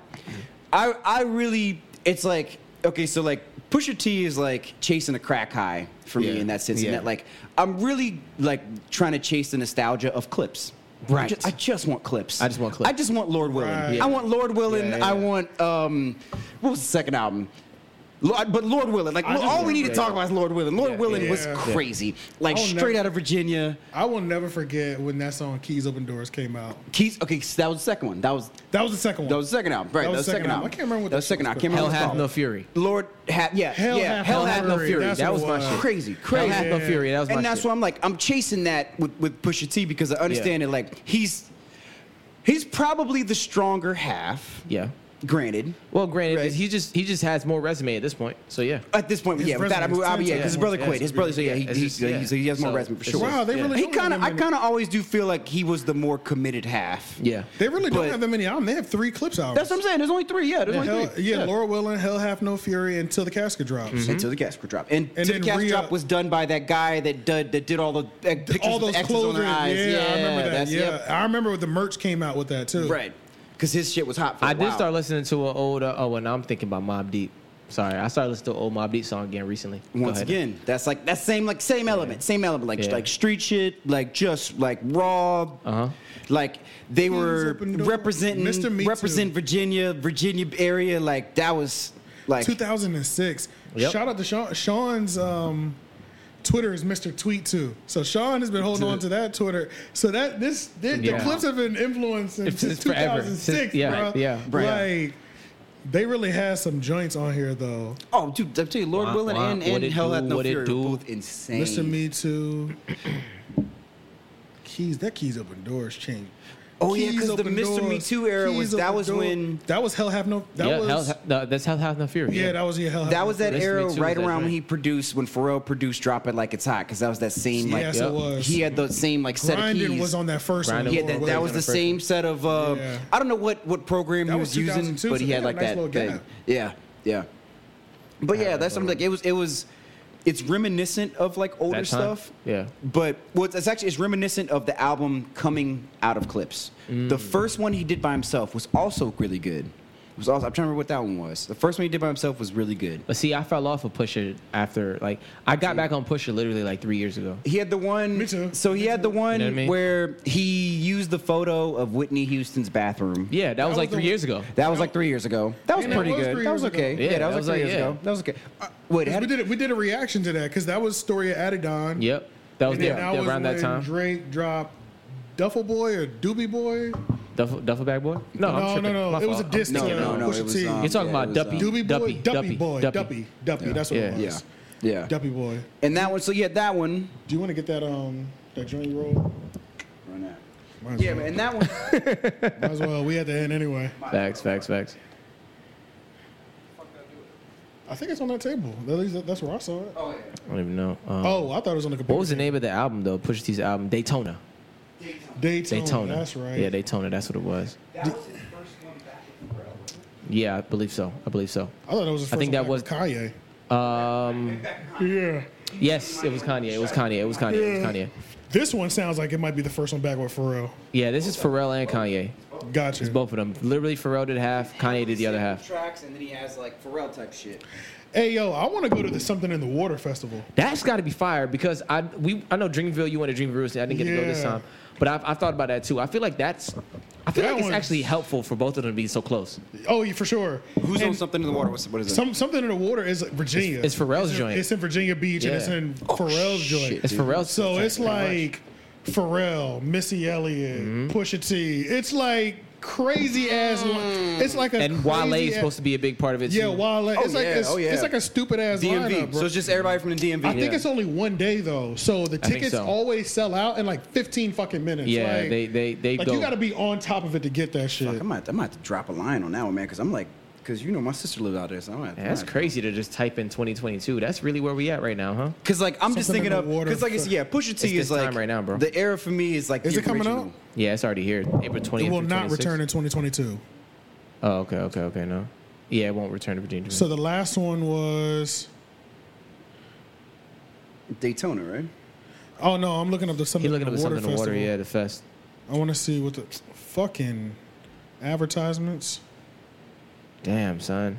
I I really it's like okay, so like Pusha T is like chasing a crack high for me Yeah. in that sense. Yeah. And that like I'm really like trying to chase the nostalgia of clips. Right. I just, I just want clips. I just want clips. I just want Lord Willing. Right. Yeah. I want Lord Willing. Yeah, yeah, I yeah. want um what was the second album? Lord, but Lord Willing, like I just all we want- need to yeah, talk yeah. about is Lord Willing. Lord Yeah. Willing was Yeah. crazy, like I'll straight never- out of Virginia. I will never forget when that song "Keys Open Doors" came out. Keys, okay, so that was the second one. That was That was the second one. That was the second album. Right. That was the second album. I can't remember what that that was. second shit album. I was can't Hell remember hath what no it's fury. called. Lord hath yeah Hell yeah Hath hell No hath no Fury, fury. that's That what was it my was. shit. Crazy, crazy. Hell hath no Yeah. fury. That was my and that's shit. why I'm like I'm chasing that with with Pusha T because I understand Yeah. it like he's he's probably the stronger half. Yeah. Granted. Well, granted, Right. he just he just has more resume at this point. So yeah. At this point, His yeah, without I resume's mean, I mean, yeah, ten because his times brother more quit. His brother, so yeah, he, It's he, just- yeah. he's- he has more So, resume for it's sure. just- Wow, they Yeah. really He don't have kind of, that I many- kind of always do feel like he was the more committed half. Yeah. They really don't but- have that many albums. They have three clips out. That's what I'm saying. There's only three. Yeah, there's only Hell, three. yeah, Laura Willing, Hell Hath No Fury, until the casket drops. until the casket drop. And, And till then the casket Rhea- drop uh, was done by that guy that did, that did all the uh, pictures All with those the X's on clothes. their Yeah, eyes. I remember that. that's- Yeah, yep. I remember when the merch came out with that too. right. Because his shit was hot for a I did while. start listening to an old. Uh, oh, well, now I'm thinking about Mob Deep. Sorry, I started listening to an old Mob Deep song again recently. Go Once ahead. again, that's like that same like same element, same element like Yeah. like street shit, like just like raw, Uh-huh. like they were open door. representing Mr. Me Too. represent Virginia, Virginia area. Like that was like 2006. Yep. Shout out to Sean. Sean's um, Twitter is Mr. Tweet too. So Sean has been holding on to that Twitter. So that this the, the Yeah. clips have been influencing It's- since it's forever. 2006. Since- yeah, bro. yeah, bro. Like they really had some joints on here though. oh dude, I tell you, Lord Wah, Willing wah, and, what and it Hell do, Hath No what it Fury were do. both insane. Mr. Me Too. Keys, that keys open doors change. Oh, yeah, Keys 'cause the Open Mr. Me Too era was- Keys that Open was when- that was hell have no that yeah, was Hell, no, that's Hell Hath No Fury. yeah that was yeah hell Have That No was that Mr. Me Too era was right that around when joint. he produced when Pharrell produced "Drop It Like It's Hot" because that was that same like Yes, Yep. it was. he had the same like set of Grindin keys. was on that first Grindin one. he had that, Lord that Willing was on the the first same one. set of uh, Yeah. I don't know what what program That he was was, using, 2002, but so he they had had a like nice little that thing. gap. Yeah, yeah. But yeah, that's something like it was it was it's reminiscent of like older That time? stuff. Yeah. But what's it's actually it's reminiscent of the album coming out of clips. Mm. The first one he did by himself was also really good. It was also I'm trying to remember what that one was. The first one he did by himself was really good. But see, I fell off of Pusher after like I got back on Pusher literally like three years ago. He had the one. Me too. So he had the one know what I mean? where he used the photo of Whitney Houston's bathroom. Yeah, that, was was like the three one- years ago. That was like three years ago. That was Yeah, that pretty was three good. That was years ago. okay. Yeah, Yeah, that was like three like, years yeah. ago. That was okay. Uh, wait, how we did, did it. We did a reaction to that because that was story of Adidon. Yep. That was, And yeah, then that was around that when time. Drake dropped Duffel Boy or Doobie Boy. Duffel, duffel bag boy? No, I'm No, no, tripping. no, My it was fault. a diss I'm to thinking him. of- no, Pusha T. You're talking yeah, about it was, um, Duppy. Doobie Boy, Duppy, uh, Duppy Duppy, Boy, Duppy. Duppy, Duppy. That's what Yeah. it was. Yeah, yeah. Duppy Boy. And that one, so yeah, that one. Do you want to get that um that joint you roll? Might as Yeah, well. man, that one. Might as well. We had to end anyway. Facts, facts, facts. I think it's on that table. At least that's where I saw it. Oh, I don't even know. Um, I thought it was on the computer. What was the name of the album, though? Pusha T's album? Daytona. Daytona. Daytona. That's right. Yeah, Daytona. That's what it was. Yeah, I believe so. I believe so. I thought that was. His I first think that one was- back with Um, Kanye. Yeah. yes, it was Kanye. It was Kanye. It was Kanye. It was Kanye. This one sounds like it might be the first one back with Pharrell. Yeah, this is Pharrell and Kanye. Gotcha. Both of them. Literally, Pharrell did half. Kanye did the other half. Tracks, and then he has like Pharrell type shit. Hey yo, I want to go to the something in the water festival. That's got to be fire because I we I know Dreamville. You went to Dreamville. so I didn't get to go this Yeah. time, but I've, I've thought about that too. I feel like that's I feel That like it's one's- actually helpful for both of them to be so close. Oh, yeah, for sure. Who's And on something in the water? What's, what is it? Some something in the water is Virginia. It's Pharrell's in- joint. It's in Virginia Beach and Yeah. Oh, it's in Pharrell's joint. It's Pharrell's. So it's pretty much. like Pharrell, Missy Elliott, Mm-hmm. Pusha T. It's like crazy ass. It's like a and Wale crazy is ass- supposed to be a big part of it. Yeah, too. Wale. It's like yeah, it's, Mm. oh, yeah. it's like a stupid ass DMV. lineup, bro. So it's just everybody from the DMV. I think it's only one day though, so the think tickets so. always sell out in like 15 fucking minutes. Yeah, like, they they they like go. you got to be on top of it to get that shit. I'm about, I'm about to drop a line on that one, man, because I'm like, because you know my sister lives out there, so I'm like, Man, that's crazy to just type in 2022. That's really where we at right now, huh? Because like I'm just Something thinking in of the water because like it's for- yeah, Pusha T It's is this like time right now, bro. The era for me is like Is the it coming original. out? Yeah, it's already here. April 20th. It will through not 26th. return in 2022. Oh, okay, okay, okay. No. Yeah, it won't return to Virginia. So the last one was. Daytona, right? Oh no, I'm looking up the something. He looking in up the at water something in the water. festival. Yeah, the fest. I want to see what the fucking advertisements. Damn, son.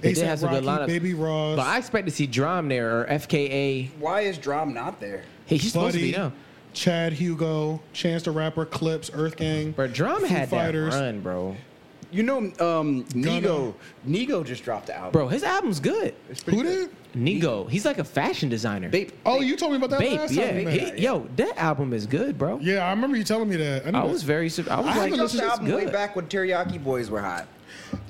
They did have ASAP some good Rocky, lineups. Baby Ross. But I expect to see Drum there or FKA. Why is Drum not there? Hey, he's supposed to be Buddy, now. Chad Hugo, Chance the Rapper, Clips, Earth Gang. But Drum Foo had Fighters. that run, bro. You know, um, Nigo Nigo just dropped the album. Bro, his album's good. Who did? Nigo, he's like a fashion designer. Babe, Oh, you told me about that Bape, last yeah. time. we met. He- Yo, that album is good, bro. Yeah, I remember you telling me that. I, knew I that. was very. sur- I was I like, haven't dropped listened this the is album way good. back when Teriyaki Boys were hot.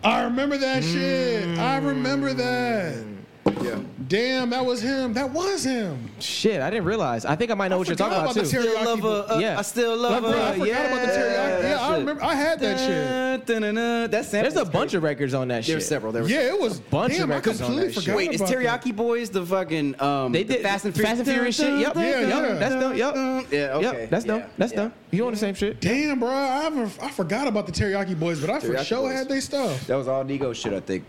I remember that shit. I remember that. Mm. Yeah. Damn, that was him. That was him. Shit, I didn't realize. I think I might know what you're forgot talking about, about the too. Teriyaki Still love her, uh, Yeah. I still love Bro, Like, her. I forgot about the teriyaki. Yeah, I remember. I had that shit. That's There's a bunch of records on that shit. There's several. There was Yeah, it was. bunch of damn, I records on completely that shit. forgot Wait, is about that. Teriyaki Boys the fucking um They the did Fast and Furious, shit. Yep. Yeah, yep. yeah. That's dumb. Yep. Yeah, okay. Yep. That's dumb. Yeah, That's yeah. dumb. You on the same shit? Damn, bro, I, haven't- I forgot about the Teriyaki Boys, but I for Teriyaki sure Boys. had they stuff. That was all Nigo shit, I think.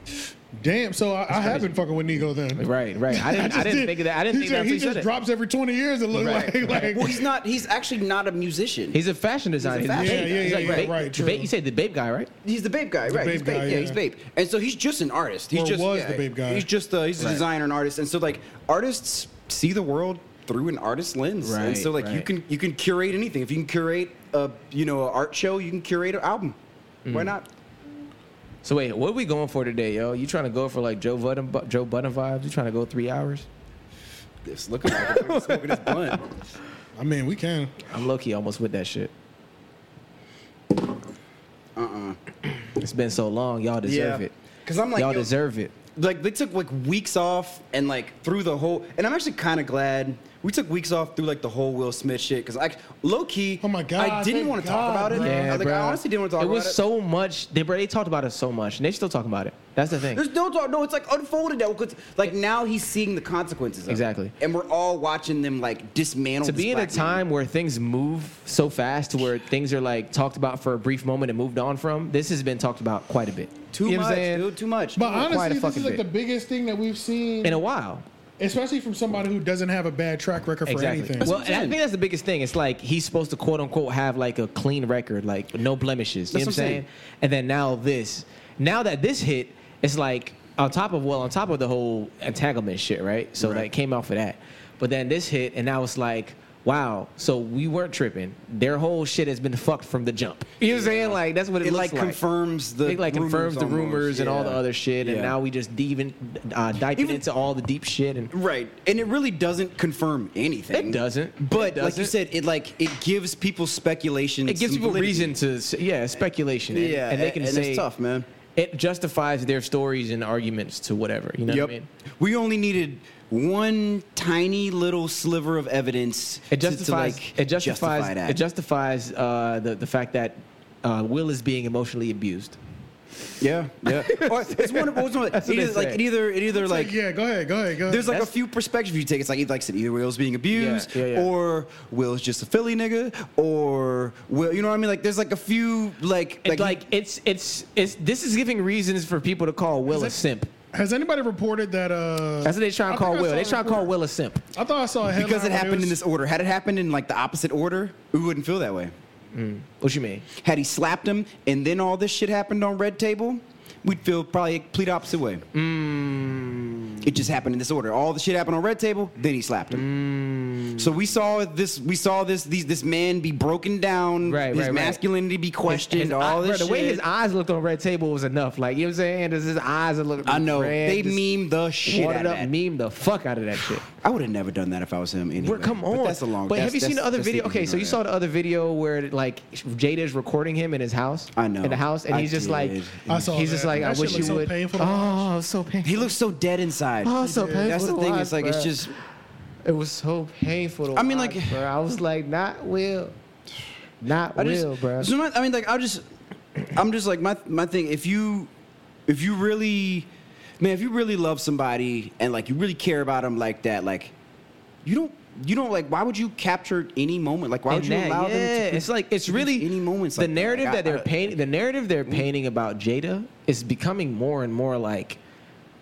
Damn, so I, I have been fucking with Nigo then. Right. Right. I didn't. I, just didn't did- think of that. I didn't he just, think that. He just it. drops every twenty years. It look Right, like like. Well, he's not. He's actually not a musician. He's, He's a fashion designer. He's fashion a Yeah, babe. yeah, He's yeah, like yeah, babe- right, the babe- tr's. You say the babe guy, right? the Babe guy, right? Babe he's Babe. guy, yeah. yeah. he's Babe. And so he's just an artist. He's Or just was yeah, the Babe guy. He's just uh, he's a designer and artist. And so like artists see the world through an artist lens. Right, And so like you right. can you can curate anything. If you can curate a you know an art show, you can curate an album. Mm. Why not? So wait, what are we going for today, yo? You trying to go for like Joe Budden, bu- Joe Budden vibes? You trying to go three hours? It's looking like a fucking smoking his blunt. I mean, we can. I'm low key almost with that shit. Uh uh-uh. uh. it has been so long, y'all deserve Yeah. it. 'Cause I'm like, y'all yo- deserve it. like they took like weeks off and like through the whole and i'm actually kind of glad we took weeks off through like the whole will smith shit because like low-key Oh my God, i didn't thank want to talk God, about it bro. Yeah, I, uh, like, I bruh. honestly didn't want to talk it about was it so much. They, bro, they talked about it so much, and they still talking about it. That's the thing. there's no talk no it's like unfolded now 'cause, like now he's seeing the consequences of it. Exactly. and we're all watching them like dismantle to this be in a black man. time where things move so fast to where things are like talked about for a brief moment and moved on from, this has been talked about quite a bit. too You know what I'm much saying? dude too much But a honestly, this fucking is like bit. the biggest thing that we've seen, In a while. especially from somebody who doesn't have a bad track record for Exactly. anything. Well, and what I'm I saying. think that's the biggest thing. It's like he's supposed to quote unquote have like a clean record, like no blemishes. You know what I'm That's what I'm saying? saying. And then now this. Now that this hit, it's like on top of well, on top of the whole entanglement shit, right? So that came off of that. But then this hit, and now it's like, wow, so we weren't tripping. Their whole shit has been fucked from the jump. You know what I'm saying? Like that's what it, It looks like confirms the it like rumors confirms the almost. rumors and all the Yeah. other shit, and Yeah. now we just diving, uh, diving Even- into all the deep shit and Right, and it really doesn't confirm anything. It doesn't. It But like you doesn't. said, it like it gives people speculation. it gives some people validity. reason to s- yeah speculation and, Yeah, and they can and say it's tough, man. it justifies their stories and arguments to whatever you know yep. what i mean We only needed one tiny little sliver of evidence it to- to, justifies like it justifies justify that. it justifies uh, the, the fact that uh, will is being emotionally abused yeah, yeah. Or it's one of it's one of- That's what it they either- like say. it either it either like yeah, go ahead, go ahead, go ahead. There's like a That's- few perspectives you take. It's like, either- like I said, either Will's being abused, yeah, yeah. or Will's just a Philly nigga, or Will, you know what I mean? Like, there's like a few like like, like it's it's it's this is giving reasons for people to call will a Is it- simp Has anybody reported that? Uh, that's what they I trying to call think I will saw they a trying to call report. will a simp I thought I saw a headline because it where happened in was- this order. Had it happened in like the opposite order, we wouldn't feel that way. what you mean Had he slapped him and then all this shit happened on Red Table, we'd feel probably a complete opposite way. Mm. It just happened in this order. All the shit happened on Red Table, then he slapped him. Mm. So we saw this. We saw this. These, this man be broken down. Right, his right, right. masculinity be questioned. His all eye- this. bro, the way shit. his eyes looked on red table was enough like you know what i'm saying Just his eyes are looking I know. red, they just- meme the shit out watered of up, that. meme the fuck out of that shit. I would have never done that if I was him. Anyway. Bro, come on. But that's a long. But have that's- you seen the that's- other that's video? even Okay, so you ignorant. saw the other video where like Jada is recording him in his house. I know. In the house, and I he's just like, did. I saw he's just that. like, That I shit wish looked you so would. painful to watch. oh, so painful. He looks so dead inside. Oh, so painful. that's the to thing. watch, It's like it's bro. just. It was so painful. To I mean, watch, like- bro. I was like, not Will, not I just, Will, bro. so my- I mean, like, I'll just, I'm just like my my thing. If you, if you really, man, if you really love somebody and like you really care about them like that, like, you don't, you don't like. Why would you capture any moment? Like, why would And you that- allow yeah, them? To, it's like it's really any moments The like "Oh that. narrative Like, that I- they're I- painting, the narrative they're painting about Jada is becoming more and more like,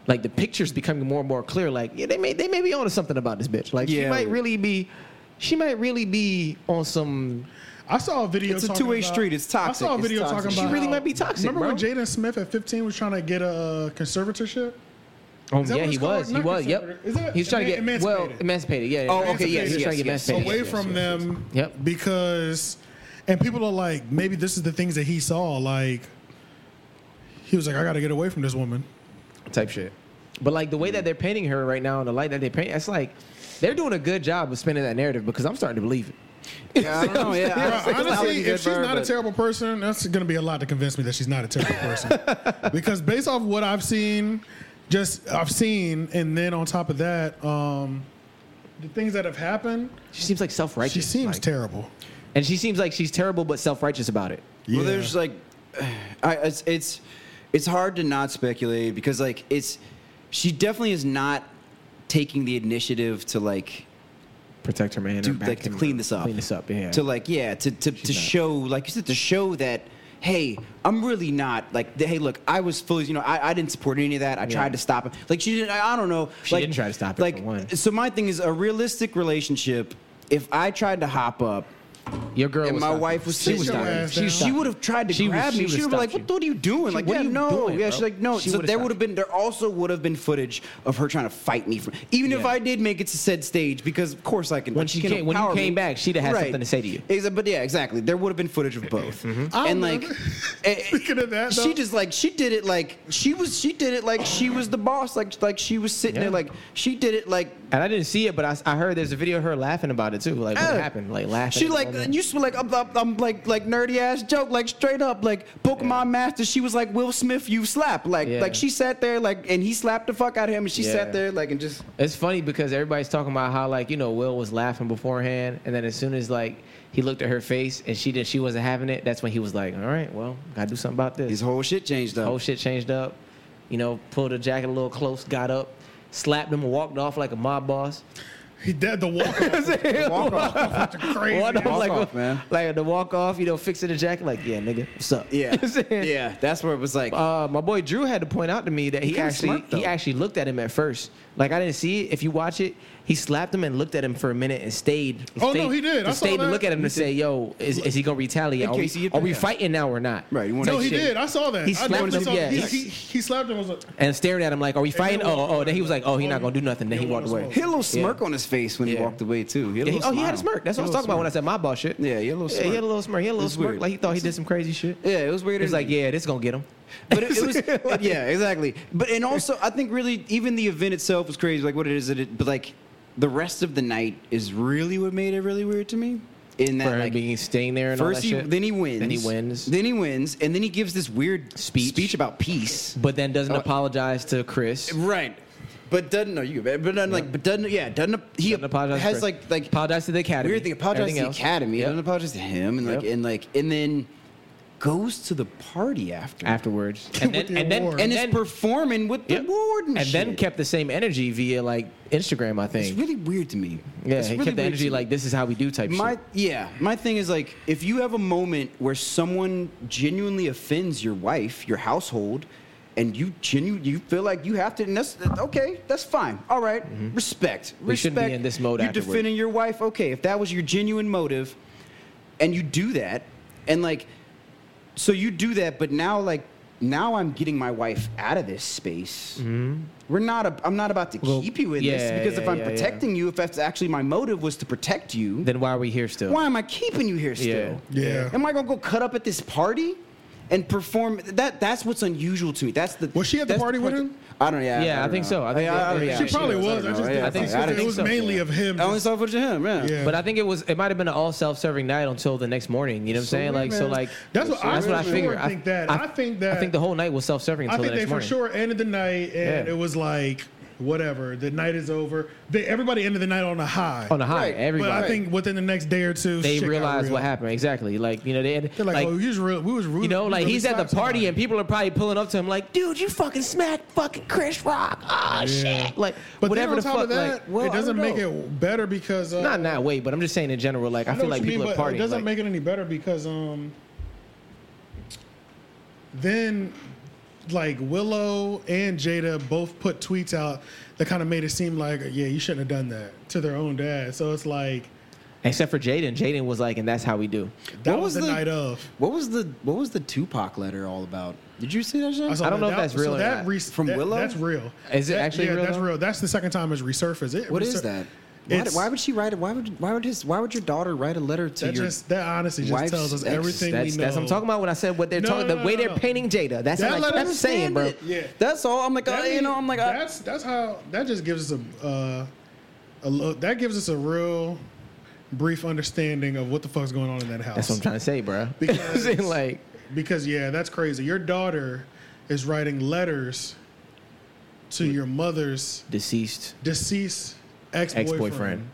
like the pictures becoming more and more clear. Like yeah, they may they may be onto something about this bitch. Like she Yeah. might really be, she might really be on some. I saw a video. It's a talking two-way about- street. It's toxic. I saw a It's video toxic. talking She about. really how- might be toxic, Remember when bro. Jaden Smith at 15 was trying to get a conservatorship? Oh Is that yeah, what he it's called? was. He Not was. Yep. conservative. Is that- He's trying to get eman- well emancipated? emancipated. Yeah. yeah, Oh, yeah. okay, yes, He's trying to get yes, yes, emancipated. away yes, from yes, yes. them Yep. because and people are like maybe this is the things that he saw like he was like i gotta get away from this woman type shit. But like the way that they're painting her right now, and the light that they paint, it's like they're doing a good job of spinning that narrative because I'm starting to believe it. yeah, I don't know. Yeah, I- Bruh, honestly Good if she's burn, not a but- terrible person that's gonna be a lot to convince me that she's not a terrible person because based off what i've seen just i've seen and then on top of that um the things that have happened She seems like self-righteous. she seems like- terrible And she seems like she's terrible but self-righteous about it. Yeah. Well, there's like, I, it's it's it's hard to not speculate because like it's she definitely is not taking the initiative to like Protect her man. do like to clean this up, Clean this up. Yeah. To like yeah to to, to not. show like you said to show that. Hey, I'm really not like. th- Hey, look, I was fully, you know, I, I didn't support any of that. I tried to stop it. Like she didn't. I I don't know. She like, didn't try to stop it, Like for one. so, my thing is a realistic relationship. If I tried to hop up Your girl. and was my stopping. wife was She was Sit your stopping. ass She, down. She was she stopping. would have tried to She was- grab she me. would have She would have been like, stopped "What, you. what are you doing? She- Like, what what are do you you know?" doing, yeah, bro? she's like, "No." She so would have there would stopped have been there also would have been footage of her trying to fight me for even if Yeah. I did make it to said stage because of course I can. When like, she can came- when you empower came back, she'd have had Right. something to say to you. Mm-hmm. Exa- but yeah, exactly. There would have been footage of both. I And like, remember- eh, eh, Speaking of that, she though- just like she did it like she was she did it like she was the boss like like she was sitting Yeah. there like she did it like And I didn't see it, but I, I heard there's a video of her laughing about it too. Like what Yeah. happened? Like laughing. She at the like moment. you sw- like I'm, I'm, I'm, like like nerdy ass joke like straight up like Pokemon Master. She was like Will Smith, you slap like Yeah. like she sat there like and he slapped the fuck out of him and she Yeah. sat there like and just It's funny because everybody's talking about how like you know Will was laughing beforehand, and then as soon as like he looked at her face and she did she wasn't having it, that's when he was like, all right, well, gotta do something about this. his whole shit changed up. whole shit changed up. You know, pulled the jacket a little close, got up, slapped him, walked off like a mob boss. he did the walk Walk off. crazy Walked off Walk like, off, man. like the walk off, you know, fixing the jacket, like, yeah, nigga, what's up? Yeah, You know what I'm saying? yeah, that's where it was like. Uh, my boy Drew had to point out to me that he kinda actually smart, though. he actually looked at him at first Like I didn't see it. If you watch it, he slapped him and looked at him for a minute and stayed. Oh, no, stayed- he did. I saw stayed to that. look at him to say, "Yo, is, is he gonna retaliate? Are Casey, we, you are we did that. fighting now or not?" Right, you want No, Like he shit. did. I saw that. He I slapped definitely him, saw yeah, He, he's- he, he slapped him. I was like, And staring at him like, "Are we fighting?" then Oh, walked oh. Then he was like, "Oh, he's Oh, not gonna do nothing." Then he he walked wanna away. smoke. He had a little smirk on his face when he Yeah. walked away too. He had a Yeah, he- little oh, he had a smile. smirk. That's what I was He had talking about when I a said my ball shit. little smirk. Yeah, he had a little Yeah, smirk. he had a little smirk. He had a little It's smirk. weird. Like he thought he did some crazy shit. Yeah, it was weird. It's like, yeah, this gonna get him. But it, it was, but yeah, exactly. But and also, I think really, even the event itself was crazy. Like what it is, that it, but like the rest of the night is really what made it really weird to me. In that, For him like, being staying there and all first that he, shit. then he wins, Then he wins. then he wins, and then he gives this weird Speech. speech about peace. but then Oh. doesn't apologize to Chris. Right. But doesn't know you, but doesn't like, but doesn't yeah, doesn't he Doesn't apologize to has Chris. like like Apologize to the academy. Weird thing. Apologize Everything to the else. academy. Yep. Doesn't apologize to him, and like Yep. and like and then goes to the party after, afterwards, and With then the and then award. and, and is then, performing with the yep. ward and, and then shit. kept the same energy via like Instagram, I It's think. really weird to me. yeah, It's he really kept the weird to energy me. like this is how we do type My shit. yeah, my thing is like if you have a moment where someone genuinely offends your wife, your household, and you genu you feel like you have to, and that's okay, that's fine, all right, respect. We Mm-hmm. shouldn't be respect. in this mode You're afterward. defending your wife, okay? If that was your genuine motive, and you do that, and like, so you do that, but now like. Now I'm getting my wife out of this space. We're not. A, I'm not about to Mm-hmm. Well, keep you in this yeah, because if yeah, I'm yeah, yeah. protecting you, if that's actually my motive was to protect you, Then why are we here still? why am I keeping you here still? Yeah. Yeah. Am I gonna go cut up at this party and perform? That that's what's unusual to me. That's the. Was she at the that's party with part- him? I don't. Yeah. Yeah, I don't think know. so. I think Yeah, they- don't- they- yeah, she She probably I was. don't I know. just Yeah, didn't I think see so. it. I It think was so. mainly Yeah. of him. I only just- saw footage of him. Yeah. Yeah. But I think it was it might have been an all self serving night until the next morning. You know what I'm saying? Like so like That's what I for sure think that. I think that- I think the whole night was self serving I until think the they next for morning. sure ended the night, and Yeah. it was like whatever. The night is over. They, everybody ended the night on a high. On a high, Right. But I but everybody. I think within the next day or two, they shit got realized real. what happened exactly. Like you know they had, They're like, like oh, we was real. We was rude. You know, we like really he's at slapped the party somebody. and people are probably pulling up to him like, "Dude, you fucking smacked fucking Chris Rock." Oh shit! Like But whatever then the on top fuck. of that, like, well, it doesn't make it it better because uh, not in that way, but I'm just saying in general. Like I, know feel what like you people mean, are but partying. It doesn't like, make it any better because um, then like Willow and Jada both put tweets out that kind of made it seem like yeah, you shouldn't have done that to their own dad. So it's like except for Jaden. Jaden was like, and that's how we do. that What was, was the, the- night of. What was the What was the Tupac letter all about? Did you see that shit? saw I don't that. know if That- that's real so or that not. res- From that- Willow? That's real. Is it That- actually yeah, real, That's though? real. That's the second time it's resurfaced. It What is resur- that? Why, It's- why would she write it? Why would Why would his Why would your daughter write a letter to That your? just that honestly just wife's tells us ex. everything That's, we know. that's what I'm talking about when I said what they're No, talking. no, the no, way no, they're no. painting Jada. That's That like, let him that's what I'm saying, bro. Understand it. Yeah. That's all. I'm like, That uh, you mean- know, I'm like, I- that's that's how that just gives us a uh, a look. That gives us a real brief understanding of what the fuck's going on in that house. That's what I'm trying to say, bro. Because- like, Because yeah, that's crazy. Your daughter is writing letters to your mother's deceased. deceased ex boyfriend, Ex-boyfriend.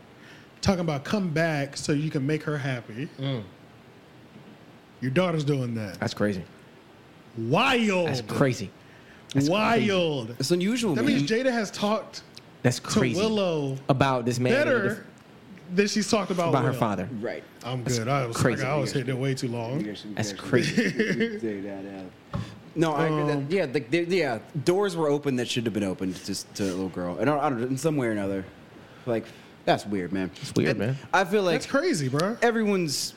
talking about come back so you can make her happy. Mm. Your daughter's doing that. That's crazy. Wild. That's crazy. Wild. it's unusual. That man. means Jada has talked That's to crazy. Willow about this man. better than she's talked about about her Will. father. right. I'm good. I was crazy. I was hitting it way too long. That's crazy. No, I agree. Um, That, yeah, the, the, yeah, doors were open that should have been opened just to a little girl, and I, I don't, in some way or another, like that's weird, man. It's weird, man. I feel like That's crazy, bro. everyone's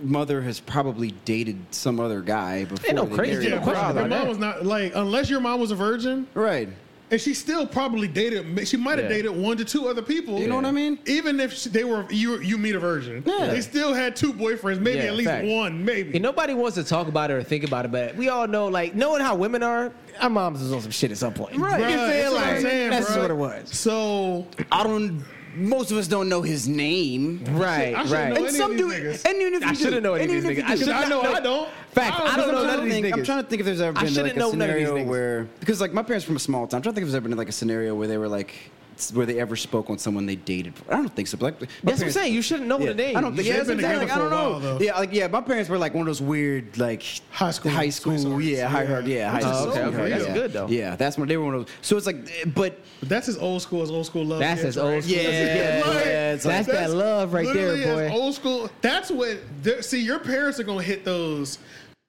mother has probably dated some other guy before. no they crazy, no married her Yeah, question bro, father. your about that. mom was not like unless your mom was a virgin, Right. and she still probably dated. She might have Yeah. dated one to two other people. You know what I mean? Even if she, they were you, you meet a virgin. Yeah. They still had two boyfriends, maybe Yeah, at least fact. one, maybe. And nobody wants to talk about it or think about it, but we all know, like, knowing how women are, our moms was on some shit at some point. Right. Bruh, You that's feel what I'm like- saying, that's bruh. what it was. So I don't. Most of us don't know his name. Right, I should right. know And any some of these do, niggas. and even if I you shoulda do- known any and of even these if niggas. you do I shoulda not known- I don't. Facts. I don't I'm know none trying to of these think- I'm niggas. trying to think if there's ever I been shouldn't like a know none of these scenario niggas. where because like my parents were from a small town. I'm trying to think if there's ever been like a scenario where they were like s- where they ever spoke on someone they dated. I don't think so. But like, my That's what I'm parents- saying. You shouldn't know Yeah, the name. I don't think They've yeah, that's been what I'm saying, together like, I for a don't know. while, though. Yeah, like yeah, my parents were like one of those weird like High school high school, sweethearts. yeah, high Yeah. hard, yeah, high Which is school. so Oh, Okay, okay, sweetheart, that's yeah. good, though. Yeah, that's when they were one of those. So it's like, eh, but But that's as old school as old school love. That's gets, as old right? school. Yeah, yeah, like- yeah, it's that's like- that love right there, literally as boy. Old school. That's what. they're- See, your parents are gonna hit those.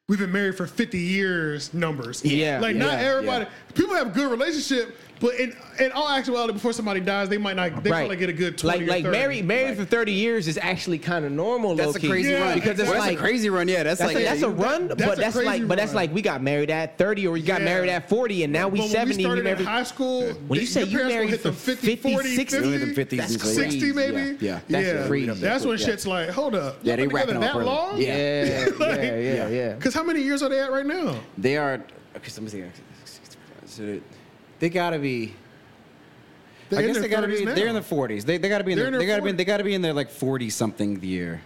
We've been married for fifty years numbers. Yeah, like not yeah, everybody. People have good relationship, But in, in all actuality, before somebody dies, they might not. They probably get a good twenty. like or like 30. married married for thirty years is actually kind of normal. That's a low-key. crazy Yeah. run. because it's Well, like that's a crazy run. Yeah, that's, That's, like like, that's a run, that's but a that's crazy like but that's run. like we got married at thirty or you got Yeah. married at forty and now we But when seventy. We and started you married, in high school. When you th- say your you parents married will hit the for 50, 50, 40, 60, 50, Really, 50s is crazy. 60 maybe. Yeah, yeah. that's That's crazy. crazy. That's when Yeah. shit's like, hold up. Yeah, y'all they been together wrapping up that early. long. Yeah. yeah, Like- yeah, yeah, yeah. Because how many years are they at right now? They are. Okay, so let me see. So they- They gotta be. They're I in guess their they gotta 30s be. now. They're in their forties. They, they gotta be. In They're their, in they their gotta be. 40s. They gotta be in their like forty something year.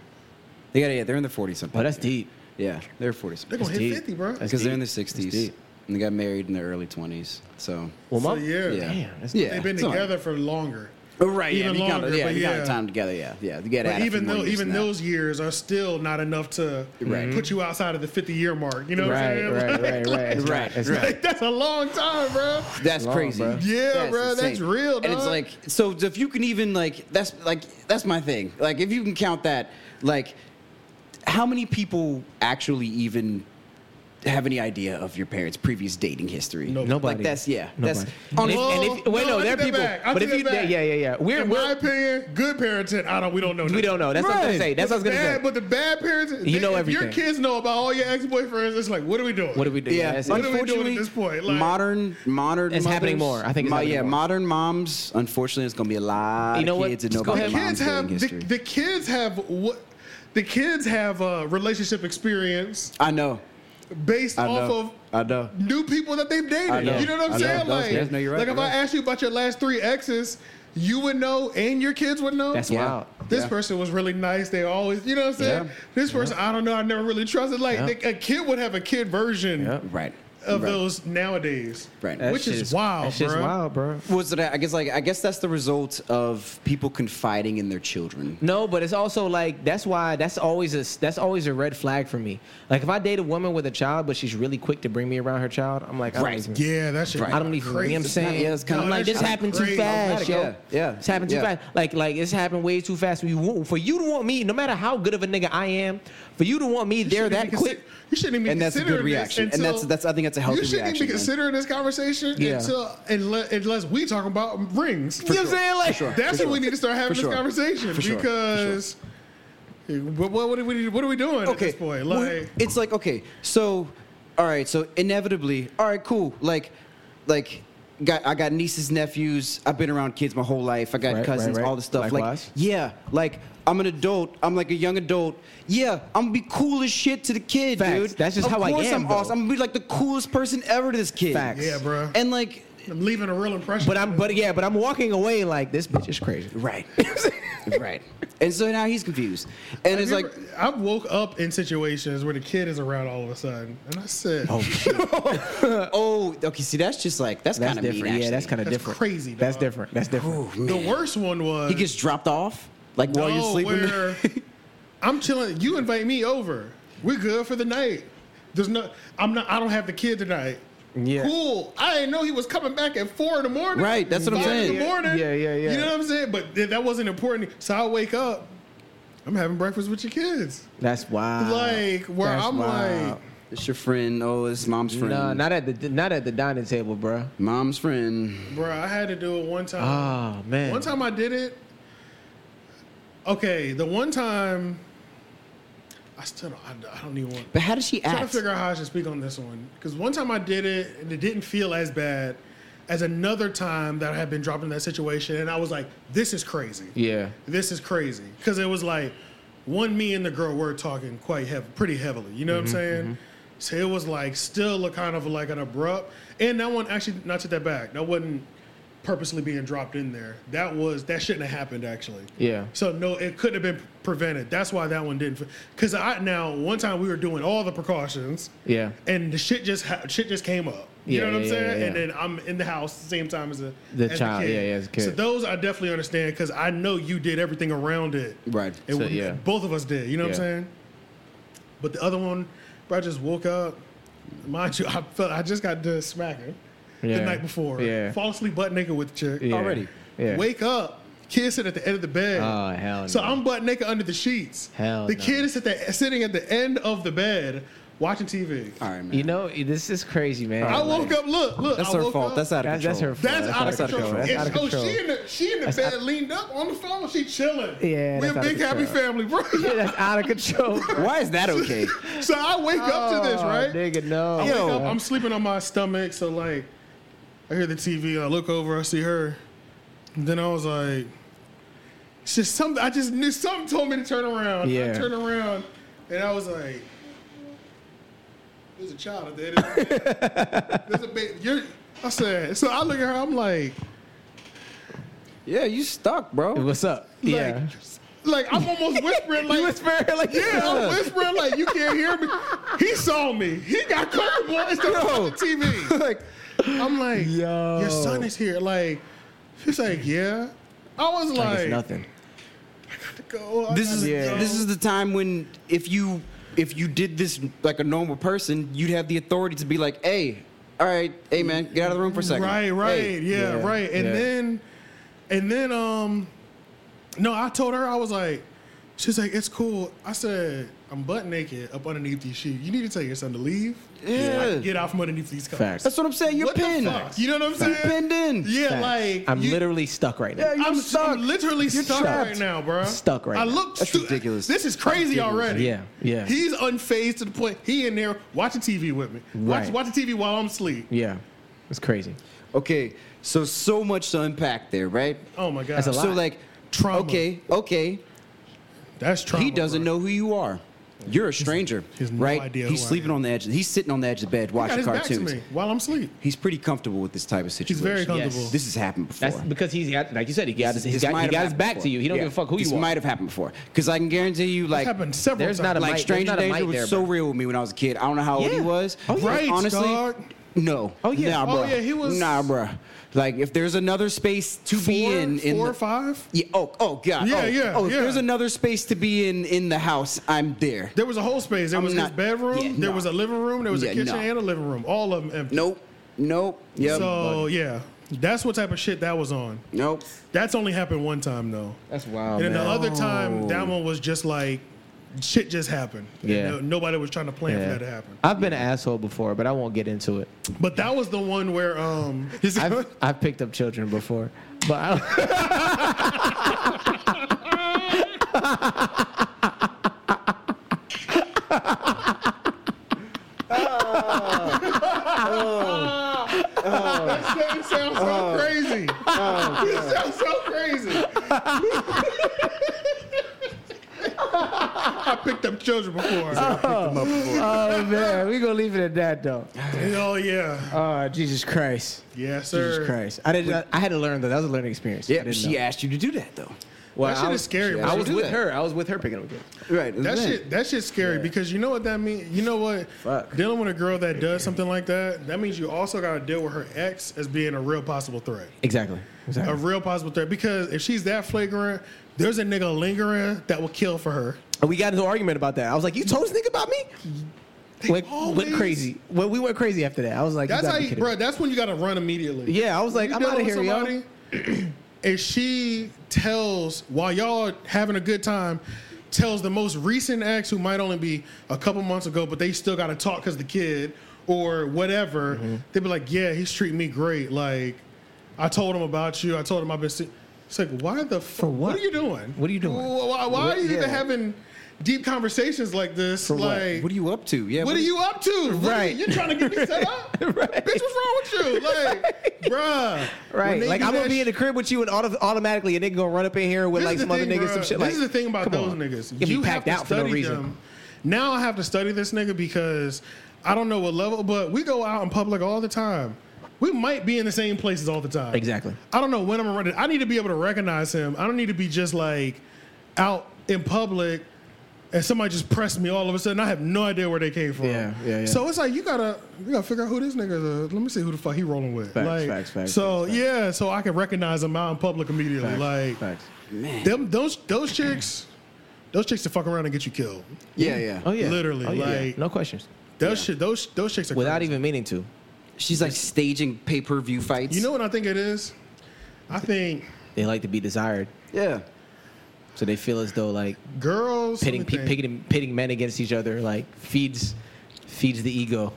They gotta. Yeah, they're in their forty something. Oh, that's deep. Yeah, they're forty They're something. gonna hit deep. fifty, bro. That's Because they're in their deep. That's sixties deep. and they got married in their early twenties. So. Well, So, my, yeah. Yeah. Damn, that's yeah. They've been it's all right. together for longer. Oh, right. even yeah, you longer, Got, yeah, but you got yeah. the time together. Yeah, yeah. You get at But it even for more though years even than that. those years are still not enough to put you outside of the fifty year mark. You know what I'm saying? right, right, right, right, Right, right, It's right. not- Like, that's a long time, bro. That's long, crazy. bro. Yeah, bro, that's real, And it's dog. like so if you can even like that's like that's my thing. Like if you can count that, like how many people actually even have any idea of your parents' previous dating history? Nobody. Nobody. Like that's yeah. That's And if, Well, and if, wait, no, Oh, no, I there take are that people. back. I But if take you, that yeah, back. yeah, yeah. We're, In my we're opinion, good parenting. I don't. We don't know. we nothing. don't know. That's what I'm gonna Right. say. That's what I was But gonna the bad, say. But the bad parents, You know if Your everything. kids know about all your ex boyfriends. It's like, what are we doing? What do we do? yeah, That's it. do we do at this point? Like- modern, modern. It's happening mothers- more. I think it's mo- happening yeah, more. modern moms. Unfortunately, it's gonna be a lot. You know of what? kids that know Just go about ahead. their kids mom's have dating the, history. the kids have what the kids have uh, relationship experience I know. based I off know. I know. of new people that they've I dated. know. You know what I'm I know. saying? Those Like, kids. No, you're right, like if you're I right. asked you about your last three exes, you would know and your kids would know. That's Yeah. wild. this yeah. person was really nice. They always, you know what I'm saying? Yeah. This person, I don't know. I never really trusted. Like Yeah. they- a kid would have a kid version Yeah. Right. of right. those nowadays, Right. That Which That is, shit wild, That shit's bro. wild, bro. was it? I guess like I guess that's the result of people confiding in their children. No, but it's also like that's why that's always a that's always a red flag for me. Like if I date a woman with a child, but she's really quick to bring me around her child, I'm like, I Right. don't even, Yeah, that shit. I don't even. You know what I'm saying, yeah, it's kinda- I'm that like this shit happened crazy. too fast, yo. Yeah, yeah, this happened too yeah. fast. Like like it's happened way too fast. For you, want- for you to want me, no matter how good of a nigga I am, for you to want me there shouldn't that even quick. consi- You shouldn't even. And that's a good considering this reaction. And until- that's- that's- I think that's a healthy You shouldn't reaction, even be man. considering this conversation Yeah. until unless, unless we talk about rings. You know what I'm saying? Like That's when we need to start having For this sure. conversation For sure. For because. What, what, what, are we, what are we doing at this point? well, Like, it's like okay, so all right, so inevitably, all right, cool. Like, like, got I got nieces, nephews. I've been around kids my whole life. I got Right, right, cousins, right. all this stuff. Likewise. Like, yeah, like I'm an adult. I'm like a young adult. Yeah, I'm gonna be cool as shit to the kid, Facts. dude. That's just of how I course am, I'm though. awesome. I'm gonna be like the coolest person ever to this kid. Facts. yeah, bro. And like, I'm leaving a real impression. But I'm but yeah, but I'm walking away like this bitch is crazy. right, right. And so now he's confused, and it's like. I've woke up in situations where the kid is around all of a sudden, and I said, Oh, okay. See, that's just like that's, That's kind of different. Mean, yeah, actually. that's kind of That's different. crazy, dog. That's different. That's different. "The worst one was He gets dropped off like while you're No, sleeping. where I'm chilling. You invite me over. We're good for the night. There's no. I'm not. I don't have the kid tonight. Yeah. Cool. I didn't know he was coming back at four in the morning. Right, that's what I'm Five In saying. the morning. Yeah, yeah, yeah. You know what I'm saying? But th- that wasn't important. So I wake up. I'm having breakfast with your kids. That's Ah, wild. Like where That's I'm wild. like. It's your friend. Oh, it's mom's friend. Nah, not at the not at the dining table, bro. mom's friend. Bro, I had to do it one time. Ah, Oh man. One time I did it. Okay, the one time. I still don't. I, I don't even want. But how does she trying to act? figure out how I should speak on this one because one time I did it and it didn't feel as bad as another time that I had been dropped in that situation and I was like, this is crazy. Yeah. This is crazy because it was like one me and the girl were talking quite heavy, pretty heavily. You know what I'm saying? So it was like still a kind of like an abrupt and that one actually not to that back that wasn't purposely being dropped in there. That was that shouldn't have happened actually. Yeah. So no, it couldn't have been prevented. That's why that one didn't. Because I now one time we were doing all the precautions, Yeah. and the shit just ha- shit just came up. You Yeah, know what I'm yeah, saying? yeah, And yeah. then I'm in the house the same time as the The as child, kid. yeah, yeah, as a So kid. those I definitely understand because I know you did everything around it. Right. And So, we- yeah. Both of us did. You know what I'm Yeah. saying? But the other one, bro, I just woke up. Mind you, I felt I just got done smacking the Yeah. night before. Yeah. Fall asleep butt naked with the chick Yeah. Already. Yeah. wake up. Kid sitting at the end of the bed. Oh, hell So no. I'm butt naked under the sheets. Hell The no. kid is at the, sitting at the end of the bed. watching TV. All right, man. You know, this is crazy, man. I woke up. Look, look. That's I her woke fault. Up. That's out of control. That's- that's her fault. That's, out, of control. That's It's- out of Oh, she control. in the she in the bed, leaned up on the phone. She chilling. Yeah, we a that's out of big happy control. family, bro. Yeah, that's out of control. Oh, Why is that okay? so I wake up to this, right? Nigga, no. I wake up, I'm sleeping on my stomach, so like, I hear the TV. I look over, I see her. And then I was like, it's just something. I just knew something told me to turn around. I Yeah. turned around, and I was like, "There's a child at the end of the bed. There's a baby." You're, I said. So I look at her. I'm like, yeah, you stuck, bro. What's up? yeah. like I'm almost whispering, like. whisper like yeah, I'm whispering like you can't hear me. He saw me. He got covered, boy. It's the Yo. fucking TV. like, I'm like, Yo. your son is here. Like, she's like, yeah. I was Like like, it's nothing. Go, I this gotta is go. this is the time when if you if you did this like a normal person, you'd have the authority to be like, hey, all right, hey man, get out of the room for a second. right, right, Hey. yeah, yeah, right. And yeah. then, and then, um, no, I told her I was like, she's like, it's cool. I said, I'm butt naked up underneath these sheets. You need to tell your son to leave. Yeah. Like, get out from underneath these covers. Facts. That's what I'm saying. You're What the pinned. fuck? You know what I'm You're saying? pinned in. Yeah, Facts. like I'm you- literally stuck right now. Yeah, you- I'm, stuck. I'm literally You're stuck trapped. right now, bro. Stuck right I now. look That's stu- ridiculous. This is crazy already. Yeah, yeah. He's unfazed to the point he in there watching TV with me. Watch, Right. watching TV while I'm asleep. Yeah. It's crazy. Okay, so so much to unpack there, right? Oh my god. That's a lot. So like, Trauma. okay, okay, That's trauma. he doesn't bro. know who you are. You're a stranger, he has no right? idea he's who I sleeping am. on the edge. He's sitting on the edge of bed He got watching his back to cartoons. me while I'm asleep. He's pretty comfortable with this type of He's situation. very comfortable. This has happened before. That's because he's got, like you said, he got his, This he's got, might he have got his happened back to before. you. He don't Yeah. give a fuck who this you are. might have happened before. Because I can guarantee you, like, This happened several there's times. not a like mic- Stranger there's not a Danger mic was there, so bro. real with me when I was a kid. I don't know how old he Yeah. was. Oh, yeah. Right, honestly, dog. no. Oh, yeah. nah, Oh, bro. yeah, he was- nah, bro. Like, if there's another space to be Four- in, in four the- or five. Yeah, oh, oh, God. Yeah, oh, yeah, Oh, if yeah. there's another space to be in in the house, I'm there. There was a whole space. There I'm was his not- bedroom. yeah, there no. was a living room. There was a Yeah, kitchen no. and a living room. All of them empty. Nope. Nope. Yep. So yeah, that's what type of shit that was on. nope. That's only happened one time though. That's wild, And then the other time, that one was just like, shit just happened. Yeah. No- nobody was trying to plan for that to happen. I've been an asshole before, but I won't get into it. But that was the one where, um, I've, I've picked up children before, but I don't- that sounds so Oh. crazy. That sounds so crazy. I picked up children before. Oh, oh man, we gonna leave it at that though. yeah. Oh Jesus Christ, Yeah, Jesus sir. Christ! I didn't. I, I had to learn though. That was a learning experience. I Yeah, didn't she know. asked you to do that, though. Well, That shit I is was- scary. I Why was you do with that? her. I was with her picking up kids. Right. That shit, that shit's scary because you know what that means. You know what? Fuck. Dealing with a girl that does something like that, that means you also got to deal with her ex as being a real possible threat. Exactly. Exactly. a real possible threat because if she's that flagrant, there's a nigga lingering that will kill for her. And we got into an argument about that. I was like, "You told this nigga about me." Went, always- went crazy. Well, we went crazy after that. I was like, you That's gotta how be you, kidding me. bro. That's when you gotta run immediately. Yeah, I was like, You I'm dealing out of with here, yo. somebody, If she tells while y'all having a good time, tells the most recent ex who might only be a couple months ago, but they still gotta talk because the kid or whatever, Mm-hmm. they'd be like, yeah, he's treating me great. Like, I told him about you. I told him I've been. See-. It's like, why the for what? What are you doing? What are you doing? Why, why- why are you even having deep conversations like this? For what? like, What are you up to? Yeah. what are you up to? What are Right. you, are trying to get me set up? Bitch, what's wrong with you? Like, bruh. when Right. they Like do I'm gonna that be in the sh- crib with you and auto- automatically a nigga gonna run up in here with This like is the some other thing, niggas some bruh. shit. This like, is the thing about come those on. niggas. Get me You have packed to out for study no reason. them. Now I have to study this nigga because I don't know what level, but we go out in public all the time. We might be in the same places all the time. Exactly. I don't know when I'm running. I need to be able to recognize him. I don't need to be just like out in public and somebody just pressed me all of a sudden. I have no idea where they came from. Yeah, yeah, yeah. So it's like you gotta you gotta figure out who this nigga is. Uh, Let me see who the fuck he rolling with. Facts, like, facts, facts, so yeah, so I can recognize him out in public immediately. like Facts. them those those chicks, those chicks to fuck around and get you killed. Yeah, yeah. Oh yeah. Literally, Oh, yeah. like- no questions. Those shit, those those chicks are Without crazy. even meaning to. She's like staging pay per view fights. You know what I think it is? I think They like to be desired, Yeah. so they feel as though like girls pitting let me pe- think. pitting, pitting men against each other like feeds feeds the ego.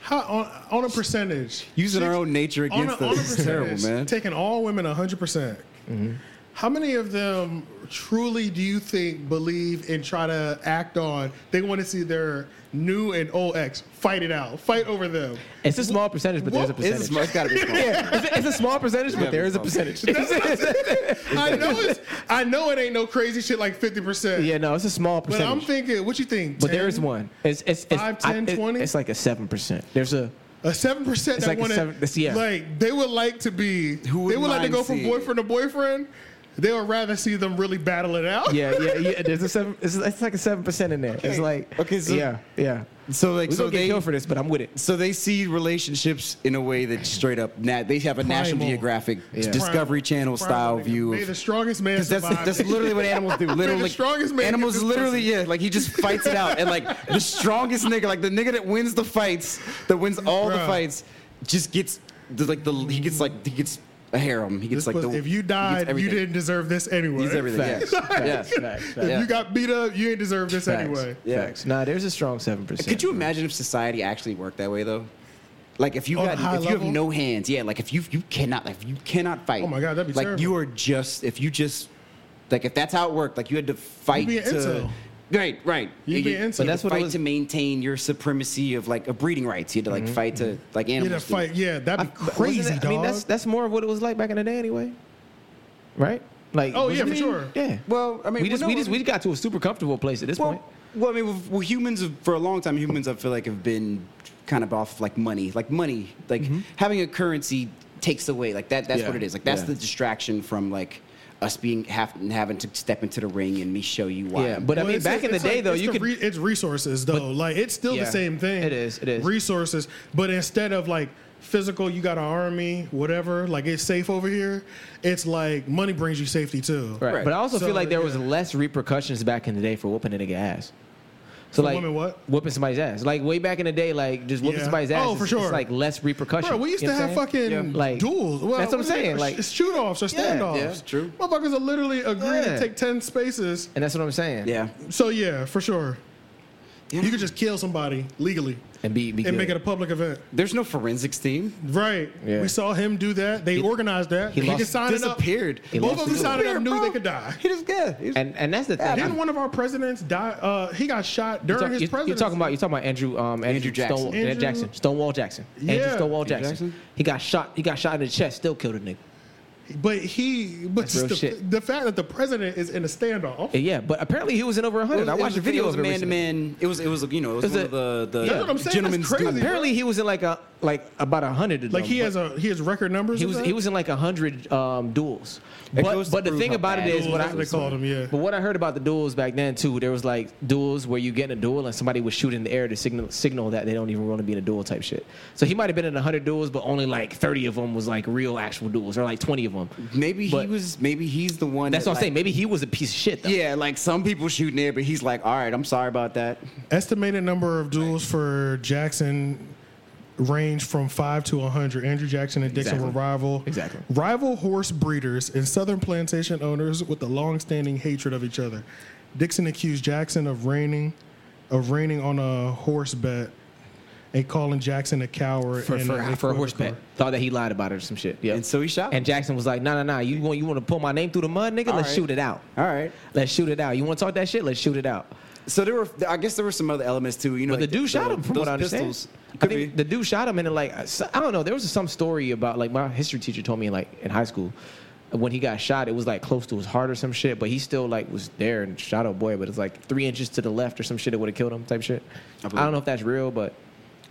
How, on, on a percentage, Using our Six- own nature on a, against on a us is terrible, percentage, man. taking all women 100%. percent How many of them truly do you think believe and try to act on? They want to see their new and old ex fight it out, fight over them. It's a small percentage, but there's a What percentage. It's, it's gotta be small. Yeah, it's, a, it's a small percentage, but there is a percentage. I know it's, I know it ain't no crazy shit like 50%. yeah, no, it's a small But percentage. I'm thinking, what you think? But there 10? is one. It's it's it's, Five, I- 10, it- 20? it's like a seven percent. There's a A seven percent It's that like a want seven- that's- to, yeah. like they would like to be. Who they wouldn't would like to mind go from seeing it? boyfriend to boyfriend. They would rather see them really battle it out. yeah yeah yeah. There's a seven. It's, it's like a seven percent in there. It's like Okay, so- yeah yeah. So like We so gonna get they killed for this, but I'm with it. so they see relationships in a way that straight up na- they have a National Primal. Geographic Yeah. Discovery Primal Channel style nigga. view. May Of, the strongest man 'cause that's survive. that's literally what animals do. Literally, like, strongest man animals get this literally yeah, like he just fights it out, and like the strongest nigga, like the nigga that wins the fights, that wins all the Bruh. fights, just gets the, like the he gets like he gets a harem. He gets This like was- the if you he died, gets you everything. didn't deserve this anyway. He gets everything. Facts. Yeah. Facts, Yeah. facts, If facts, you got beat up, you ain't deserve this facts, anyway. Yeah. facts. Nah, there's a strong seven percent. Could you imagine if society actually worked that way though? Like if you On a got high if you have level? no hands, yeah. Like if you you cannot like if you cannot fight. Oh my God, that'd be like terrible. you are just if you just like if that's how it worked. Like you had to fight be an to. incel. Right, right. You'd be an incel. But that's what it fight was- to maintain your supremacy of like of breeding rights. You had to like fight to like Mm-hmm, You had animals. to do. fight. Yeah, that'd be Wasn't it- crazy, dog. I mean, that's that's more of what it was like back in the day, anyway. Right? Like, Oh, was yeah, it- for sure. Yeah. Well, I mean, we just well, we no, just I we mean- got to a super comfortable place at this Well, point. well, I mean, with- well, humans have- for a long time, humans I feel like have been kind of off like money, like money, like having a currency takes away, like that. That's Mm-hmm. Yeah. what it is. Like that's Yeah. the distraction from like us being have, having to step into the ring and me show you why. Yeah, but I Well, mean, it's- back in the it's day like- though, it's you the could re- it's resources though. like it's still yeah, the same thing. it is, it is. resources, but instead of like physical, you got an army, whatever. Like it's safe over here. It's like money brings you safety too. Right. Right. But I also So, feel like there was yeah. less repercussions back in the day for whooping a nigga ass. So like whooping what? Whooping somebody's ass. Like way back in the day, like just whooping Yeah. somebody's ass. Oh, is- for sure. It's like less repercussions. Bro, we used You to know what have I'm fucking saying? Yeah. Like, duels. Well, that's what I'm saying. Like, shoot offs or standoffs. yeah, it's true. Motherfuckers are literally agreeing Yeah. to take ten spaces. and that's what I'm saying. yeah, So yeah, for sure. You could just kill somebody legally And be, be and good. make it a public event. there's no forensics team. Right. Yeah. We saw him do that. They organized that. he He, lost- could sign it up. disappeared. He Both lost of them his signed it up, knew Disappeared, they bro. could die. He just yeah. He just- and and that's the thing. Didn't one of our presidents die? Uh, he got shot during You're, his talk- you're- presidency. you're talking about you're talking about Andrew um, Andrew, Andrew Jackson. Stonewall, Andrew- Jackson Stonewall Jackson Andrew Yeah. Stonewall Andrew Jackson. Jackson? He got shot. He got shot in the chest. Still killed a nigga. But he, but real the, shit. the fact that the president is in a standoff. And yeah, but apparently he was in over It 100. was- I it watched was a video It was of it man to recently. man. It was it was you know it was, It was one of the the That's what I'm saying, that's gentlemen's crazy. duel. Apparently he was in like a like about a hundred. like he has a he has record numbers. He of was that? he was in like a hundred um, duels. It But, goes to but the prove thing how about it bad is Duels, what I that's what they called him. Yeah. But what I heard about the duels back then too, there was like duels where you get in a duel and somebody would shoot in the air to signal signal that they don't even want to be in a duel type shit. So he might have been in hundred duels, but only like thirty of them was like real actual duels, or like twenty of them. Maybe he But- was. Maybe he's the one. That's that, what I'm like, saying. Maybe he was a piece of shit though. Yeah, like some people shooting there, but he's like, all right, I'm sorry about that. Estimated number of duels for Jackson range from five to hundred. Andrew Jackson and Dixon Exactly. were rival, Exactly. rival horse breeders and southern plantation owners with a long-standing hatred of each other. Dixon accused Jackson of raining, of raining on a horse bet, and calling Jackson a coward For, and for, a for a horse bet. Thought that he lied about it or some shit. Yeah. And so he shot him. And Jackson was like, nah, nah, nah. You want you want to pull my name through the mud, nigga? All Let's right. shoot it out. All right. Let's shoot it out. You want to talk that shit? Let's shoot it out. So there were, I guess there were some other elements too. You know, But the like dude shot the- him, from those what I understand. pistols. I Could be. think the dude shot him, and then, like I s- I don't know. There was some story about like my history teacher told me like in high school when he got shot, it was like close to his heart or some shit. But he still like was there and shot a boy, but it's like three inches to the left or some shit that would have killed him type shit. I, believe don't know if that's real, but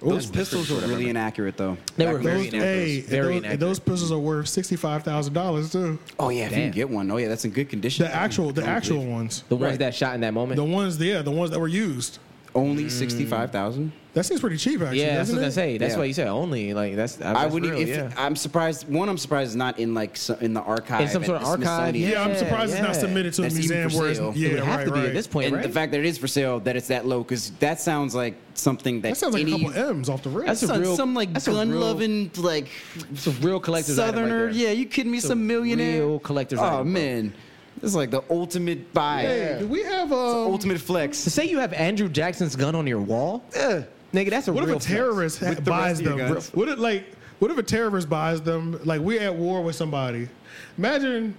Those pistols were really inaccurate though. They Back were then. very Those, inaccurate. hey, Very those, inaccurate. those pistols are worth sixty-five thousand dollars too. Oh yeah, if you Damn. can get one. Oh yeah, that's in good condition. The actual, the actual ones, the ones that shot in that moment. the ones, yeah, the ones that were used. Mm. Only sixty-five thousand. That seems pretty cheap, actually. yeah, that's doesn't what I it? say. That's Yeah. why you said only like that's. that's I wouldn't. e- real, if yeah. I'm surprised. One, I'm surprised it's not in like so, in the archive. In some at sort of the archive, Smithsonian. Yeah, I'm Yeah, surprised it's not yeah. submitted to That's a even museum for where it's, sale. It yeah, it would have right, to be right. at this point, And right? the fact that it is for sale, that it's that low, because that sounds like something that, That sounds like any, a couple M's off the rip. That's a some, real- some like that's a real- gun loving like it's a real collector's item right southerner. there. yeah, you kidding me? a Some millionaire. real collector's Oh item, bro. man, this is like the ultimate buy. Hey, do we have um, Ultimate flex. To say you have Andrew Jackson's gun on your wall, Ugh. Nigga, that's a What if real a terrorist ha- With the rest buys of your them? guns. What if like what if a terrorist buys them? Like we're at war with somebody. Imagine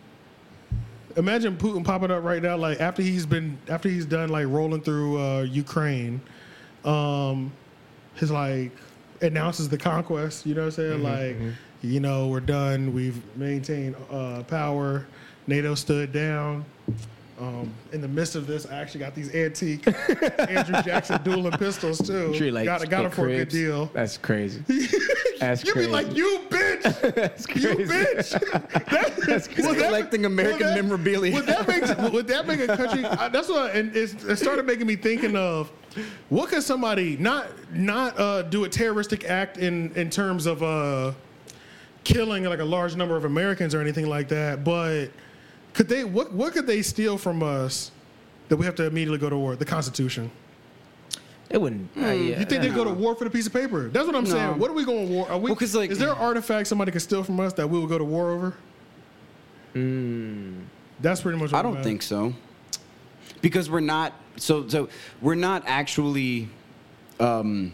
imagine Putin popping up right now like after he's been after he's done like rolling through uh, Ukraine. Um his like announces the conquest, you know what I'm Mm-hmm, saying? like you know, we're done. We've maintained uh, power. NATO stood down. Um, in the midst of this, I actually got these antique Andrew Jackson dueling pistols too. Tree, like, got got them at for a good Cribs. deal. That's crazy. That's You crazy. be like, you bitch, that's you crazy. bitch. That- crazy. would that- Collecting American would that- memorabilia. Would that make would that make a country? I, that's what, and it's, it started making me thinking of what could somebody not not uh, do a terroristic act in in terms of uh, killing like a large number of Americans or anything like that, but could they what what could they steal from us that we have to immediately go to war? The Constitution. It wouldn't. uh, yeah, Hmm, You think they go to war for the piece of paper? That's what I'm saying. What are we going to war? Are we? Well, 'cause, like- is there an artifact somebody could steal from us that we will go to war over? That's pretty much. What Hmm. I don't think so. Because we're not so so we're not actually um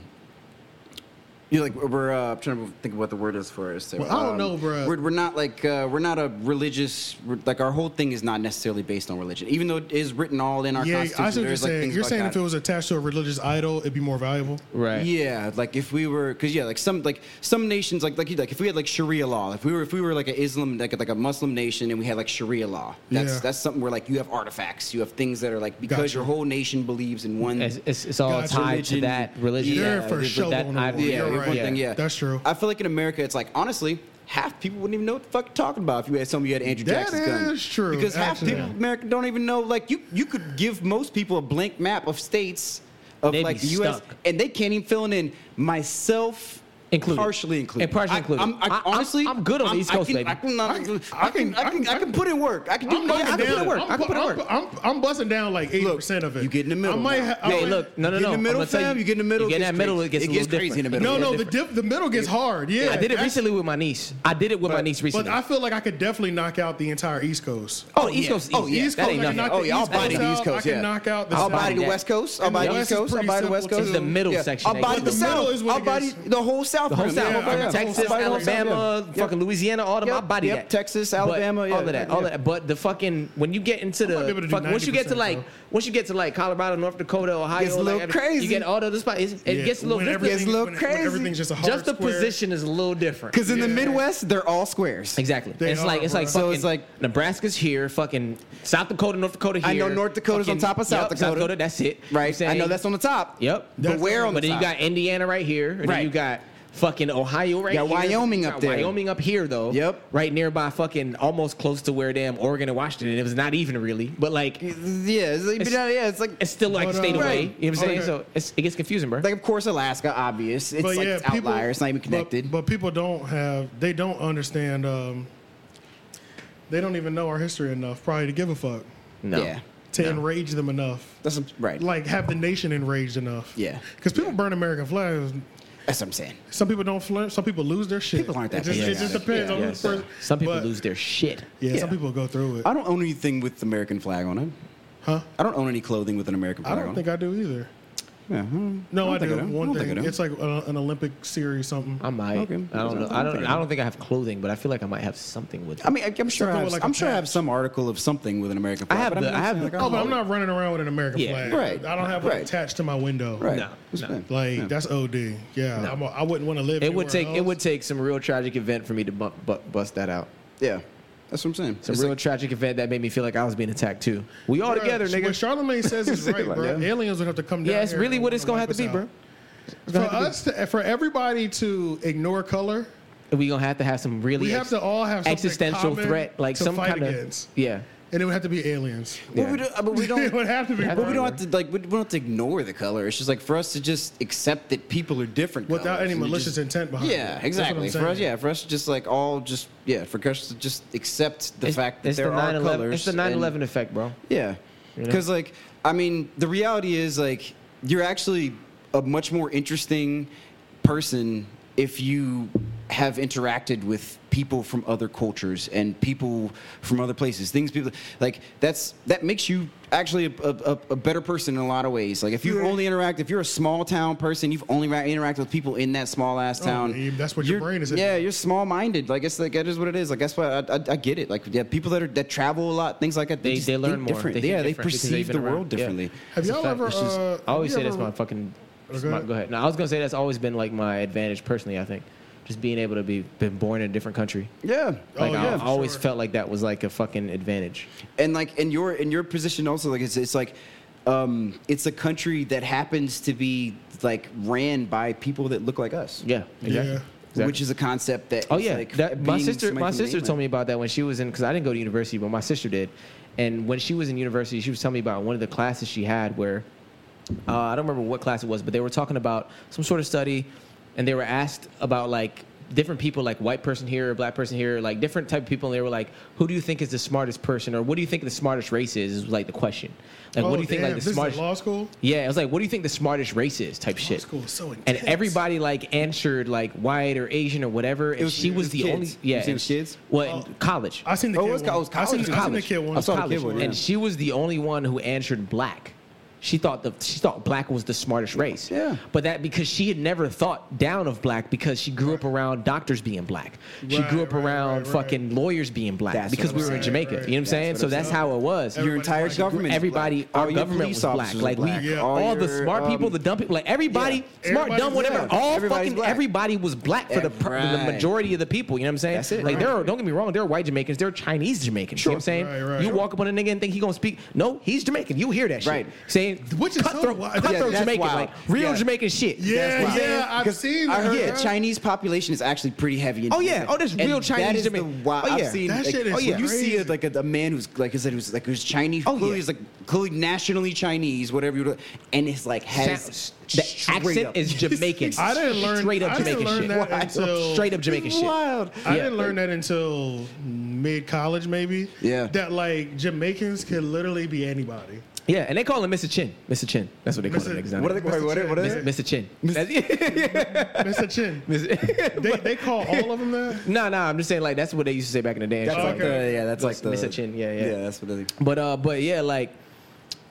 you know, like we're uh, I'm trying to think of what the word is for us. Well, I don't know, bruh. We're, we're not like uh, we're not a religious we're, like our whole thing is not necessarily based on religion, even though it is written all in our Yeah, I see constitution. what you're there's, like, saying. things you're like saying that. if it was attached to a religious idol, it'd be more valuable. Right. Yeah, like if we were, because yeah, like some like some nations like like you- like if we had like Sharia law, if we were if we were like an Islam like like a Muslim nation and we had like Sharia law, that's Yeah. that's something where like you have artifacts, you have things that are like because Gotcha. your whole nation believes in one. It's, it's, it's all Got's tied religion. to that religion. They're Yeah, for with sure that going to idea. war. You're yeah, one right. thing, yeah, That's true. I feel like in America, it's like honestly, half people wouldn't even know what the fuck you're talking about if you had something you had Andrew That Jackson's gun. is true, Because half actually. people in America don't even know. Like you, you could give most people a blank map of states of They'd be like the U.S. stuck. and they can't even fill it in. Myself. Included. partially included, And partially I- included. I'm, I, I- I'm- honestly, I'm good on the East Coast, I can, baby. I can, I can, I can, I can, I can- put in work. I can do. I'm yeah, busting I can put down- in work. I'm I can put in bu- work. I'm, I'm, I'm busting down like eighty percent of it. you get in the middle I might. now. Ha- I Hey, might- look, no, no, You get no. in the middle, I'ma tell fam. You get in the middle. You get in it that gets middle, crazy. it gets a gets little crazy different. in the middle. No, Yeah, no. The different. dip, the middle gets hard. Yeah, I did it that's- recently with my niece. I did it with my niece But recently. I feel like I could definitely knock out the entire East Coast. oh, East Coast. Oh, easy. yeah. East That Coast, ain't I can nothing. knock Oh, the yeah, I'll East buy Coast the East out, Coast, I can yeah. knock out the I'll South. body the that. West Coast. I'll And buy the the West East is Coast. I'll pretty buy the West simple, Coast. too. The middle section I'll that buy gets- the The middle is South. when I'll it buy gets- the whole South. The whole Rim. South, Yeah, fucking yeah, the Texas, whole South Rim. Alabama, Yep. fucking Louisiana, all them. Yep, I body yep, that. Texas, But Alabama, yeah, all of that, yeah. all of that. But the fucking when you get into might be able the to do fuck, once you get to 90%, like though. once you get to like Colorado, North Dakota, Ohio, Gets a like, little every- crazy. You get all the other spots. It's- It Yeah, gets a little when different. everything- little when- crazy. When everything's just a hard Just the square. position is a little different. Because in the Yeah. Midwest, they're all squares. Exactly. They it's are, like it's like bruh. So fucking it's like- Nebraska's here, fucking South Dakota, North Dakota here. I know North Dakota's on fucking- top of South yup, Dakota. That's it. You know what I'm Right. I saying? know that's on the top. Yep. But That's where on the But then top? you got Indiana right here, and Right. then you got fucking Ohio right You got here. Wyoming You up got there. Wyoming up here though. Yep. Right nearby, fucking almost close to where damn Oregon and Washington. It was not even really, but like Yeah, it's like, It's- yeah, it's like it's still like But, a state uh, away. Right. You know what I'm saying? Okay. So it's, it gets confusing, bro. like of course Alaska, obvious. It's like it's outlier. it's not even but- connected. But, people don't have they don't understand um, they don't even know our history enough probably to give a fuck no. yeah, to No. enrage them enough. that's what- right. Like have the nation enraged enough. Yeah. Because people burn American flags. that's what I'm saying. Some people don't flinch. Some people lose their shit. People aren't that It just, it patriotic. just depends Yeah, on yeah, who's so first. Some people but- lose their shit. Yeah, Yeah. some people go through it. I don't own anything with the American flag on it. Huh? I don't own any clothing with an American I flag don't on think I do either. it. Yeah, hmm. No, I, don't do. think I do. I One don't think thing. I do. It's like a, an Olympic series something. I might. Okay. I don't know. I don't. I don't think I have clothing, but I feel like I might have something with. It. I mean, I- I'm sure. I Something have, with like a I'm sure I have patch. some article of something with an American I flag. have but the- I'm I have saying, the- like, oh, but don't I'm know. not running around with an American Yeah, flag. right, I don't have one right. attached to my window. Right. No, It's no. fine. Like that's OD. Yeah, I'm a, I wouldn't want to live. It anywhere would take it else. would take some real tragic event for me to bu- bu- bust that out. Yeah, that's what I'm saying. Some It's real like- tragic event that made me feel like I was being attacked too. We all Bruh, together, What nigga. Charlemagne says is right, Like, bro. yeah. Aliens would have to come down. Yeah, it's here really and what it's wipe gonna have to us be, out. bro. For us, to, for everybody to ignore color, We gonna have to have some really we have ex- to all have something existential common threat, like to some fight kind against. of yeah. and it would have to be aliens. But Yeah. we don't- but we it don't. would have to be. But bro. we don't have to like we don't have to ignore the color. It's just like for us to just accept that people are different without colors any and malicious just- intent behind. it. Oh, Yeah, That's what exactly. I'm For us, saying. yeah, for us to just like all just yeah, for us to just accept the It's- fact that it's there the are 9/11 colors. It's the and- 9/11 effect, bro. Yeah, know? because like I mean, the reality is like you're actually a much more interesting person if you have interacted with people from other cultures and people from other places. Things people like that's that makes you actually a, a, a- a better person in a lot of ways. Like if you only interact, if you're a small town person, you've only ra- interacted with people in that small ass Oh, town. yeah, that's what your You're- brain is hitting Yeah, on. you're small minded. Like it's like that is what it is. Like that's why I, I, I get it. Like yeah, people that are that travel a lot, things like that, They- just they think learn more. different. They think yeah, they different because perceive they've the been around. world Yeah. differently. Have It's a y'all fact. ever? It's just- uh, I always you say that's ever- my fucking. Oh, go my- ahead. go ahead. No, I was gonna say that's always been like my advantage personally. I think just being able to be been born in a different country. Yeah. Like Oh, I, yeah, I for always sure. felt like that was like a fucking advantage. and like in your in your position also like it's, it's like um it's a country that happens to be like ran by people that look like us Yeah. Exactly. Yeah. Exactly. which is a concept that Oh is, yeah, like that, my being sister. somebody My from sister mainland. told me about that when she was in because I didn't go to university, but my sister did. And when she was in university, she was telling me about one of the classes she had where uh, I don't remember what class it was, but they were talking about some sort of study, and they were asked about like different people, like white person here, black person here, like different type of people, and they were like, "Who do you think is the smartest person, or what do you think the smartest race is?" Is like the question. Like, Oh, what do you think damn, like this the is at smartest? law school? Yeah, it was like, what do you think the smartest race is? Type shit. school is so And intense. everybody like answered like white or Asian or whatever, and was- she it was was the kids. only You yeah seen and- kids? Well, in college. I seen the Oh, kid it was one. co- it was I seen, college. I seen the kid one. I saw the college, kid one, and yeah. she was the only one who answered black. She thought the she thought black was the smartest race. Yeah. But that because she had never thought down of black because she grew up around doctors being black. she Right, grew up right, around right, right. fucking lawyers being black That's because what we I'm were in saying. Jamaica. Right, You know what I'm saying? So that's how it was. Everybody- your entire Everybody's government is Everybody, black. our All your government police was black. officers are Like black. we, Yeah. all, the your, smart um, people, the dumb people, like everybody, Yeah. smart, dumb, Everybody's whatever. black. All Everybody's fucking black. everybody was black for the, per, the Right. majority of the people. You know what I'm saying? That's it. Like there are, don't get me wrong, there are white Jamaicans, there are Chinese Jamaicans. You know what I'm saying? Right, right. you Sure. walk up on a nigga and think he gonna speak. No, he's Jamaican. You hear that shit. Right. Saying Which is so cutthroat, wild. Yeah, cutthroat that's Jamaican, wild. like real Yeah. Jamaican shit. Yeah, That's why. yeah, I've 'Cause seen I that. heard yeah. the Chinese population is actually pretty heavy. In Oh, yeah. Jamaica. Oh, there's And real That Chinese is the Jamaican. wild. Oh, yeah. I've seen, That like, shit is oh, yeah. You see crazy. it like a, a man who's like I said, who's like who's Chinese. Oh, yeah. clearly is like clearly nationally Chinese, whatever you. And it's like has Sounds- the straight accent up- is Jamaican. I didn't learn- straight up I didn't Jamaican learn shit. that until- straight up Jamaican shit. Wild. I Yeah. didn't learn that until mid college, maybe. Yeah. That like Jamaicans can literally be anybody. Yeah, and they call him Mr. Chin. Mr. Chin. That's what they call him. Mr. exactly. What are they? What are, what are they? Mr. Chin. That's- Mr. Chin. Mr. they, they call all of them that. No, no, I'm just saying like that's what they used to say back in the day. That's Oh, like okay. the yeah. That's like the Mr. Chin, yeah, yeah. Yeah, that's what they. But uh, but yeah, like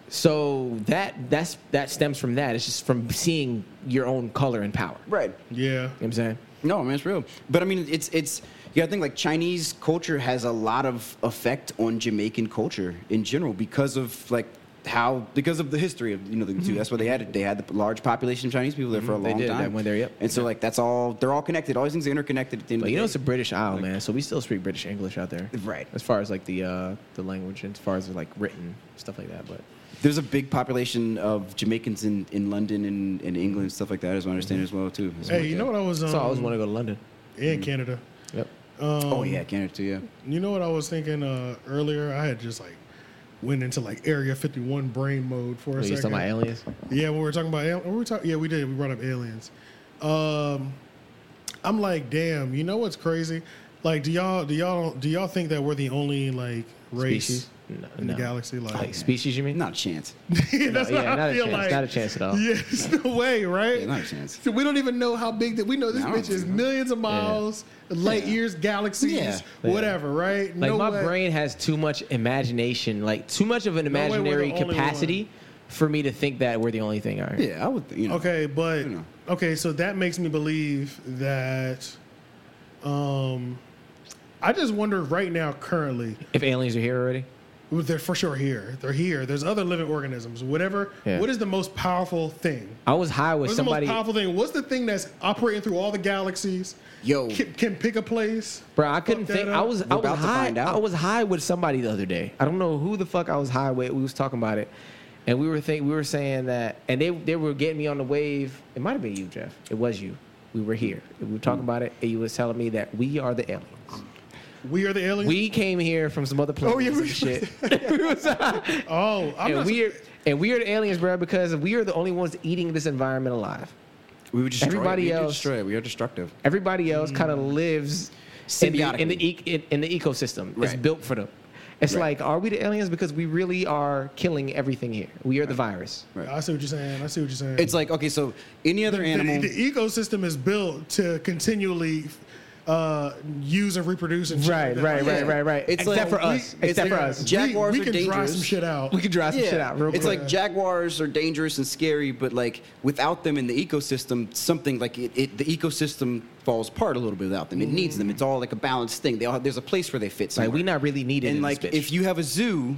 so that that's that stems from that. It's just from seeing your own color and power. You know Right. Yeah. what I'm saying? No, man, it's real. But I mean, it's it's you gotta think like Chinese culture has a lot of effect on Jamaican culture in general because of like how because of the history of you know the two. That's why they had it. They had the large population of Chinese people there for a Mm-hmm. They long did. time. That went there, yep. And so like that's all they're all connected. All these things are interconnected. At the end But of you know it's the a British Isle, man. So we still speak British English out there, Right. As far as like the uh, the language, and as far as like written stuff like that. But day. there's a big population of Jamaicans in, in London and in England stuff like that, Mm-hmm. as my understanding as well too. Hey, you know what I was? Um, so I always want to go to London. Mm-hmm. in Canada. Yep. oh yeah, Canada too. Yeah. You know what I was thinking uh, earlier? I had just like went into like Area 51 brain mode for a Wait, you second. talking about aliens? Yeah, when we were talking about al- we were talking. Yeah, we did. We brought up aliens. Um, I'm like, damn. You know what's crazy? Like, do y'all do y'all do y'all think that we're the only like race Species? No, in no. the galaxy? Like, Like species, you mean? Not a chance. that's yeah, what not I a feel chance. like. Not a chance at all. Yeah, it's no way, right? Yeah, not a chance. So we don't even know how big that we know. This No, I don't bitch is think so. millions of miles, light years, galaxies, Yeah. Yeah. whatever, right? Like no my way. brain has too much imagination, like too much of an way we're the imaginary only capacity for me to think that we're the only thing. All right. Yeah, I would. You know. Okay, but know. okay, so that makes me believe that. Um, I just wonder right now, currently, If aliens are here already, they're for sure here. They're here. There's other living organisms. Whatever. Yeah. What is the most powerful thing? I was high with What's somebody, the most powerful thing? What's the thing that's operating through all the galaxies? Yo. can, can pick a place. bro. I couldn't Fuck that think. up. I was. I was about to high. find out. I was high with somebody the other day. I don't know who the fuck I was high with. We was talking about it, and we were think we were saying that, and they they were getting me on the wave. It might have been you, Jeff. It was you. We were here. We were talking about it, and you was telling me that we are the aliens. We are the aliens. We came here from some other planet. Oh yeah, yeah, we- shit. we was high. oh, I'm and not. we are and we are the aliens, bro, because we are the only ones eating this environment alive. We would destroy. Everybody we would else- destroy. We are destructive. Everybody else kind of lives in the, in, Mm. Symbiotically. the ec- in, in the ecosystem. It's Right. built for them. It's Right. like, are we the aliens? Because we really are killing everything here. We are the virus. I see what you're saying. I see what you're saying. It's like okay, so any other the, animal. the ecosystem is built to continually uh, use and reproduce and shit like Right, that. right, right, yeah. right, right. It's Except like- for us. we- it's Except for like- us. Jaguars we, we are can dry dangerous. some shit out. We can dry some shit out real it's quick. like jaguars are dangerous and scary, but like without them in the ecosystem, something like it, it the ecosystem falls apart a little bit without them. It needs them. It's all like a balanced thing. They all have, there's a place where they fit. Somewhere. Like we not really needed. and like if you have a zoo,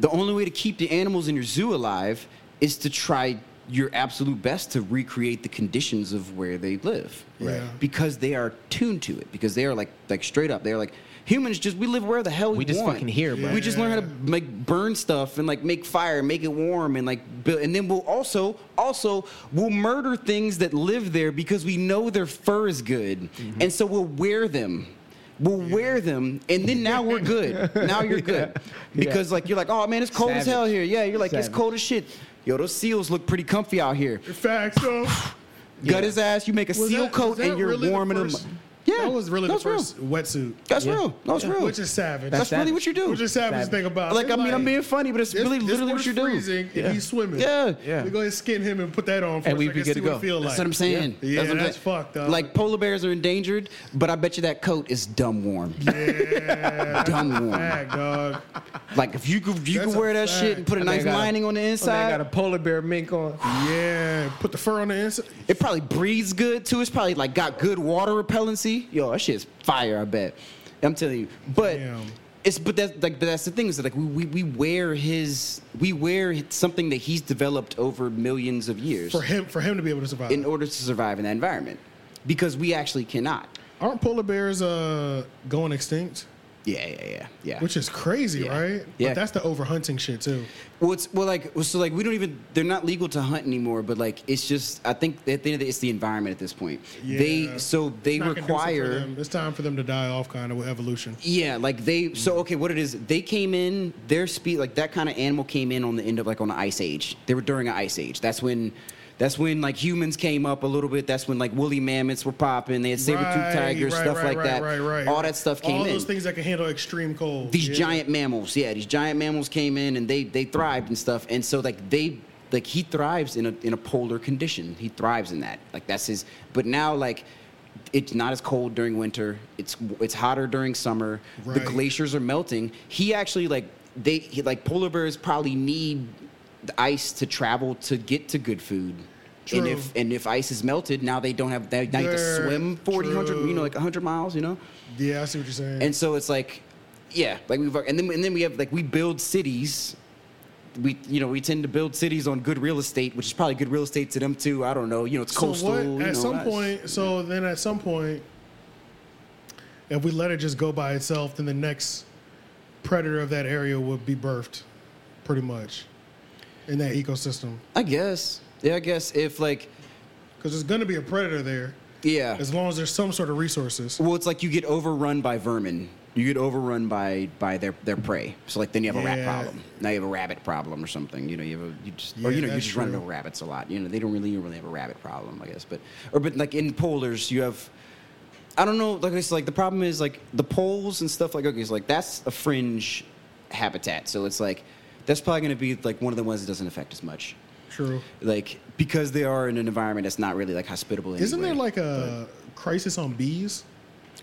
the only way to keep the animals in your zoo alive is to try your absolute best to recreate the conditions of where they live. Right. Yeah. Because they are tuned to it. Because they are like like straight up. They're like humans just we live where the hell we, We just want. fucking here, bro. We just learn how to like burn stuff and like make fire, and make it warm and like build and then we'll also also we'll murder things that live there because we know their fur is good. Mm-hmm. And so we'll wear them. We'll wear them and then now we're good. now you're good. Because like you're like, oh man, it's cold as hell Savage. here. Yeah, you're like, Savage. it's cold as shit. Yo, those seals look pretty comfy out here. Facts, though. Gut his ass, you make a Was seal that- was coat that and you're really the warming first- them. Yeah. That was really that's the real. first wetsuit. That's real. That's real. Which is savage. that's That's, really what you do. which is savage, savage. thing about. like, it. I mean, I'm being funny, but it's This- really this literally what water's you do. freezing and he's swimming. Yeah. Yeah. We go ahead skin him and put that on for And a we'd second, be good see to what go. it feel That's like. what I'm saying. Yeah, what I'm that's saying. fucked up. Like polar bears are endangered, but I bet you that coat is dumb warm. Yeah, Dumb that's a one. fact, dog. Like if you could, you That's could a wear that fact. shit and put a And they nice got a- lining on the Oh, man, I got inside. a polar bear mink on. Yeah, put the fur on the inside. it probably breathes good too. It's probably like got good water repellency. Yo, that shit's fire. I bet. I'm telling you. But Damn. it's but that's like but that's the thing is that like we, we we wear his we wear something that he's developed over millions of years For him, for him to be able to survive. in order to survive in that environment because we actually cannot. Aren't polar bears uh, going extinct? Yeah, yeah, yeah, yeah. Which is crazy, Yeah. right? Yeah. But that's the overhunting shit too. Well, it's well, like well, so, like we don't even they're not legal to hunt anymore. But like it's just I think at the end of the, it's the environment at this point. Yeah. They so they Not conducive for require them. It's time for them to die off, kind of with evolution. yeah like Mm-hmm. they so okay what it is they came in their speed like that kind of animal came in on the end of like on the ice age. They were during an ice age. That's when. That's when like humans came up a little bit. That's when like woolly mammoths were popping. They had saber tooth Right, tigers, right, stuff right, like right, that. Right, right, All right. that stuff came All in. those things that can handle extreme cold. these Oh, Yeah. giant mammals yeah these giant mammals came in and they they thrived and stuff and so like they like he thrives in a in a polar condition he thrives in that like that's his but now like it's not as cold during winter it's it's hotter during summer the Right. glaciers are melting he actually like they he, like polar bears probably need the ice to travel to get to good food and True. if and if ice is melted now they don't have they, now you have to They're- swim 40 100 you true. know like 100 miles you know Yeah, I see what you're saying. and so it's like, yeah, like we've and then and then we have like we build cities. We you know we tend to build cities on good real estate, which is probably good real estate to them too. I don't know. You know, it's coastal. So you what, at know, some that's- point, so then at some point, if we let it just go by itself, then the next predator of that area would be birthed, pretty much, in that ecosystem. I guess. Yeah, I guess if like, Because there's going to be a predator there, yeah. as long as there's some sort of resources. Well, it's like you get overrun by vermin. You get overrun by by their their prey. So like then you have a rat Yeah. problem. Now you have a rabbit problem or something. You know you have a you just or you Yeah, know you that's just run into true. rabbits a lot. You know they don't really you don't really have a rabbit problem I guess. But or but like in polars you have. I don't know. Like I said, like the problem is like the poles and stuff. Like okay, so like that's a fringe habitat. So it's like that's probably going to be like one of the ones that doesn't affect as much. True. Like because they are in an environment that's not really like hospitable. Isn't there anyway. like a crisis on bees?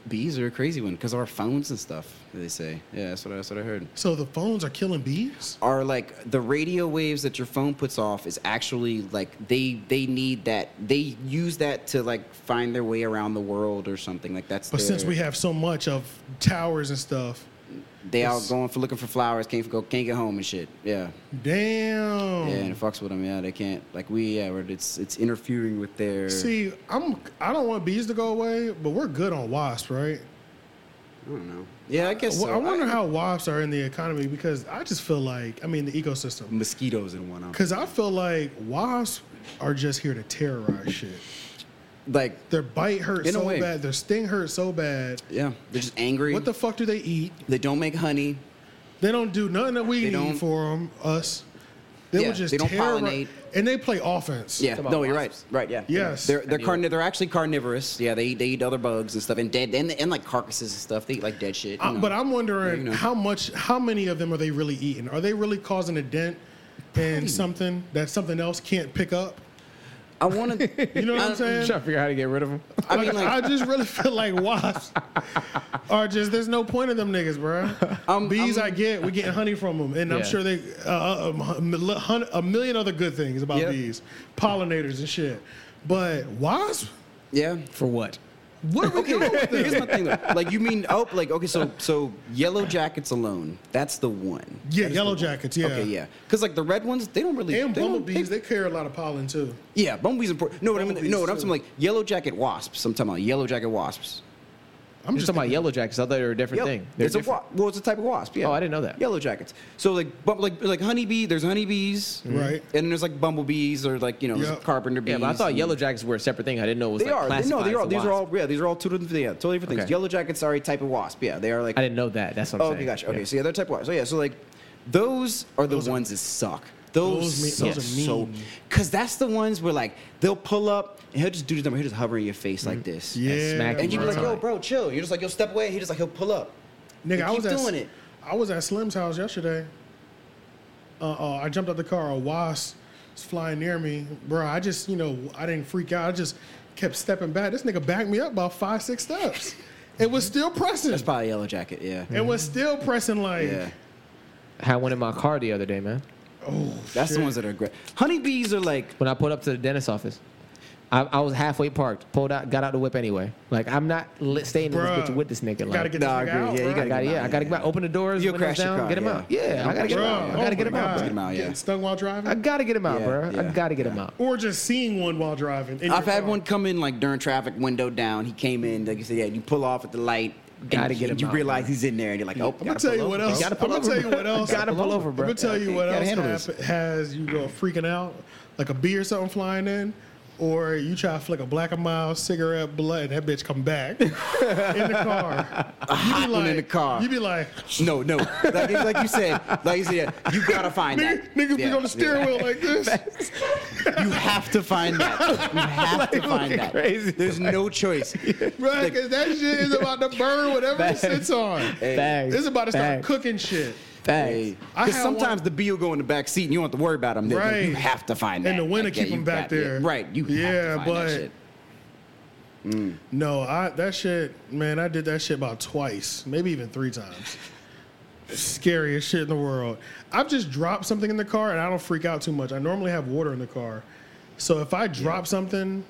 Bees are a crazy one because of our phones and stuff. They say, yeah, that's what I, that's what I heard. So the phones are killing bees? Are like the radio waves that your phone puts off is actually like they they need that they use that to like find their way around the world or something like that's. But their- since we have so much of towers and stuff, they all going for looking for flowers, can't go, can't get home and shit. Yeah, damn. yeah, and it fucks with them. Yeah, they can't like we yeah, we're, it's it's interfering with their. See, I'm I don't want bees to go away, but we're good on wasps, right? I don't know. Yeah, I guess. Well, so. I wonder how wasps are in the economy because I just feel like I mean the ecosystem. Mm. mosquitoes and whatnot. Because I feel like wasps are just here to terrorize shit. Like Their bite hurts In a so way. bad, their sting hurts so bad. yeah, they're just angry. What the fuck do they eat? they don't make honey. They don't do nothing that we They need don't- for them. Us, they Yeah, will just they don't terrori- pollinate. and they play offense. Yeah, Talking about no, you're right. wasps. Right, yeah. Yes. They're they're carni- They're actually carnivorous. Yeah, they eat, they eat other bugs and stuff, and dead and, and like carcasses and stuff. They eat like dead shit. you I, know. Uh, but I'm wondering You know. how much, how many of them are they really eating? Are they really causing a dent in something that something else can't pick up? I want to. You know what I'm I'm saying? trying to figure out how to get rid of him. I, I mean, like, I just really feel like wasps are just. There's no point in them niggas, bro. I'm- Bees, I'm- i get. We getting honey from them, and I'm Yeah. sure they uh, um, a mil- hun- a million other good things about Yeah. bees, pollinators and shit. But wasps, yeah. For what? What are we doing with this? Here's my thing, though. Like, you mean, oh, like, okay, so so yellow jackets alone, that's the one. yeah, yellow jackets, yeah, Okay, yeah. Because, like, the red ones, they don't really. and they don't- bumblebees, they carry a lot of pollen too. Yeah, bumblebees important. No, what I mean, Bumblebees, no, what I'm too. saying, like yellow jacket wasps. I'm talking about yellow jacket wasps. I'm You're just talking about thinking- yellow jackets. I thought they were a different Yep. thing. They're It's a different. wa- well, it's a type of wasp. Yeah. Oh, I didn't know that. Yellow jackets. So like, bum- like, like honeybee. There's honeybees, Mm-hmm. Right. And then there's like bumblebees or like you know Yep. carpenter bees. Yeah, but I thought and- yellow jackets were a separate thing. I didn't know it was They like are. They, no, classified they are. as a These are wasp. all. Yeah, these are all two different. Yeah, totally different things. Okay. Yellow jackets are a type of wasp. Yeah, they are like. I didn't know that. That's what I'm Oh, saying. okay, gotcha. Okay, Yeah. so yeah, they're type of wasp. So yeah, so like, those are the ones that suck. Those, Those me- suck those are so, mean. because that's the ones where like they'll pull up and he'll just do them. He'll just hover in your face like this. Mm. Yeah, smack And you'd be bro. like, yo, bro, chill. You're just like, yo, step away. He just like, he'll pull up. Nigga, They I keep was at, doing it. I was at Slim's house yesterday. Uh, uh, I jumped out the car. A wasp was flying near me, bro. I just, you know, I didn't freak out. I just kept stepping back. This nigga backed me up about five, six steps. It was still pressing. That's probably Yellow Jacket, yeah. It was still pressing. Like, Yeah. Had one in my car the other day, man. oh, That's the shit. ones that are great. Honeybees are like, When I pulled up to the dentist office, I, I was halfway parked. Pulled out, got out the whip anyway. Like I'm not li- staying in Bruh, this bitch with this nigga. you Like, gotta get Nah, I this nigga agree. out, Yeah, you bro. I gotta, yeah, I gotta get out. Open the doors, You'll windows crash your down, car, get him yeah. out. Yeah, I gotta Don't get him Bro, out. I oh gotta get him my out. God. bro. Get him out, yeah. Getting stung while driving, I gotta get him out, Yeah, bro. I yeah. gotta get him out. or just seeing one while driving. in I've your had car. one come in like during traffic, window down. He came in, like you said, yeah, you pull off at the light. and Gotta you- get him You out, realize he's in there and you're like, oh, I'm gonna tell you what else. I'm Gotta pull gonna over, tell you bro. what else. Gotta pull over, bro. I'm gonna tell you what Gotta else handle this. hap- has you go freaking out, like a beer or something flying in, or you try to flick a black a mile cigarette blunt and that bitch come back in the car. A hot one in the car. You be like, No, no. Like, like you said, like you said, yeah, you gotta find niggas, that. niggas be Yeah, on the steering wheel like this. yeah. You have to find that. You have to find that. crazy. There's no choice. Right, because that shit is about to burn whatever it sits on. Facts. It's about to start Facts. cooking shit. Because I had sometimes one- the bee will go in the back seat and you don't have to worry about them. Right. You have to find that. And the winter Like, yeah, keep you them back got- yeah, there. Right. You Yeah, have to find but- that shit. No, I that shit, man. I did that shit about twice, maybe even three times. Scariest shit in the world. I've just dropped something in the car, and I don't freak out too much. I normally have water in the car, so if I drop something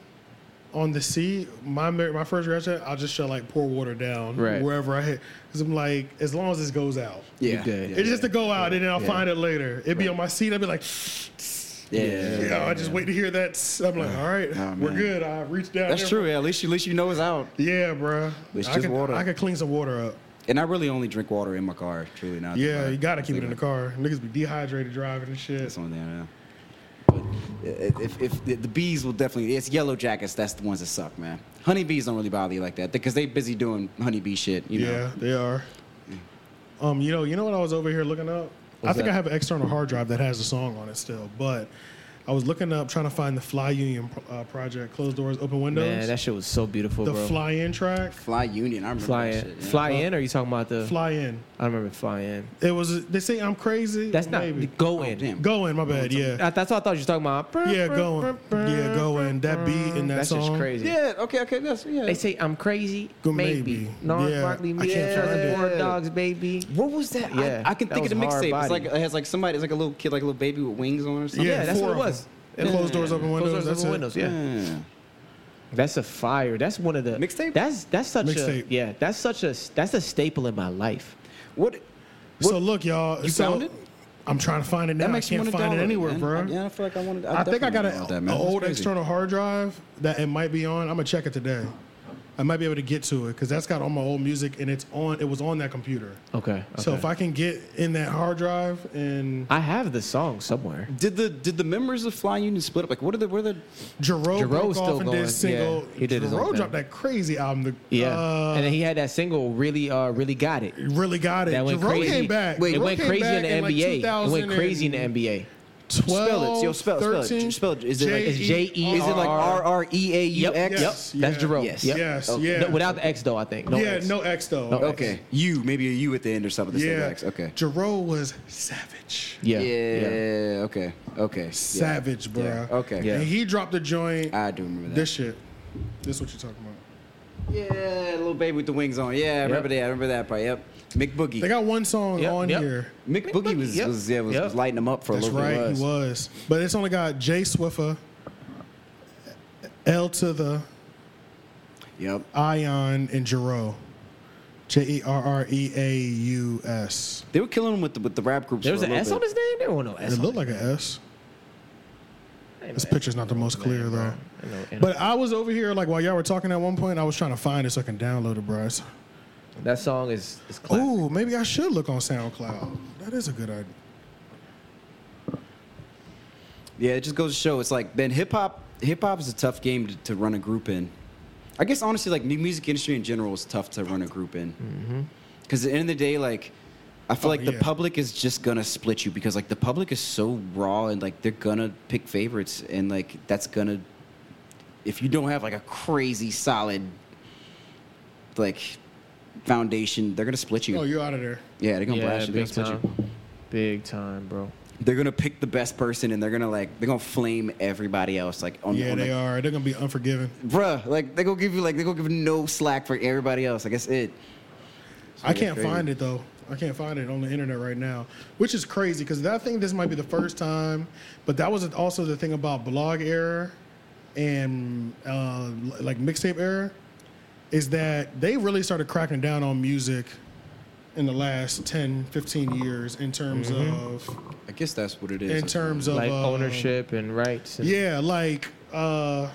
on the seat, my mer- my first reaction, I'll just shut like pour water down Right. wherever I hit, because I'm like, as long as this goes out, Yeah. good. Yeah. it's just to go out, and then I'll find it later. It'd be on my seat. I'd be like, Yeah. yeah, I just wait to hear that. s- I'm like, all right, we're man. good. I reached down. That's there. true. Yeah. At least, at least you know it's out. Yeah, bro. It's I just could, water. I could clean some water up. And I really only drink water in my car. Truly not. Yeah, you gotta keep it in the car. Niggas be dehydrated driving and shit. It's on there now. But i- if, if the the bees will definitely, it's yellow jackets. That's the ones that suck, man. Honeybees don't really bother you like that because they busy doing honeybee shit. You know. Yeah, they are. Um, you know, you know what I was over here looking up? I think that? I have an external hard drive that has a song on it still, but I was looking up trying to find the Fly Union uh, project, closed doors, open windows. Man, that shit was so beautiful, the bro. fly in track, Fly Union. I remember fly that in, shit. yeah. fly in. Or are you talking about the? fly in. I remember fly in. It was. They say I'm crazy. That's not Maybe. go Oh, in. damn. go in. My bad. Yeah, I- That's what I thought you were talking about. yeah, going. Yeah, going. That beat in that Mm, That's song. just crazy. Yeah. Okay. Okay. That's yeah. They say I'm crazy, Go maybe. maybe. Norris Yeah, Barkley, I me can't and find Trevor it. Born Dogs, baby. What was that? Yeah, I, I can that think of the was hard mixtape. body. It's like it has like somebody, it's like a little kid, like a little baby with wings on or something. Yeah, Yeah, that's four what of it was. them. Closed doors, open Closed windows, doors, that's open it. Mm. windows. Yeah. Yeah. That's a fire. That's one of the Mixtape? That's that's such Mixtape. a yeah. That's such a that's a staple in my life. What? So look, y'all. You so found it? I'm trying to find it now. That makes I me can't want to find it download anywhere, man. bro. I, yeah, I feel like I wanted. I think I got definitely an want that, man. That's old crazy. external hard drive that it might be on. I'm gonna check it today. I might be able to get to it because that's got all my old music and it's on. It was on that computer. Okay. So if I can get in that hard drive and I have the song somewhere. Did the did the members of Fly Union split up? Like, what are the where the? Jerome Jero's broke still off and going. Yeah, did single, he did his own Jerome thing. dropped that crazy album. The, Yeah. uh, and then he had that single really uh really got it. really got it. That went Jerome crazy. came back. it Jerome went came crazy back in the NBA. Like it went crazy in 2000 the NBA. 12, spell it. Yo, spell it. Spell 13, it. Spell it. Is it like J- is It's J E. it like R R E A U Yep. X? Yep. That's Yeah. Jerome. Yes. Yep. Yes, Okay. yeah. No, without the X though, I think. No yeah, X. no X though. No X. Okay, you maybe a you at the end or something. Yeah. Yeah. X. Okay. Jerome was savage. Yeah. Yeah. yeah. Okay. Okay. yeah. Savage, bruh. Yeah. Okay. Yeah. And he dropped a joint. Ah. I do remember that. This shit. This what you're talking about. yeah, little baby with the wings on. Yeah, I remember that. I remember that part. Yep. Mick Boogie. They got one song Yep, on yep. here. Mick Boogie was, Yep. was, yeah, was, Yep. was lighting them up for That's a little right, bit. he was. But it's only got J Swiffer, L to the Yep. Ion, and Jero. J E R R E A U S. They were killing him with the, with the rap groups. There was for a an S little on bit. his name. There was no S. It on looked like an S. Hey, This man. picture's not the most clear though. I know- I know. But I was over here like while y'all were talking at one point, I was trying to find it so I can download it, bro. It's- that song is is classic. Ooh, maybe I should look on SoundCloud. That is a good idea. Yeah, it just goes to show. It's like man, hip hop. Hip hop is a tough game to, to run a group in. I guess honestly, like the music industry in general is tough to run a group in. Because at the end of the day, like I feel Mm-hmm. Oh, like the yeah. public is just gonna split you because like the public is so raw and like they're gonna pick favorites and like that's gonna if you don't have like a crazy solid like foundation, they're gonna split you. Oh, you're out of there. Yeah, they're gonna yeah, blast you. They're big gonna split you. time. Big time, bro. They're gonna pick the best person and they're gonna like they're gonna flame everybody else like on, Yeah, on they the are. They're gonna be unforgiving. bruh, like they gonna give you like they gonna give no slack for everybody else. Like that's it. I can't crazy. find it though. I can't find it on the internet right now, which is crazy because I think this might be the first time. But that was also the thing about blog error and uh, like mixtape error is that they really started cracking down on music in the last 10, 15 years in terms of I guess that's what it in terms of Like uh, ownership and rights. And Yeah, like uh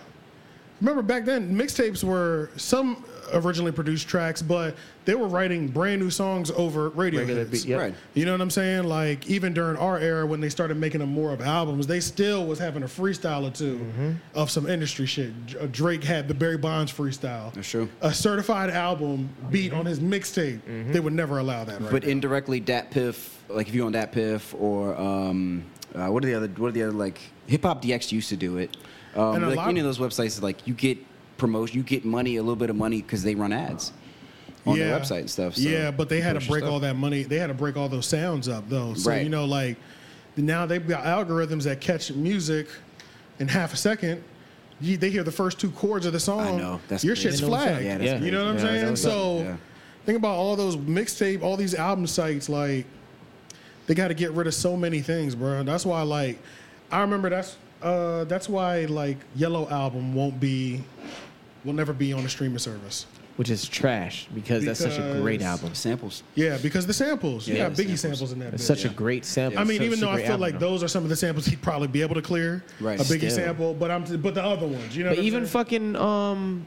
remember back then mixtapes were some originally produced tracks, but they were writing brand new songs over radio Regular hits. beat, yep. Right. You know what I'm saying? Like even during our era when they started making them more of albums, they still was having a freestyle or 2 of some industry shit. J- uh, Drake had the Barry Bonds freestyle. That's true. A certified album beat on his mixtape. They would never allow that, right? But indirectly Dat Piff, like if you on Dat Piff or um uh, what are the other what are the other like hip hop DX used to do it. Um And a like lot- any of those websites like you get promotion you get money, a little bit of money because they run ads on their website and stuff. So yeah, but they had to push your break stuff. all that money. They had to break all those sounds up, though. So Right. you know, like now they've got algorithms that catch music in half a second. You, they hear the first two chords of the song. know. That's your crazy. shit's They know what's up. flagged. Yeah, that's you know what I'm crazy. Yeah, they know saying? what's So up. Yeah. think about all those mixtape, all these album sites. Like they got to get rid of so many things, bro. That's why, like, I remember that's uh, that's why like Yellow album won't be will never be on a streaming service. Which is trash because, that's such a great Because- album. samples. Yeah, because the samples. You Yeah, got the Biggie samples, samples. in that. It's bitch. such a great sample. I mean, Such even though a I great feel album, like though. those are some of the samples he'd probably be able to clear. Right. A Biggie Still. sample, but I'm but the other ones, you know. But what I'm even saying? fucking um,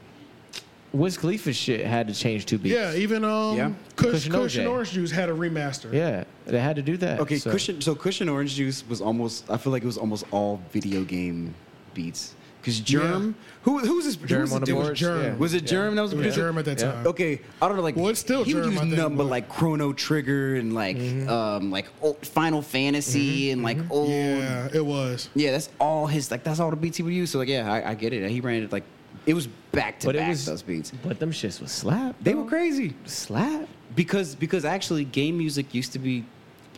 Wiz Khalifa shit had to change two beats. yeah, even um, Yeah. Kush, Cushion Kush OJ. and Orange Juice had a remaster. Yeah, they had to do that. Okay, so. cushion. So cushion orange juice was almost. I feel like it was almost all video game beats. Cause germ. Who who was this? Germ who was on the dude? boards, Germ. yeah. Was it germ? That was, It was producer? Germ at that Yeah. time. Okay, I don't know. Like, Well, it's still he Germ, would I use think, number but- Mm-hmm. like Chrono Trigger and like um like old Final Fantasy and like old. Yeah. Yeah, it was. that's all his. Like that's all the beats he would use. So like, yeah, I, I get it. He ran it like it was back to But it back was- those beats. But them shits was slap. They Oh. though. were crazy Slap. because because actually game music used to be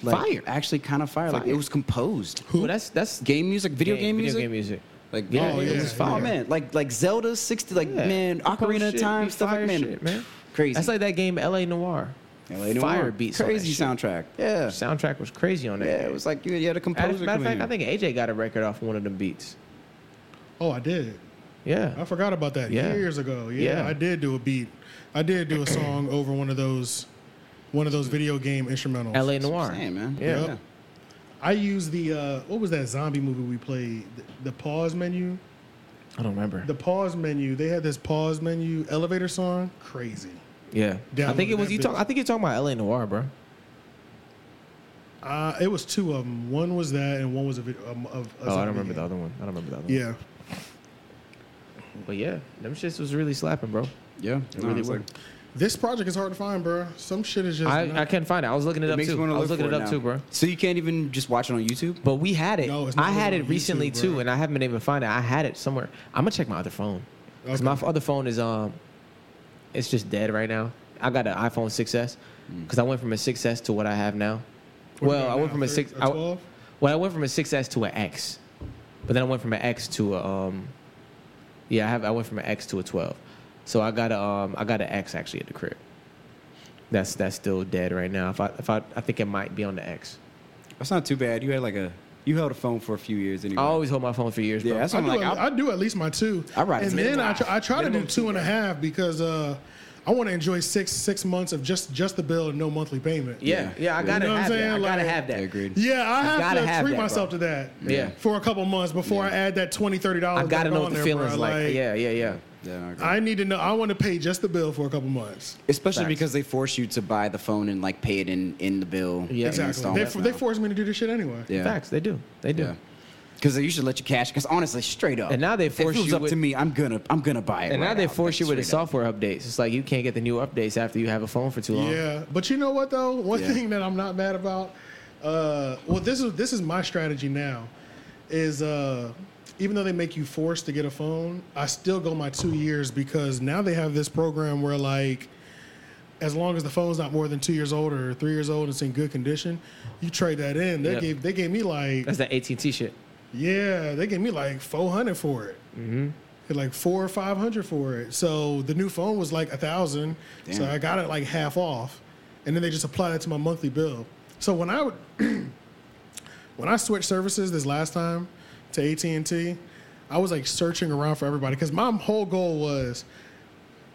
like Fire. Actually, kind of fire. Like Fire. it was composed. Who? Well, that's that's game music, video game, video music. game music. Like Yeah, yeah, Oh, it yeah, was fire. yeah. man. Like like Zelda 60, like Yeah. man, Post Ocarina shit, of Time be stuff fire like man, shit, man. crazy. That's like that game L.A. Noir. LA Noire. Fire beats. on that crazy shit. soundtrack. Yeah, Soundtrack was crazy on that. yeah, it game. was like you, you As had a a composer. matter of come fact, in. I think AJ got a record off one of them beats. Oh, I did. I Yeah. forgot about that Yeah. years ago. Yeah, Yeah. I did do a beat. I did do a song over one of those, one of those video game instrumentals. L.A. Noir. Damn, man. Yeah. Yep. I used the uh, what was that zombie movie we played? The, the pause menu. I don't remember. The pause menu. They had this pause menu elevator song. Crazy. yeah. I think Downloaded it was that you bitch. talk. I think you're talking about L.A. Noir, bro. Oh, Uh, it was two of them. One was that, and one was a video. Um, of, a zombie Oh, I don't remember the game. other one. I don't remember the other Yeah, one. But yeah, them shits was really slapping, bro. Yeah, It really it's like- worked. This project is hard to find, bro. Some shit is just. I, not- I can't find it. I was looking it up makes me too. want I to was look looking for it up now. too, bro. So you can't even just watch it on YouTube. But we had it. No, it's not I had on it recently YouTube, bro. too, and I haven't even find it. I had it somewhere. I'm gonna check my other phone. 'Cause my f- other phone is um, it's just dead right now. I got an iPhone 6s because I went from a 6s to what I have now. Mm. What do you well, got I went now, from a thir- six. a I w- 12? well, I went from a 6s to an X, but then I went from an X to a um, yeah, I have. I went from an X to a 12. So I got a um, I got an X actually at the crib. That's that's still dead right now. If I if I I think it might be on the X. That's not too bad. You had like a you held a phone for a few years anyway. I always hold my phone for years. yeah, bro. that's I what do, I'm at, like. I, I do at least my two. I ride and it. then I, tr- I try to do two and a half because uh, I want to enjoy six six months of just just the bill and no monthly payment. Yeah, yeah, I You gotta know what I'm have that. saying? I gotta Like- have that. I agreed. Yeah, I have gotta to have treat that, bro. myself to that. Yeah. for a couple months before I add that twenty thirty dollars. I gotta know what the feeling's bro. like. Yeah, yeah, yeah. Yeah, I agree. I need to know. I want to pay just the bill for a couple months. Especially Facts. because they force you to buy the phone and like pay it in in the bill. Yeah. in Exactly. They, installments they now. forced me to do this shit anyway. yeah. Facts, they do, they do. Yeah. Because they usually let you cash. Because honestly, straight up. And now they if force it was you up with- to me. I'm gonna I'm gonna buy it. And now right they out, force like, you with the straight up. software updates. It's like you can't get the new updates after you have a phone for too long. Yeah, but you know what though? One Yeah. thing that I'm not mad about. Uh, well, this is this is my strategy now. Is uh, even though they make you forced to get a phone, I still go my two years because now they have this program where like, as long as the phone's not more than two years old or three years old, it's in good condition. You trade that in. They Yep. gave they gave me like That's that AT and T shit. yeah, they gave me like four hundred for it. Mm-hmm. Like four or five hundred for it. So the new phone was like a thousand. So I got it like half off, and then they just applied it to my monthly bill. So when I would, when I switched services this last time to AT and T, I was like searching around for everybody because my whole goal was.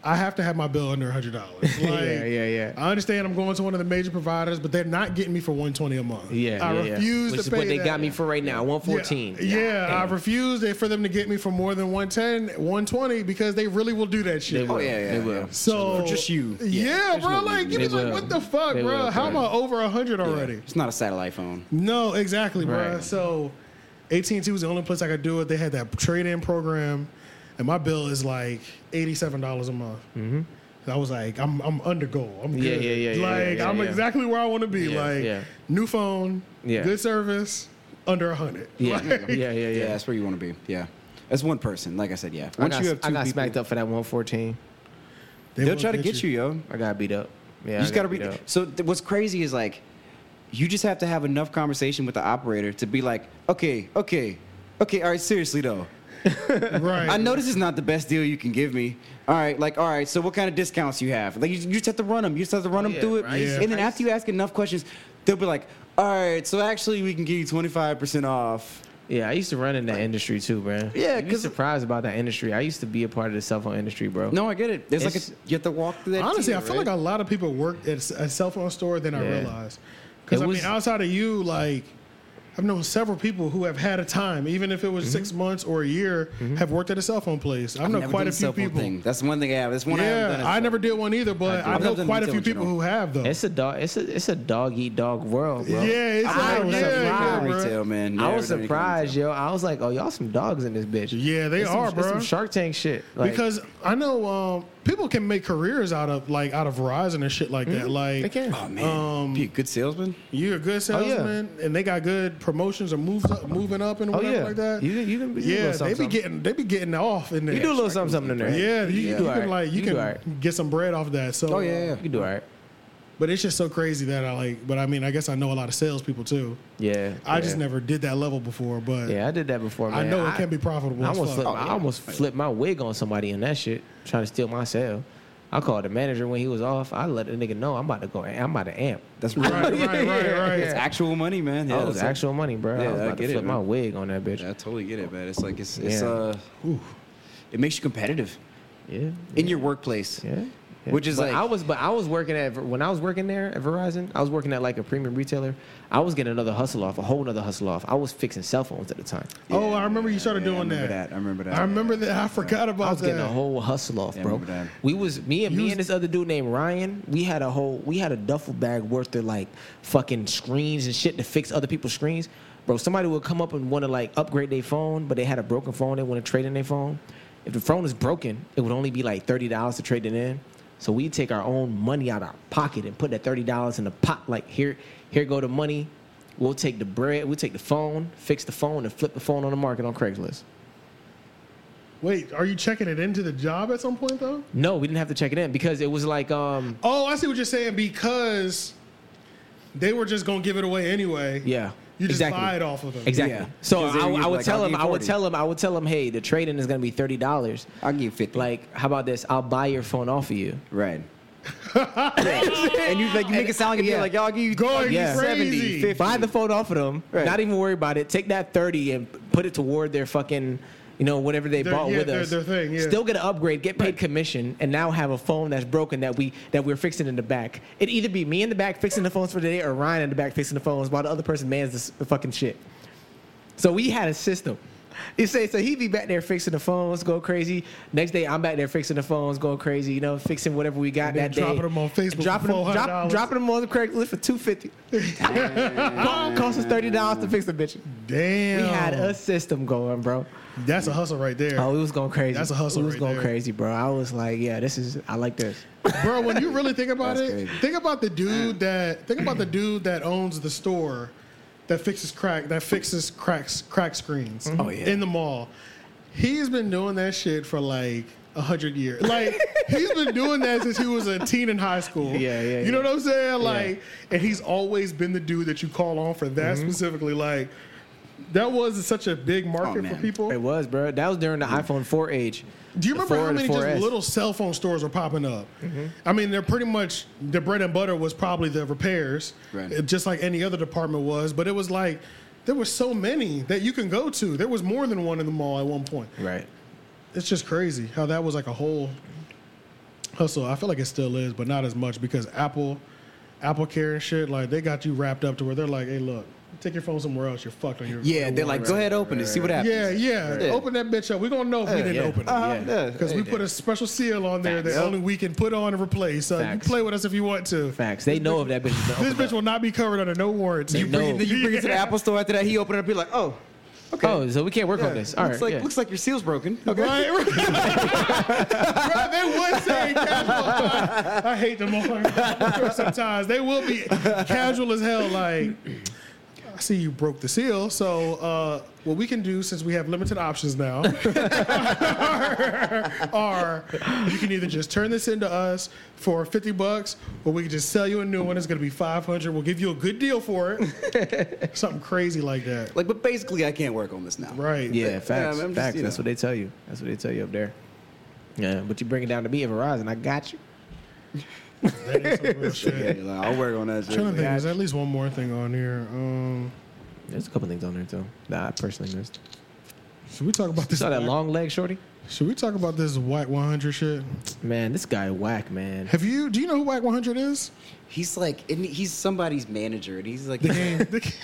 I have to have my bill under hundred dollars. Like, Yeah, yeah, yeah. I understand I'm going to one of the major providers, but they're not getting me for one twenty a month. Yeah, I yeah, yeah. refuse Which to is pay what they that. got me for right now. One fourteen. Yeah, yeah, I refused it for them to get me for more than 110, 120 because they really will do that shit. Oh yeah, yeah. They yeah. will. So For just you. Yeah, There's bro. no like, reason. you be They like, will. what the fuck, They bro? will, How am I right. over 100 already? It's not a satellite phone. No, exactly, bro. Right. So AT&T was the only place I could do it. They had that trade-in program, and my bill is like $87 a month. Mm-hmm. I was like, I'm I'm under goal. I'm Yeah, good. yeah, yeah, yeah, Like yeah, yeah, I'm yeah. exactly where I want to be. Yeah, like yeah. new phone, Yeah. good service, under hundred. Yeah, yeah, yeah, yeah. Yeah, that's where you want to be. Yeah. That's one person. Like I said, yeah. I Once got, you have two I got people, smacked up for that one fourteen. they'll try to get you, yo. I got beat up. Yeah, you just I got to beat read. up. So th- what's crazy is like, you just have to have enough conversation with the operator to be like, okay, okay, okay. All right, seriously though, Right. I know this is not the best deal you can give me. All right, like, all right. So what kind of discounts you have? Like, you, you just have to run them. You just have to run them yeah, through it, right. Yeah. and then after you ask enough questions, they'll be like, all right. So actually, we can give you twenty five percent off. Yeah, I used to run in that industry too, bro. Yeah, you'd be 'cause- surprised about that industry. I used to be a part of the cell phone industry, bro. No, I get it. There's like It's- a, you have to walk through that. Honestly, tier, I feel right? like a lot of people work at s- a cell phone store than I Yeah. realized. Because It I was- mean, outside of you, like I've known several people who have had a time, even if it was six months or a year, have worked at a cell phone place. I've known Mm-hmm. Never quite done a few cell phone people. thing. That's one thing I have. That's one I haven't Yeah, done. is- I never did one either, but I, I've know done quite a few retail in people general. who have though. it's a dog. It's a it's a dog eat dog world, bro. yeah, it's I like, was yeah, yeah, surprised. bro. retail, man. I Never was done any kind of surprised, retail. yo. I was like, oh, y'all some dogs in this bitch. Yeah, they It's some- are, it's bro. Some Shark Tank shit. Like, because I know um, people can make careers out of like out of Verizon and shit Mm-hmm. like that. Like they can. Oh man, be a good salesman. You're a good Oh, yeah. salesman, and they got good promotions or moves up, moving up and Oh, whatever yeah. like that. You can- you can- you can do a yeah, little they be something, getting they be getting off in there. you do a little something, something in there. Yeah, you, You you do can alright. like you, You do can alright. get some bread off that. So Oh yeah, yeah. you can do all right. but it's just so crazy that I like. But I mean, I guess I know a lot of salespeople too. Yeah, I just yeah. never did that level before, but Yeah, I did that before. I Man. know it can be profitable I as almost, fuck. flipped, I almost flipped my wig on somebody in that shit, trying to steal my cell. I called the manager when he was off. I let the nigga know I'm about to go. I'm about to amp. That's right, right, right, right. It's actual money, man. Yeah, oh, it was that's- actual money, bro. I Yeah, was I about to get it, flip my man. wig on that bitch. I totally get it, man. It's like it's it's Yeah. uh, ooh, it makes you competitive Yeah, in your workplace. yeah. yeah. Which is But like- I was, but I was working at when I was working there at Verizon. I was working at like a premium retailer. I was getting another hustle off, a whole other hustle off. I was fixing cell phones at the time. oh, I remember you started yeah, I doing remember that. that. I remember that. I remember that. I forgot about I was that. getting a whole hustle off, Yeah, I bro. remember that. We was me and You me was- and this other dude named Ryan. We had a whole we had a duffel bag worth of like fucking screens and shit to fix other people's screens, bro. Somebody would come up and want to like upgrade their phone, but they had a broken phone. They want to trade in their phone. If the phone is broken, it would only be like thirty dollars to trade it in. So we take our own money out of our pocket and put that thirty dollars in the pot. Like here, here go the money. We'll take the bread. We'll take the phone, fix the phone, and flip the phone on the market on Craigslist. Wait, are you checking it into the job at some point though? No, we didn't have to check it in because it was like um Oh, I see what you're saying because they were just gonna give it away anyway. yeah. You just exactly. buy it off of them. Exactly. Yeah. So Because then I, you're I would like, tell I'll him. give I you would 40. tell him. I would tell him, hey, the trade-in is going to be thirty dollars. I'll give you 50. Like, how about this? I'll buy your phone off of you. right. and you like you make it sound like you're like, y'all give you Going Yeah. crazy. 50. Buy the phone off of them. Right. Not even worry about it. Take that thirty and put it toward their fucking, you know, whatever they Their- bought yeah, with their- us. their thing, yeah. Still get an upgrade, get paid commission, and now have a phone that's broken that we that we're fixing in the back. It'd either be me in the back fixing the phones for the day, or Ryan in the back fixing the phones while the other person mans this, the fucking shit. So we had a system. You say so he'd be back there fixing the phones, go crazy. Next day I'm back there fixing the phones, going crazy. You know, fixing whatever we got And then that day. dropping them on Facebook for dropping them, drop, $400. dropping them on the Craigslist for two fifty. Phone cost us thirty dollars to fix the bitch. Damn. We had a system going, bro. That's a hustle right there. Oh, it was going crazy. That's a hustle It was right going there. crazy, bro. I was like, yeah, this is. I like this. bro. When you really think about That's it, crazy. think about the Mm. dude that think about the dude that owns the store that fixes crack that fixes cracks crack screens Mm-hmm. Oh, in the mall. He's been doing that shit for like a hundred years. Like he's been doing that since he was a teen in high school. Yeah, yeah, You know yeah. what I'm saying? Like, and he's always been the dude that you call on for that Mm-hmm. specifically. Like, that was such a big Oh, market for man. people. It was, bro. That was during the iPhone 4 age. Oh. Do you The remember 4 how and many the 4S. just little cell phone stores were popping up? I mean, they're pretty much the bread and butter was probably the repairs, Right. uh, just like any other department was. But it was like there were so many that you can go to. There was more than one in the mall at one point. Right. It's just crazy how that was like a whole hustle. I feel like it still is, but not as much because Apple, Apple Care and shit, like they got you wrapped up to where they're like, hey, look, take your phone somewhere else. You're fucked on your Yeah, they're like, go ahead, open it, see what happens. yeah, yeah. Open that bitch up. We're gonna know if we didn't yeah. open it. Uh-huh, yeah. Because we put a special seal on there that Facts. only we can put on and replace. So Facts. you play with us if you want to. Facts. They know if that bitch is This open bitch up. will not be covered under no warranty. They know. Then you bring it to the Apple store after that, he opened it up, you're like, oh, okay. Oh, so we can't work on this. All right. looks, like, yeah. looks like your seal's broken. Right, right. Bruh, they would say casual. I, I hate them all. Sometimes they will be casual as hell. Like, I see you broke the seal. So, uh, what we can do since we have limited options now are you can either just turn this into us for 50 bucks, or we can just sell you a new one. It's going to be 500. We'll give you a good deal for it. Something crazy like that. Like, but basically, I can't work on this now. Right. Yeah, facts. I'm just, facts. you That's know. what they tell you. That's what they tell you up there. Yeah, but you bring it down to me at Verizon, I got you. That is some real shit. Yeah, like, I'll work on that. shit. trying to think, Like, there's at least one more thing on here. Um, There's a couple things on there too that I personally missed. should we talk about this? Saw that white- long leg shorty. Should we talk about this White 100 shit? Man, this guy whack, man. Have you? Do you know who White 100 is? He's like, and he's somebody's manager, and he's like, The-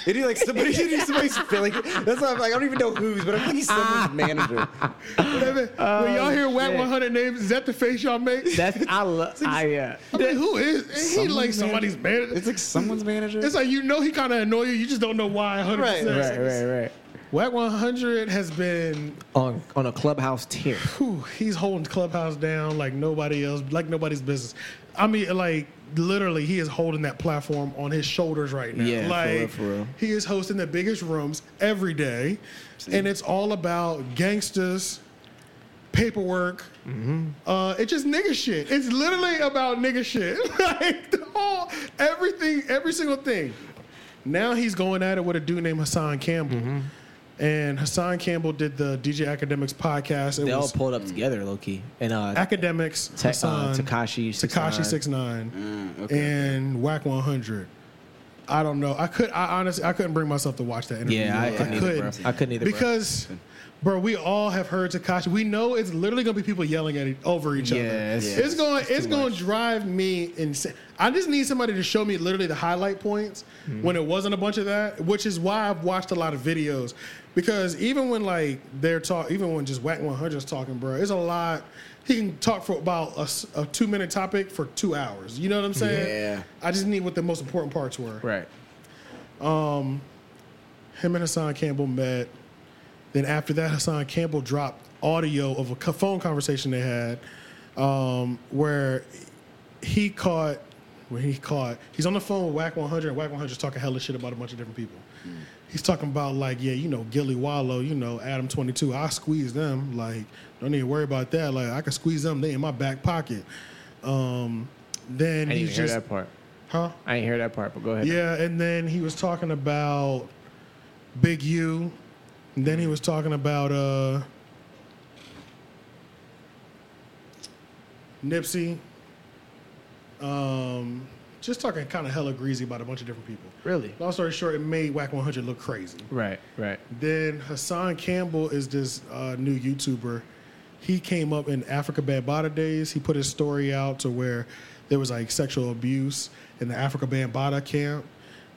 And he like somebody, he somebody's feeling. That's why I'm like, I don't even know who's, but I think he's someone's manager. when y'all hear White 100 names, is that the face y'all make? That's I love. I uh, I mean, who is? Ain't he like somebody's man? It's like someone's manager. It's like you know he kind of annoy you. You just don't know why. 100. Right, right, right, right. Whack 100 has been. On on a clubhouse tier. Whew, he's holding clubhouse down like nobody else, like nobody's business. I mean, like literally, he is holding that platform on his shoulders right now. Yeah, for like real, for real. he is hosting the biggest rooms every day, and it's all about gangsters, paperwork. Mm-hmm. Uh, it's just nigga shit. It's literally about nigga shit. like the whole everything, every single thing. Now he's going at it with a dude named Hassan Campbell. Mm-hmm. And Hassan Campbell did the DJ Academics podcast. It They all was pulled up together, low key. And uh, Academics, Te- uh, Hassan, Tekashi 6ix9ine. Tekashi Six Nine, and Whack One Hundred. I don't know. I could. I honestly, I couldn't bring myself to watch that interview. Yeah, I couldn't either, bro. I couldn't either, bro. because, bro. we all have heard Takashi. We know it's literally gonna be people yelling at e- over each other. Yeah, it's- it's, going. It's going to drive me insane. I just need somebody to show me literally the highlight points when it wasn't a bunch of that, which is why I've watched a lot of videos. Because even when like they're talk, even when just Whack 100's talking, bro, it's a lot. He can talk for about a s- a, two minute topic for two hours. You know what I'm saying? Yeah. I just need what the most important parts were. Um, right. Him and Hassan Campbell met. Then after that, Hassan Campbell dropped audio of a co- phone conversation they had, um, where he caught when he caught he's on the phone with Whack 100 and Whack 100's talking hella shit about a bunch of different people. He's talking about like yeah, you know Gilly Wallow, you know Adam 22. I squeeze them like don't even worry about that. Like I can squeeze them. They in my back pocket. Um, then I didn't he's hear just that part. huh. I didn't hear that part, but go ahead. Yeah, and then he was talking about Big U. And then he was talking about uh, Nipsey. Um, just talking kind of hella greasy about a bunch of different people. Really? Long story short, it made Whack 100 look crazy. Right, right. Then Hassan Campbell is this uh, new YouTuber. He came up in Africa Bad Bada days. He put his story out to where there was like sexual abuse in the Africa Bad Bada camp.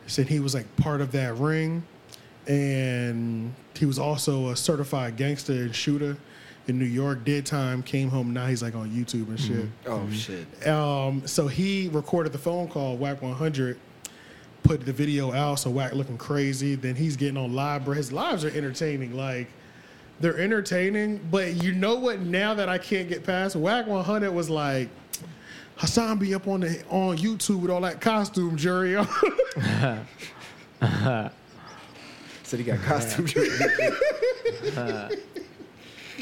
He said he was like part of that ring, and he was also a certified gangster and shooter in New York. Did time, came home. Now he's like on YouTube and shit. Oh shit. Um, so he recorded the phone call, Whack 100, put the video out, so Whack looking crazy. Then he's getting on live, bro. His lives are entertaining. Like, they're entertaining, but you know what? Now that I can't get past, Whack 100 was like, Hassan be up on the on YouTube with all that costume jury on. Said he got costume. Uh-huh.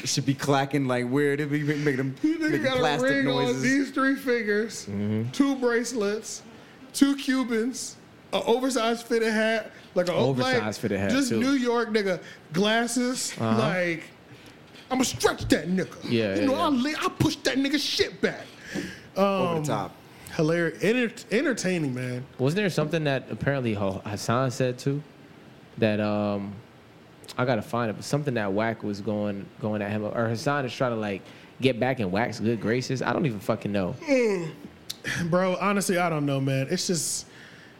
Should be clacking like weird. It'd be making them Nigga making got a plastic ring on noises. these three fingers, two bracelets, two Cubans, an oversized fitted hat, like an Oversized like, fitted hat, just too. New York nigga, glasses, like I'ma stretch that nigga. Yeah, you yeah, know yeah. I li- I push that nigga shit back. Over the top. Hilarious, Enter- entertaining man. Wasn't there something that apparently Ho- Hassan said too? That um, I gotta find it, but something that Whack was going going at him, or Hassan is trying to like get back in Whack's good graces. I don't even fucking know. Bro, honestly, I don't know, man. It's just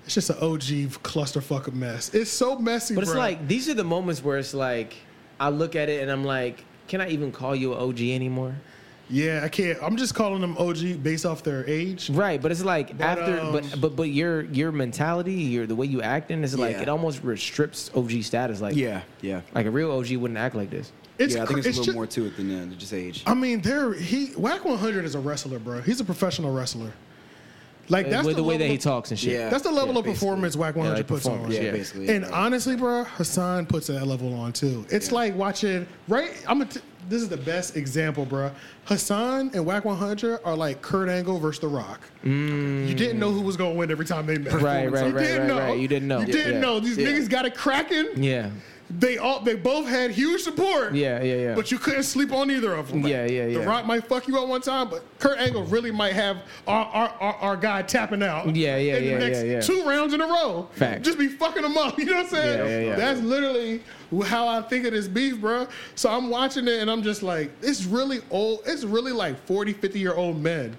it's just an OG clusterfuck of mess. It's so messy, But it's bro. like these are the moments where it's like I look at it and I'm like, can I even call you an OG anymore? yeah, I can't. I'm just calling them OG based off their age. Right, but it's like But, after, um, but but but your your mentality, your the way you acting is like Yeah. it almost restricts OG status. Like Yeah, yeah. like a real OG wouldn't act like this. It's yeah, I think cr- it's a little ju- more to it than uh, just age. I mean, there he Whack 100 is a wrestler, bro. He's a professional wrestler. Like that's with the, way level that he of- talks and shit. Yeah. That's the level Yeah, of performance Whack 100 like puts on. performance, yeah, basically. And honestly, bro, Hassan puts that level on too. It's like watching right. I'm a t- this is the best example, bro. Hassan and Whack 100 are like Kurt Angle versus The Rock. You didn't know who was gonna win every time they met. Mm. Right, right, you right, didn't right, know. right. You didn't know. You didn't Yeah. know. These niggas got it cracking. Yeah. They all they both had huge support. Yeah, yeah, yeah. But you couldn't sleep on either of them. Yeah, yeah, The yeah. Rock might fuck you up one time, but Kurt Angle really might have our our, our, our guy tapping out. Yeah, yeah, in yeah, the next yeah, yeah. Two rounds in a row. Fact. Just be fucking him up. You know what I'm saying? Yeah, yeah, yeah. That's literally how I think of this beef, bro. So I'm watching it and I'm just like, it's really old. It's really like 40, 50 year old men.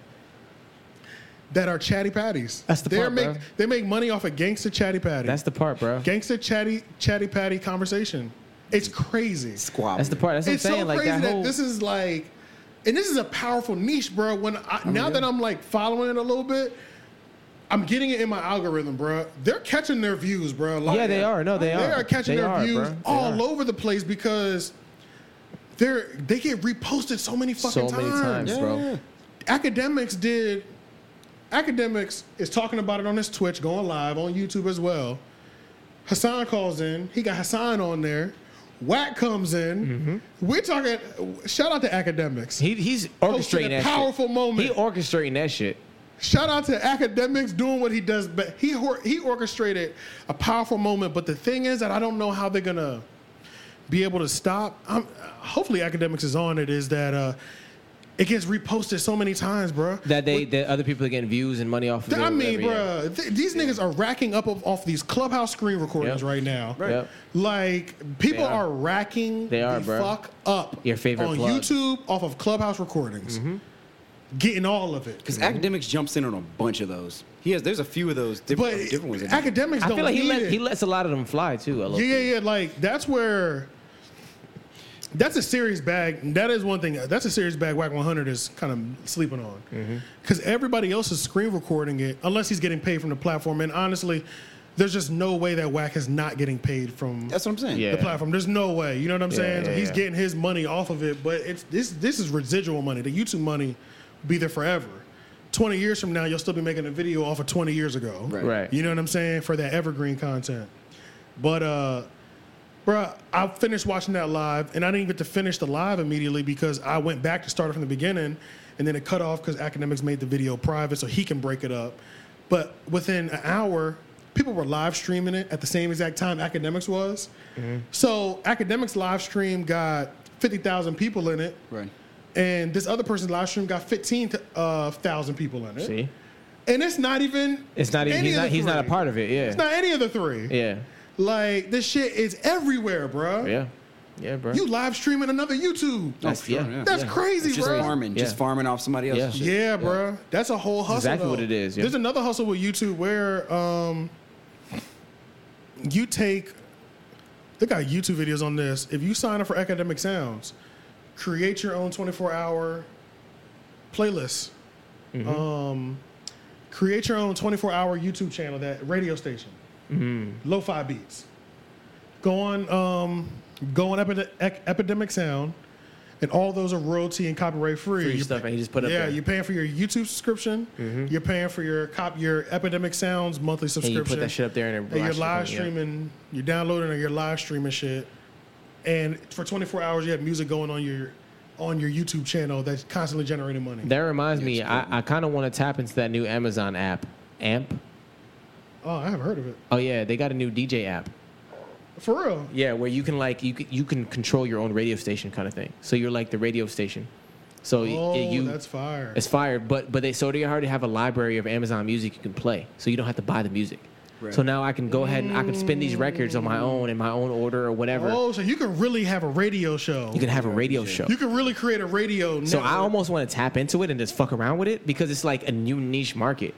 That are chatty patties. That's the They're part, make, bro. They make money off of gangster chatty patty. That's the part, bro. Gangster chatty chatty patty conversation. It's crazy. Squab. That's the part. That's what it's I'm saying. so like crazy that that, whole. this is like, and this is a powerful niche, bro. When I, now that I'm like following it a little bit, I'm getting it in my algorithm, bro. They're catching their views, bro. Like, Yeah, they are. No, they They are. are catching They their are, views bro. They all are. over the place because they're they get reposted so many so fucking many times, bro. academics did academics is talking about it on his twitch going live on youtube as well hassan calls in he got hassan on there whack comes in we're talking shout out to academics Mm-hmm. He, he's a orchestrating that powerful shit. moment. He orchestrating that shit. shout out to academics doing what he does but he hor- he orchestrated a powerful moment but the thing is that i don't know how they're gonna be able to stop i hopefully academics is on it is that uh it gets reposted so many times bro That they that other people are getting views and money off of it. I or mean, whatever, yeah. bruh, th- these niggas are racking up of, off these clubhouse screen recordings Yep. right now. Right. Yep. Like people They are. are. racking They are, the bruh. fuck up Your favorite Mm-hmm. on plug. YouTube off of clubhouse recordings, getting all of it. Because academics jumps in on a bunch of those. He has. There's a few of those But different, different ones. academics I don't feel like he need let, it. he lets a lot of them fly too. A little yeah, bit. yeah, yeah. Like that's where. That's a serious bag. That is one thing. That's a serious bag. Whack 100 is kind of sleeping on, Mm-hmm. because everybody else is screen recording it, unless he's getting paid from the platform. And honestly, there's just no way that Whack is not getting paid from That's what I'm saying. Yeah. the platform. There's no way. You know what I'm saying? yeah, He's yeah. getting his money off of it, but it's this this is residual money. The YouTube money will be there forever. 20 years from now, you'll still be making a video off of 20 years ago. Right. Right. You know what I'm saying? For that evergreen content. But, uh, bruh, I finished watching that live and I didn't get to finish the live immediately because I went back to start it from the beginning and then it cut off because academics made the video private so he can break it up. But within an hour, people were live streaming it at the same exact time academics was. Mm-hmm. So academics live stream got 50,000 people in it. Right. And this other person's live stream got 15,000 people in it. See, And it's not even. it's not even. any He's of the not. He's not a three. part of it. It's Yeah. not any of the three. Yeah. Oh, Like, this shit is everywhere, bro. Yeah. Yeah, bro. You live streaming another YouTube. That's- sure, yeah. yeah. That's crazy, It's just bro. farming, just Yeah. farming off somebody Yeah. else's shit. Yeah, bro. That's a whole hustle. exactly though. what it is, yeah. There's another hustle with YouTube where um, you take. They got YouTube videos on this. If you sign up for Academic Sounds, create your own 24 hour playlist. Mm-hmm. Um, create your own 24 hour YouTube channel, that radio station, Mm-hmm. lo-fi beats. Go on, um, go on Epi- Ec- Epidemic Sound, and all those are royalty and copyright free. Free You stuff, pay- and you just put up Yeah, there. you're paying for your YouTube subscription. You're paying for your cop your Epidemic Sounds monthly and subscription. Mm-hmm. you put that shit up there and, it And you're blasts live you from- yeah. streaming, you're downloading, or you're live streaming shit. And for 24 hours, you have music going on your on your YouTube channel that's constantly generating money. That reminds me. I, I kind of want to tap into that new Amazon app, Amp. oh, I haven't heard of it. Oh yeah, they got a new DJ app. For real. Yeah, where you can like you can, you can control your own radio station kind of thing. So you're like the radio station. So y- Oh, you that's fire. it's fire, but but they so they already have a library of Amazon music you can play. So you don't have to buy the music. So now I can go ahead and I can spin these records on my own in my own order or whatever. Oh, so you can really have a radio show. you can have a radio show. You can really create a radio. So I network. almost want to tap into it and just fuck around with it because it's like a new niche market.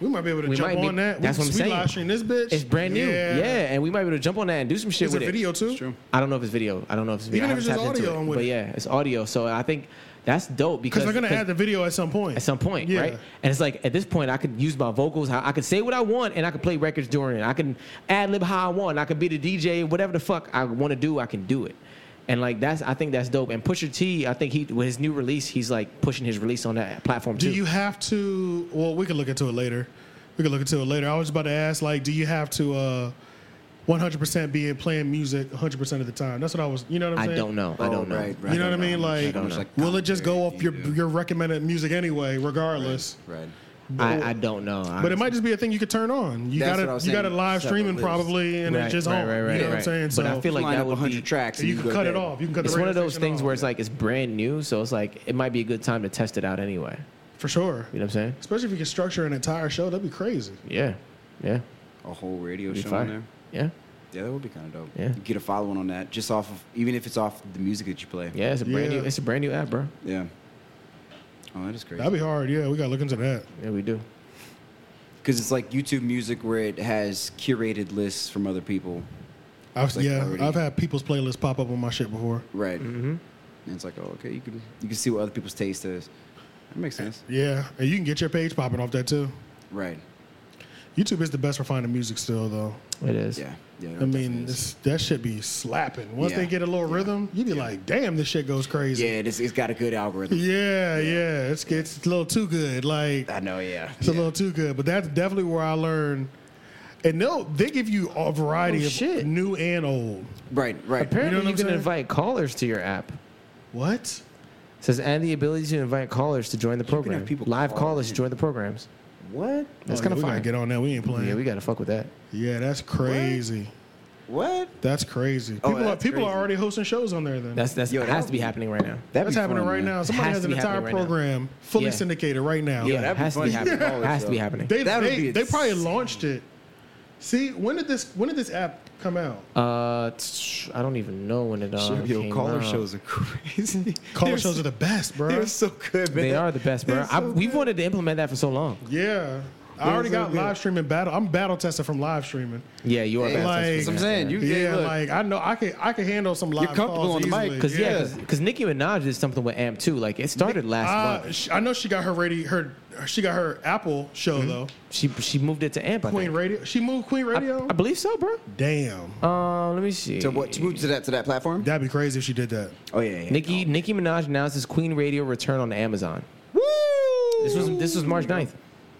we might be able to we jump might be- on that. that's we, what I'm we saying. live stream this bitch. It's brand new. Yeah, Yeah, and we might be able to jump on that and do some shit Is with it video too? True. I don't know if it's video. I don't know if it's video. Even I if it's haven't just tapped into audio, it. I'm with but it. yeah, it's audio. So I think that's dope Because because they're gonna because add the video at some point. at some point, Yeah. right? And it's like at this point, I could use my vocals. I, I could say what I want, and I could play records during it. I can ad lib how I want. I could be the DJ, whatever the fuck I want to do, I can do it. And like that's, I think that's dope. And Pusha T, I think he with his new release, he's like pushing his release on that platform Do too. you have to? Well, we can look into it later. We can look into it later. I was about to ask, like, do you have to uh, 100% be in playing music 100% of the time? That's what I was. You know what I'm I saying? don't know. I Oh, don't know. right, right. You know what I don't mean? Like, How much, like, will it just go commentary off your you do? your recommended music anyway, regardless? Right. I, I don't know. But it might just be a thing you could turn on. You That's got what I it. was You got it saying, live separate streaming lists. probably, and it's just on. you know what I'm saying? But so I feel like Line that up would 100 be tracks. and you can go cut it there. off. You can cut It's the one radio of those station things off. where it's like it's brand new, so it's like it might be a good time to test it out anyway. for sure. You know what I'm saying? Especially if you can structure an entire show, that'd be crazy. Yeah, yeah, A whole radio be show fire. on there. Yeah, Yeah, that would be kind of dope. Yeah. You get a following on that, just off of even if it's off the music that you play. yeah. It's a brand Yeah. new. It's a brand new app, bro. Yeah. Oh, that is crazy. That'd be hard. Yeah, we gotta look into that. Yeah, we do. Because it's like YouTube music where it has curated lists from other people. I've, like yeah, already- I've had people's playlists pop up on my shit before. Right. Mm-hmm. And it's like, oh, okay, you can you can see what other people's taste is. That makes sense. Yeah, and you can get your page popping off that too. Right. YouTube is the best for finding music still, though. It is. Yeah. Yeah. I that mean, definitely is. this, that should be slapping. Once Yeah. they get a little rhythm, you'd be like, damn, this shit goes crazy. yeah, it is, it's got a good algorithm. yeah, yeah. It's, it's a little too good. Like, I know. Yeah. It's a little too good, but that's definitely where I learned. And they'll they give you a variety Oh, of shit. new and old. Right. Right. Apparently, You you, know what I'm can saying? invite callers to your app. It What? says and the ability to invite callers to join the program. have people Live call callers to in. join the programs. What? That's Oh, yeah, kind of We fire. gotta get on that. We ain't playing. yeah, Yeah, we gotta fuck with that. that's crazy. What? Oh, That's crazy. People are that's people crazy. are already hosting shows on there. Then That's that's Yo, that has would to be be- happening right now. That'd That's be happening fun, right man. now. Somebody Has has to an be entire happening right now. program fully Yeah. syndicated right now. Yeah, that'd be has to be funny. happening. Callers, Has to be though. happening. They That would they, be they probably insane. launched it. See, when did this when did this app come out? Uh, tsh, I don't even know when it uh, came out. are crazy. Caller shows are the best, bro. They're so good, man. They are the best, bro. They're I, so we've good. wanted to implement that for so long. Yeah. I already got live streaming battle. I'm battle tested from live streaming. Yeah, you are. Hey, bad like- at That's what I'm that. saying. You, Yeah, yeah, look. like I know I can I can handle some live. You're comfortable calls on the mic, easily. Cause yeah, Yeah. cause, 'cause Nicki Minaj did something with Amp too. Like it started last Uh, month. sh I know she got her radio. Her she got her Apple show Mm-hmm. though. She she moved it to Amp. I, Queen think. Radio. She moved Queen Radio. I believe so, bro. Damn, Uh, let me see. To what? To move to that to that platform? that'd be crazy if she did that. Oh yeah. yeah. Nicki Nicki Minaj announces Queen Radio return on Amazon. Woo! This was this was March 9th.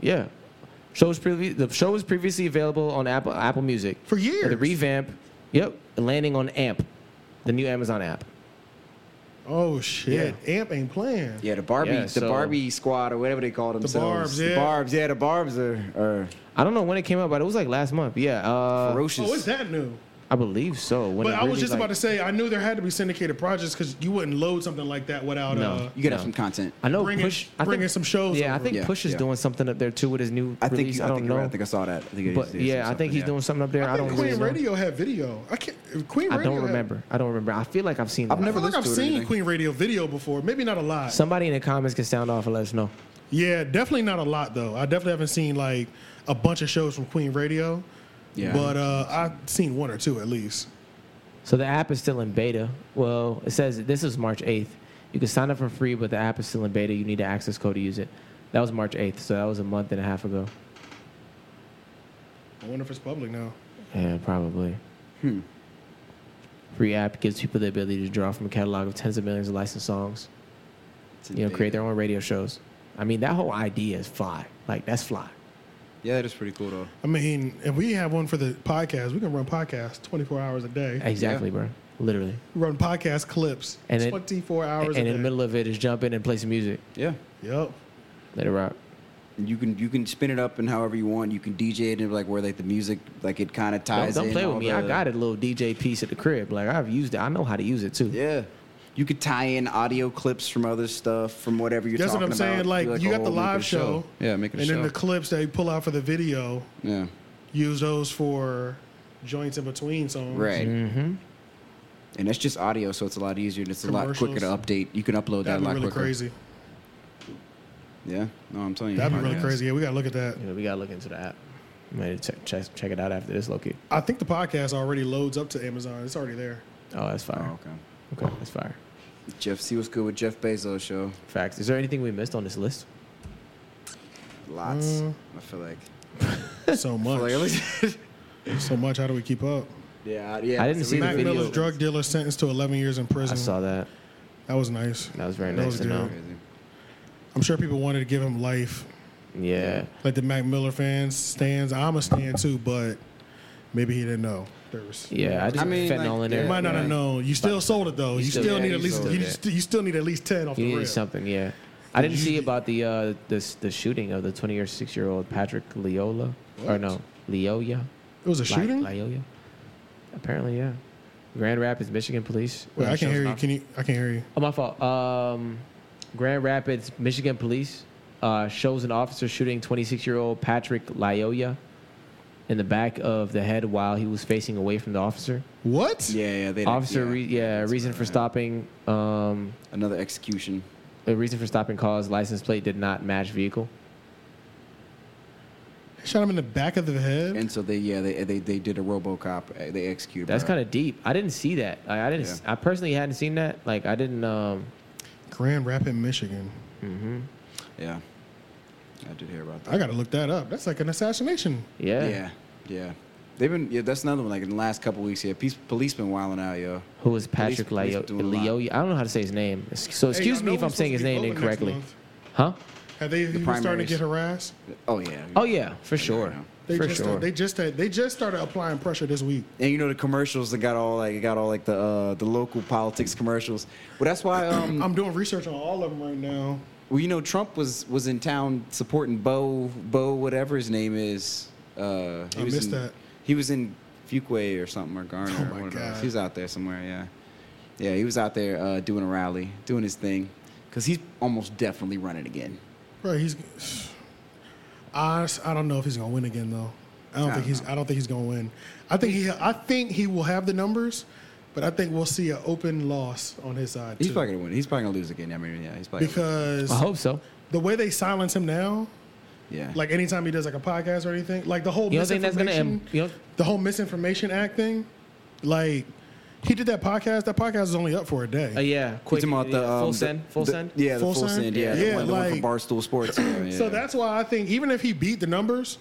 Yeah. Show was previ- the show was previously available on Apple Apple Music. For The years. revamp. Yep. Landing on AMP, the new Amazon app. Oh shit! Amp ain't playing. Yeah, the Barbie, Yeah, the so- Barbie squad or whatever they call Barbs, themselves. yeah. The Barbs, yeah, the Barbs are, are I don't know when it came out, but it was like last month. Yeah. Uh, ferocious. Oh, is that new? I believe so. When But it I was really, just like- about to say, I knew there had to be syndicated projects because you wouldn't load something like that without. No. Uh, you gotta No. have some content. I know bringing- Push. I bringing some shows Yeah, I over. think Yeah, Push is yeah. doing something up there too with his new I think, release. you- I, I don't think you're know. right. I think I saw that. I think it but is- it is yeah, I something, think he's yeah. doing something up there. I, I don't think really Queen know. Radio had video. I can't. Queen. I Radio don't had- remember. I don't remember. I feel like I've seen. I've that. I never feel like listened I've to it or seen anything. Queen Radio video before. Maybe not a lot. Somebody in the comments can sound off and let us know. yeah, definitely not a lot though. I definitely haven't seen like a bunch of shows from Queen Radio. Yeah. But uh, I've seen one or two at least. So the app is still in beta. Well, it says this is March 8th. You can sign up for free, but the app is still in beta. You need an access code to use it. That was March 8th, so that was a month and a half ago. I wonder if it's public now. Yeah, probably. Hmm. Free app gives people the ability to draw from a catalog of tens of millions of licensed songs. It's You know, create invaded. their own radio shows. I mean, that whole idea is fly. Like that's fly. Yeah, it is pretty cool though. I mean, if we have one for the podcast, we can run podcasts 24 hours a day. Exactly, bro. Literally. Run podcast clips And it- 24 hours and a in the day. middle of it is jump in and play some music. Yeah. yep. Let it rock. You can you can spin it up and however you want. You can DJ it and like where like the music like it kind of Don't, ties. don't in play with all me. I the- got a little DJ piece at the crib. Like I've used it. I know how to use it too. Yeah. You could tie in audio clips from other stuff, from whatever you're That's what talking I'm saying. about. Like, Do, you a got the whole- make it a live show, Yeah, make it a and show. then the clips that you pull out for the video, yeah. use those for joints in between songs. Right. Mm-hmm. And that's just audio, so it's a lot easier and it's a lot quicker Mm-hmm. to Commercials. update. You can upload That'd that a be lot really quicker. crazy. Yeah. No, I'm telling you. That'd be really podcasts. crazy. Yeah, we gotta look at that. You know, we gotta look into the app. Might check, check check it out after this, Loki. I think the podcast already loads up to Amazon. It's already there. Oh, that's Oh, fire. okay. okay. that's fire. Jeff, see what's good with Jeff Bezos show. Facts. Is there anything we missed on this list? Lots. Mm-hmm. I feel like. So much. so much. How do we keep up? yeah, I- yeah. I didn't so see we- the Mac video. Miller's drug dealer sentenced to 11 years in I prison. saw that. That was nice. That was very That nice was to know. good. I'm sure people wanted to give him life. Yeah. Like the Mac Miller fans stands. I'm a stand too, but maybe he didn't know. There was. Yeah. I just I mean, fentanyl like, in You there. might not have known. You still sold it though. You, still- still, yeah, need you at least sold you, it. just, you still need at least ten off You the need rip. something, yeah. I didn't see about the uh, this the shooting of the 20 year 6 year old Patrick Leola or no Leoya. It was a Li- shooting. Leoya. Apparently, yeah. Grand Rapids, Michigan police. Wait, uh, I can't shows hear you. not- Can you? I can't hear you. Oh, my fault. Um, Grand Rapids, Michigan police uh, shows an officer shooting 26 year old Patrick Lyoya in the back of the head while he was facing away from the officer. What? Yeah, yeah. They Officer, yeah. re- yeah, reason for stopping. Um, Another execution. the reason for stopping cause license plate did not match vehicle. Shot him in the back of the head. And so they, yeah, they they, they did a RoboCop. uh, They executed. That's kind of deep. I didn't see that. Like, I didn't. Yeah. s- I personally hadn't seen that. Like I didn't. Um, Grand Rapids, Michigan. of. Yeah. I did hear about that. I gotta look that up. That's like an assassination. yeah. Yeah, yeah. They've been yeah. That's another one. Like in the last couple weeks, yeah. Police, police been wilding out, yo. Who was Police- Patrick police Leo? doing a lot. Leo? I don't know how to say his name. Es- So Hey, excuse y'all know me if we're I'm supposed saying his to be name voting next incorrectly. month. Huh? Have they even starting to primaries. get harassed? Oh yeah. Oh yeah, for sure. know. They for just uh, sure. they just had, they just started applying pressure this week. And you know the commercials that got all like it got all like the uh, the local politics commercials. Well, that's why. Um, I'm doing research on all of them right now. well, you know Trump was was in town supporting Bo Bo whatever his name is. Uh, he I was missed in, that. He was in Fuquay or something or Garner. Oh, or my one of God. those. He was out there somewhere. Yeah, yeah. He was out there uh, doing a rally, doing his thing, because he's almost definitely running again. Bro, he's. I, honest- I don't know if he's gonna win again though. I don't think he's. I don't think he's gonna win. I think he. I think he will have the numbers, but I think we'll see an open loss on his side He's too. probably gonna win. He's probably gonna lose again. I mean, yeah, he's probably gonna because I hope so. the way they silence him now, Yeah. like anytime he does like a podcast or anything, like the whole You don't think that's misinformation, gonna em- you don't- the whole misinformation act thing, like he did that podcast. That podcast is only up for a day. Uh, yeah. You Quick. talking about the yeah, um, full the- send. Full the- send. Yeah, the Full full, send? send. Yeah, Yeah, the one, the like- one from Barstool Sports. Yeah, So yeah. that's why I think even if he beat the numbers,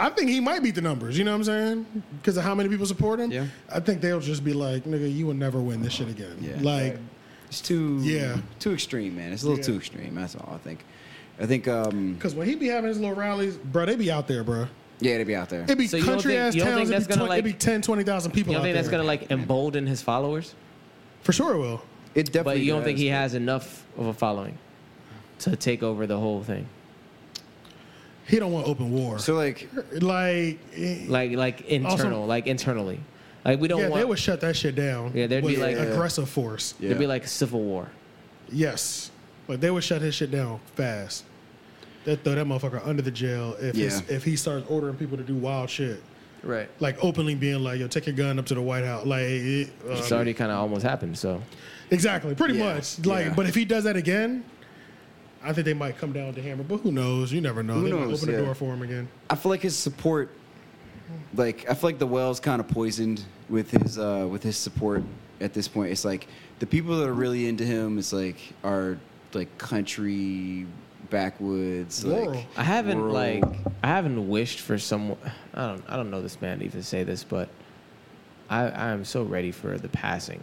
I think he might beat the numbers. You know what I'm saying? Because of how many people support him. Yeah. I think they'll just be like, "Nigga, you will never win this shit again." Yeah. Like, it's too Yeah. too extreme, man. It's a little Yeah. too extreme. That's all I think. I think, um, Because when he be having his little rallies, bro, they be out there, bro. yeah, they'd be out there. It be So you don't country think- ass you don't think towns. It that's be, gonna, 20, it be like- 10, 20,000 people You out don't think there. that's gonna like embolden his followers? For sure it will. It definitely. But you don't think does. he has enough of a following to take over the whole thing? He don't want open war. So like, like, eh, Like like internal, like internally. Like we don't yeah, want they would shut that shit down. Yeah, there'd be, with like- aggressive force. yeah. it'd be like civil war. Yes, like they would shut his shit down fast. They throw that motherfucker under the jail if his- Yeah. if he starts ordering people to do wild shit, Right. like openly being like, "Yo, take your gun up to the White House." Like, it- uh, It's already kinda almost happened, so exactly, pretty Yeah, much. Like, yeah. but if he does that again, I think they might come down with the hammer. But who knows? You never know. Who they might knows, open yeah. the door for him again. I feel like his support, like I feel like the well's kind of poisoned with his uh, with his support at this point. It's like the people that are really into him is like are like country backwoods. Laurel. Like, I haven't rural. like I haven't wished for someone. I don't I don't know this man to even say this, but I I am so ready for the passing.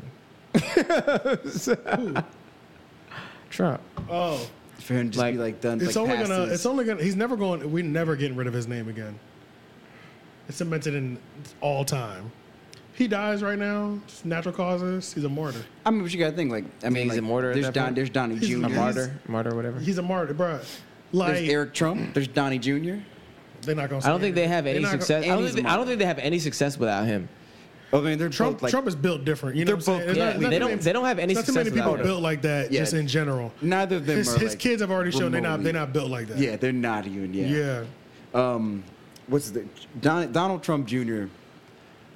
Trump. Oh, for him to just like, be like done. it's like, only past gonna. his- It's only gonna. He's never going. We're never getting rid of his name again. It's cemented in all time. He dies right now, just natural causes. He's a martyr. I mean, but you gotta think like I mean, he's like, a martyr at There's that Don. point? There's Donnie He's a Jr. A Yes. martyr, martyr, whatever. He's a martyr, bro. Like There's Eric Trump. There's Donnie Jr. they're not gonna. I don't say think they it. have They're any not gonna- success. I don't, and think he's they, a I don't martyr. think they have any success without him. I mean, Oh, they're Trump, both, like Trump is built different. You know, They're what I'm saying? both It's not- Yeah, it's not they too don't- many- they don't have any it's not too many success people without built like that. Yeah. Just in general, neither of them his, are. his like, kids have already shown they're not remotely- they're not built like that. Yeah, they're not even. Yeah. yeah. Um, what's the Don, Donald Trump Jr.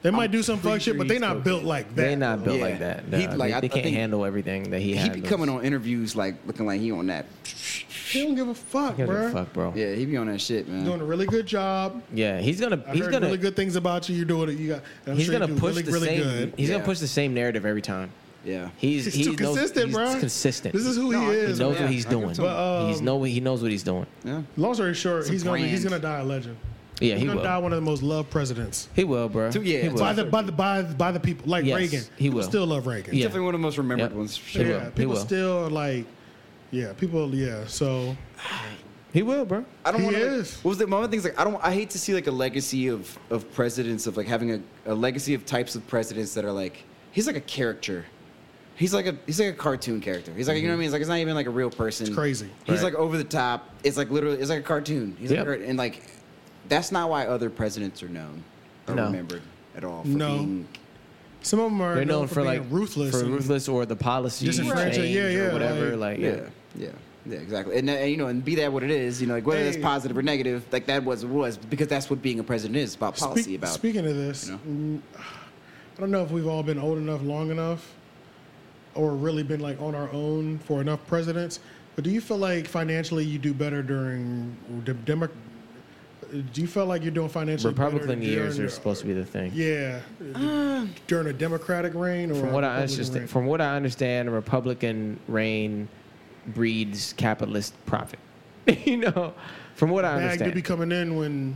They might do some fuck pretty shit, sure but they're he's not built built like that. They're not built Yeah. like that. He- No, like, they, I- they I can't think- handle everything that he He be handles. coming on interviews like looking like he on that. They don't give a fuck, Give bro. a fuck, bro. Yeah, he be on that shit, man. Doing a really good job. Yeah, he's gonna I he's heard gonna really good things about you. You're doing it. You got. and I'm he's sure you gonna do push really, the really same. good. He's gonna Yeah. push the same narrative every time. yeah. He's He's he too knows, consistent, he's bro. Consistent. This is who No, I- he he is. He knows man. what he's I give doing. it to him. he's But, um, know he knows what he's doing. Yeah. Long story short, he's gonna he's brand. gonna die a legend. Yeah, he's he gonna will. die one of the most loved presidents He will, bro. Two- yeah, he it's will. by the by the by the, by the people like Yes, Reagan. he People will. still love Reagan. Yeah. Definitely one of the most Yep. remembered ones. He Sure. will. yeah He people will. still are like yeah people yeah so He will, bro. I don't He want to. is. What was the moment things like I don't I hate to see like a legacy of of presidents of like having a, a legacy of types of presidents that are like he's like a character. He's like a he's like a cartoon character. He's like you know what I mean? It's like it's not even like a real person. Mm-hmm. crazy. He's Right. like over the top. It's like literally it's like a cartoon. He's like Yep. a cart- and like that's not why other presidents are known or No. remembered at all. For No. being- some of them are They're known, for, being like ruthless for and- ruthless or the policy Disenfranchised, change yeah, yeah, or whatever. Like, yeah. yeah. Yeah. Yeah, exactly, and, uh, and, you know, and be that what it is, you know, like whether that's Hey. positive or negative, like that was was because that's what being a president is about policy, Speak- about Speaking of this, you know? mm, I don't know if we've all been old enough, long enough, or really been like on our own for enough presidents. But do you feel like financially you do better during the Demo- Do you feel like you're doing financially better Republican years during- are supposed to be the thing. Yeah, during a Democratic reign or From a what I Republican reign? understand, from what I understand, a Republican reign breeds capitalist profit. you know, from what I bag to understand. be coming in when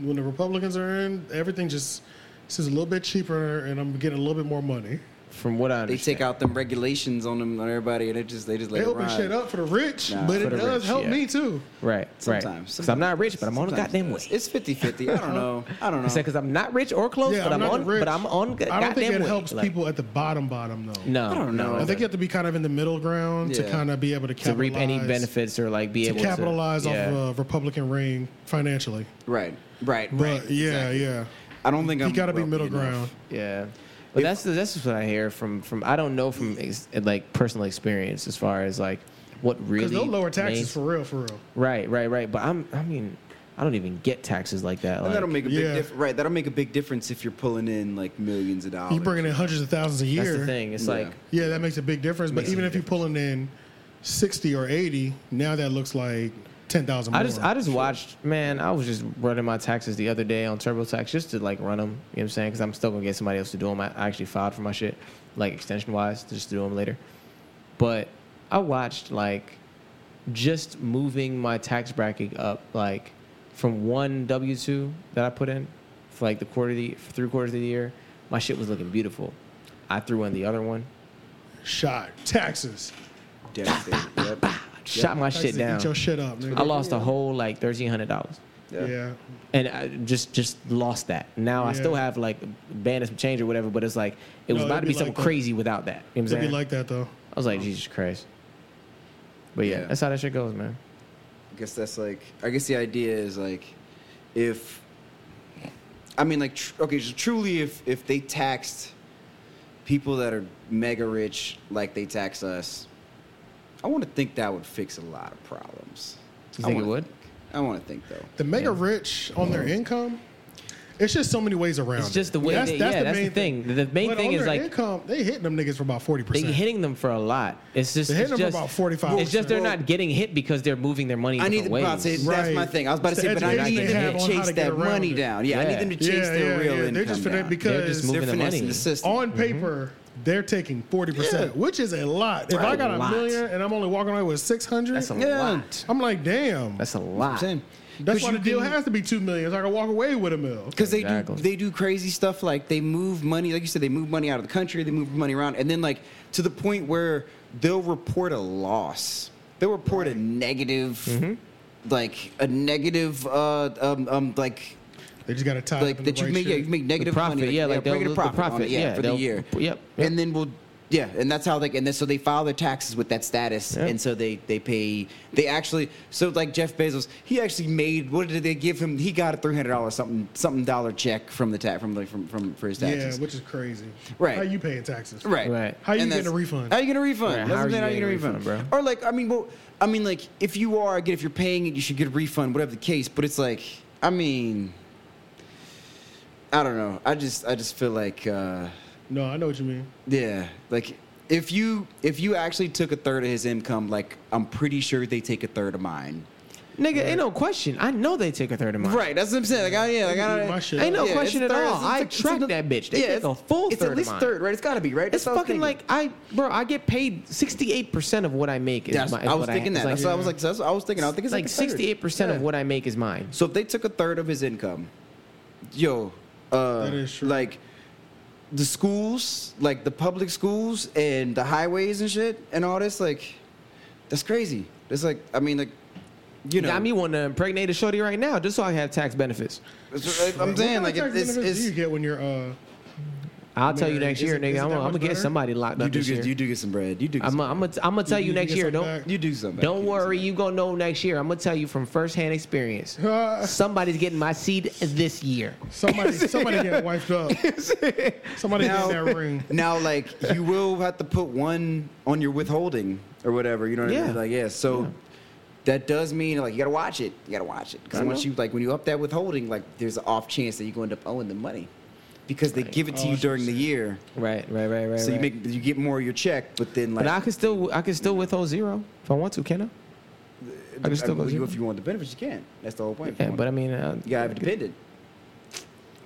when the Republicans are in. Everything just it's just a little bit cheaper, and I'm getting a little bit more money. from what I they understand, take out them regulations on them on everybody, and it just they just let They it open ride. shit up for the rich, Nah, but it for the does rich, help yeah. me too. right, Sometimes, right. Because sometimes I'm not rich, but I'm on the sometimes goddamn it way. does. It's 50-50. I don't know. I don't know. I said because I'm not rich or close, Yeah, but I'm, not on. the rich. But I'm on. I don't think it way. helps Like, people at the bottom bottom though. No, I don't no, know. it I think you doesn't. have to be kind of in the middle ground to Yeah. kind of be able to to capitalize, reap any benefits or like be to able capitalize to off yeah. of a Republican reign financially. right, right, But right. yeah, exactly. yeah, I don't think you I'm. got to be wealthy middle enough. ground. Yeah, but that's that's just what I hear from from I don't know from ex, like personal experience as far as like what really Because they'll lower taxes means- for real, for real. right, right, right. But I'm I mean I don't even get taxes like that. And that'll Like, make a big Yeah. difference. Right, that'll make a big difference if you're pulling in like millions of dollars. You bringing in hundreds of thousands a year. that's the thing. It's Yeah. like Yeah, that makes a big difference. But Makes a even big if you're pulling in sixty or eighty, now that looks like ten thousand. I just I just watched man. I was just running my taxes the other day on TurboTax just to like run them. You know what I'm saying? Because I'm still gonna get somebody else to do them. I I actually filed for my shit like extension wise just to do them later. But I watched like just moving my tax bracket up like from one W two that I put in for like the quarter of the for three quarters of the year. My shit was looking beautiful. I threw in the other one. shot taxes. Devastated. Yep. Shot my shit Actually, down. Eat your shit up, nigga. I lost a whole like thirteen hundred dollars, Yeah. and I just just lost that. Now I Yeah. still have like banded some change or whatever, but it's like it was No, about it'd to be be, something like that. crazy without that. You know what It'd I'm be saying? like that though. I was like, Jesus Christ. But yeah, Yeah. that's how that shit goes, man. I guess that's like. I guess the idea is like, if. I mean, like, tr- okay, so truly, if if they taxed people that are mega rich like they tax us, I want to think that would fix a lot of problems. You I think it wanna- would? I want to think though. The mega rich on their income, it's just so many ways around. It's just it. the way. they, yeah, that's the thing. The main But thing on is their like income. They hitting them niggas for about forty they percent. hitting them for a lot. It's just They're hitting it's them just, for about 45%. It's just they're not getting hit because they're moving their money. in I need different them about ways. to, Right. that's my thing. I was about to It's say, the but I education need they them have to on how chase to get that around money it. down. Yeah, I Yeah. need them to Yeah, chase their yeah, real yeah. They're income just for that down. because- They're just They're moving They're the money. finessing the system. on paper, they're taking forty percent, which is a lot. If I Right, got a a lot. million and I'm only walking away with six hundred, That's a Yeah. lot. I'm like, damn. That's, That's a lot. Same. why the deal has to be two million. So I can walk away with a mil. Because they Exactly. do they do crazy stuff like they move money, like you said, they move money out of the country, they move money around, and then like to the point where they'll report a loss. They'll report a negative, Mm-hmm. like a negative, uh, um, um, like They just got to tie like up in that the you right make yeah, shit. you make The negative profit, money, yeah, like they'll- negative the profit, on it, yeah, yeah, for the they'll- year. yep, yep. and then we'll yeah, and that's how they and then so they file their taxes with that status, Yeah. and so they they pay they actually so like Jeff Bezos, he actually made what did they give him? He got a three hundred dollar something something dollar check from the tax from the from from for his yeah, taxes. which is crazy. Right. How you paying taxes? Right. Right. How you And getting a that's- refund? How you getting a refund? Yeah, That's how the are thing, you how you getting a refund, refund, bro? Or like, I mean, well, I mean, like, if you are, again, if you're paying it, you should get a refund, whatever the case. But it's like, I mean, I don't know. I just, I just feel like, uh, No, I know what you mean. yeah, like if you, if you actually took a third of his income, like, I'm pretty sure they take a third of mine. Nigga, ain't no question. I know they take a third of mine. Right. That's what I'm saying. Like, I, yeah, like, I Eat my shit. Ain't no yeah, question it's at third. all. It's I like- it's tracked another- that bitch. They yeah, take it's- a full It's third at of least mine. third, right? It's got to be right. It's That's what I was fucking like thinking. I, bro. I get paid sixty-eight percent of what I make is That's, my. Is I was what thinking it's that. Like, that's what I was like. That's what I was thinking. I think it's like, like a third. sixty-eight percent of what I make is mine. So if they took a third of his income, yo, uh, That is true. like the schools, like the public schools and the highways and shit and all this, like that's crazy. It's like I mean, like you know, Got me wanting to impregnate a shorty right now just so I have tax benefits. it's- it's- I'm What saying kind of like tax it, it's, benefits do you it's get when you're uh I'll tell you Man, next is year, it- is nigga. it I'm, that I'm gonna much get better? somebody locked you up do this get you year. do get some bread. You do. Get I'm some gonna I'm gonna tell You you do next get year. something Don't back. bread. you do some. Back. You Don't do some worry, back. you gonna know next year. I'm gonna tell you from firsthand experience. Somebody's getting my seed this year. somebody somebody getting wiped up? Somebody Now- getting that ring. Now, like you will have to put one on your withholding or whatever. You know what I Yeah. mean? Like yeah. So that does mean like you gotta watch it. You gotta watch it because Uh-huh. once you like when you up that withholding, like there's an off chance that you're gonna end up owing the money because they give it to you during the year. Right, right, right, right. So you make you get more of your check, but then like But I can still I can still withhold zero if I want to, can I? I can still go you- zero. if you want the benefits, you can. That's the whole point. If you Yeah, want but it. I mean, uh, you gotta have it dependent.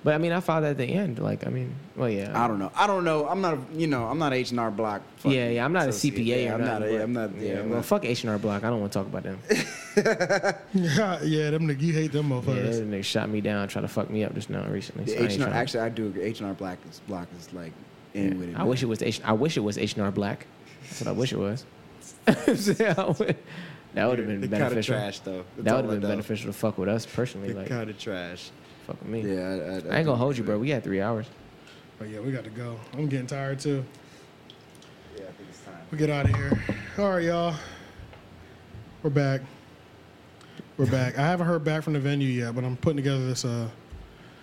But I mean, I filed at the end. Like, I mean, well, yeah. I don't know. I don't know. I'm not. A, you know. I'm not H and R Block. fucking Yeah, yeah. I'm not a CPA associate. Yeah, or I'm not. nothing, A, but- I'm not. Yeah. I'm well, not- fuck H and R Block. I don't want to talk about them. yeah, Yeah, yeah, them nigga, you hate them motherfuckers. they shot me down trying to fuck me up just now recently. so I The ain't H and R. tryna- Actually, I do agree. H and R Black is Block is like in with it. I wish it was H. I wish it was H and R Black. That's what I wish it was. that would have been They kinda beneficial. trash, though. That's That all would have I been know. beneficial to fuck with us personally. Like, kind of trash. fuck with me. Yeah, I, I, I ain't gonna hold you, bro. We had three hours. But yeah, we got to go. I'm getting tired too. Yeah, I think it's time. We get out of here. All right, y'all. We're back. We're back. I haven't heard back from the venue yet, but I'm putting together this uh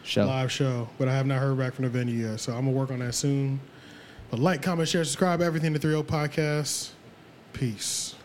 Show. live show, but I have not heard back from the venue yet. So I'm gonna work on that soon. But like, comment, share, subscribe, everything to 30 Podcast. oh Peace.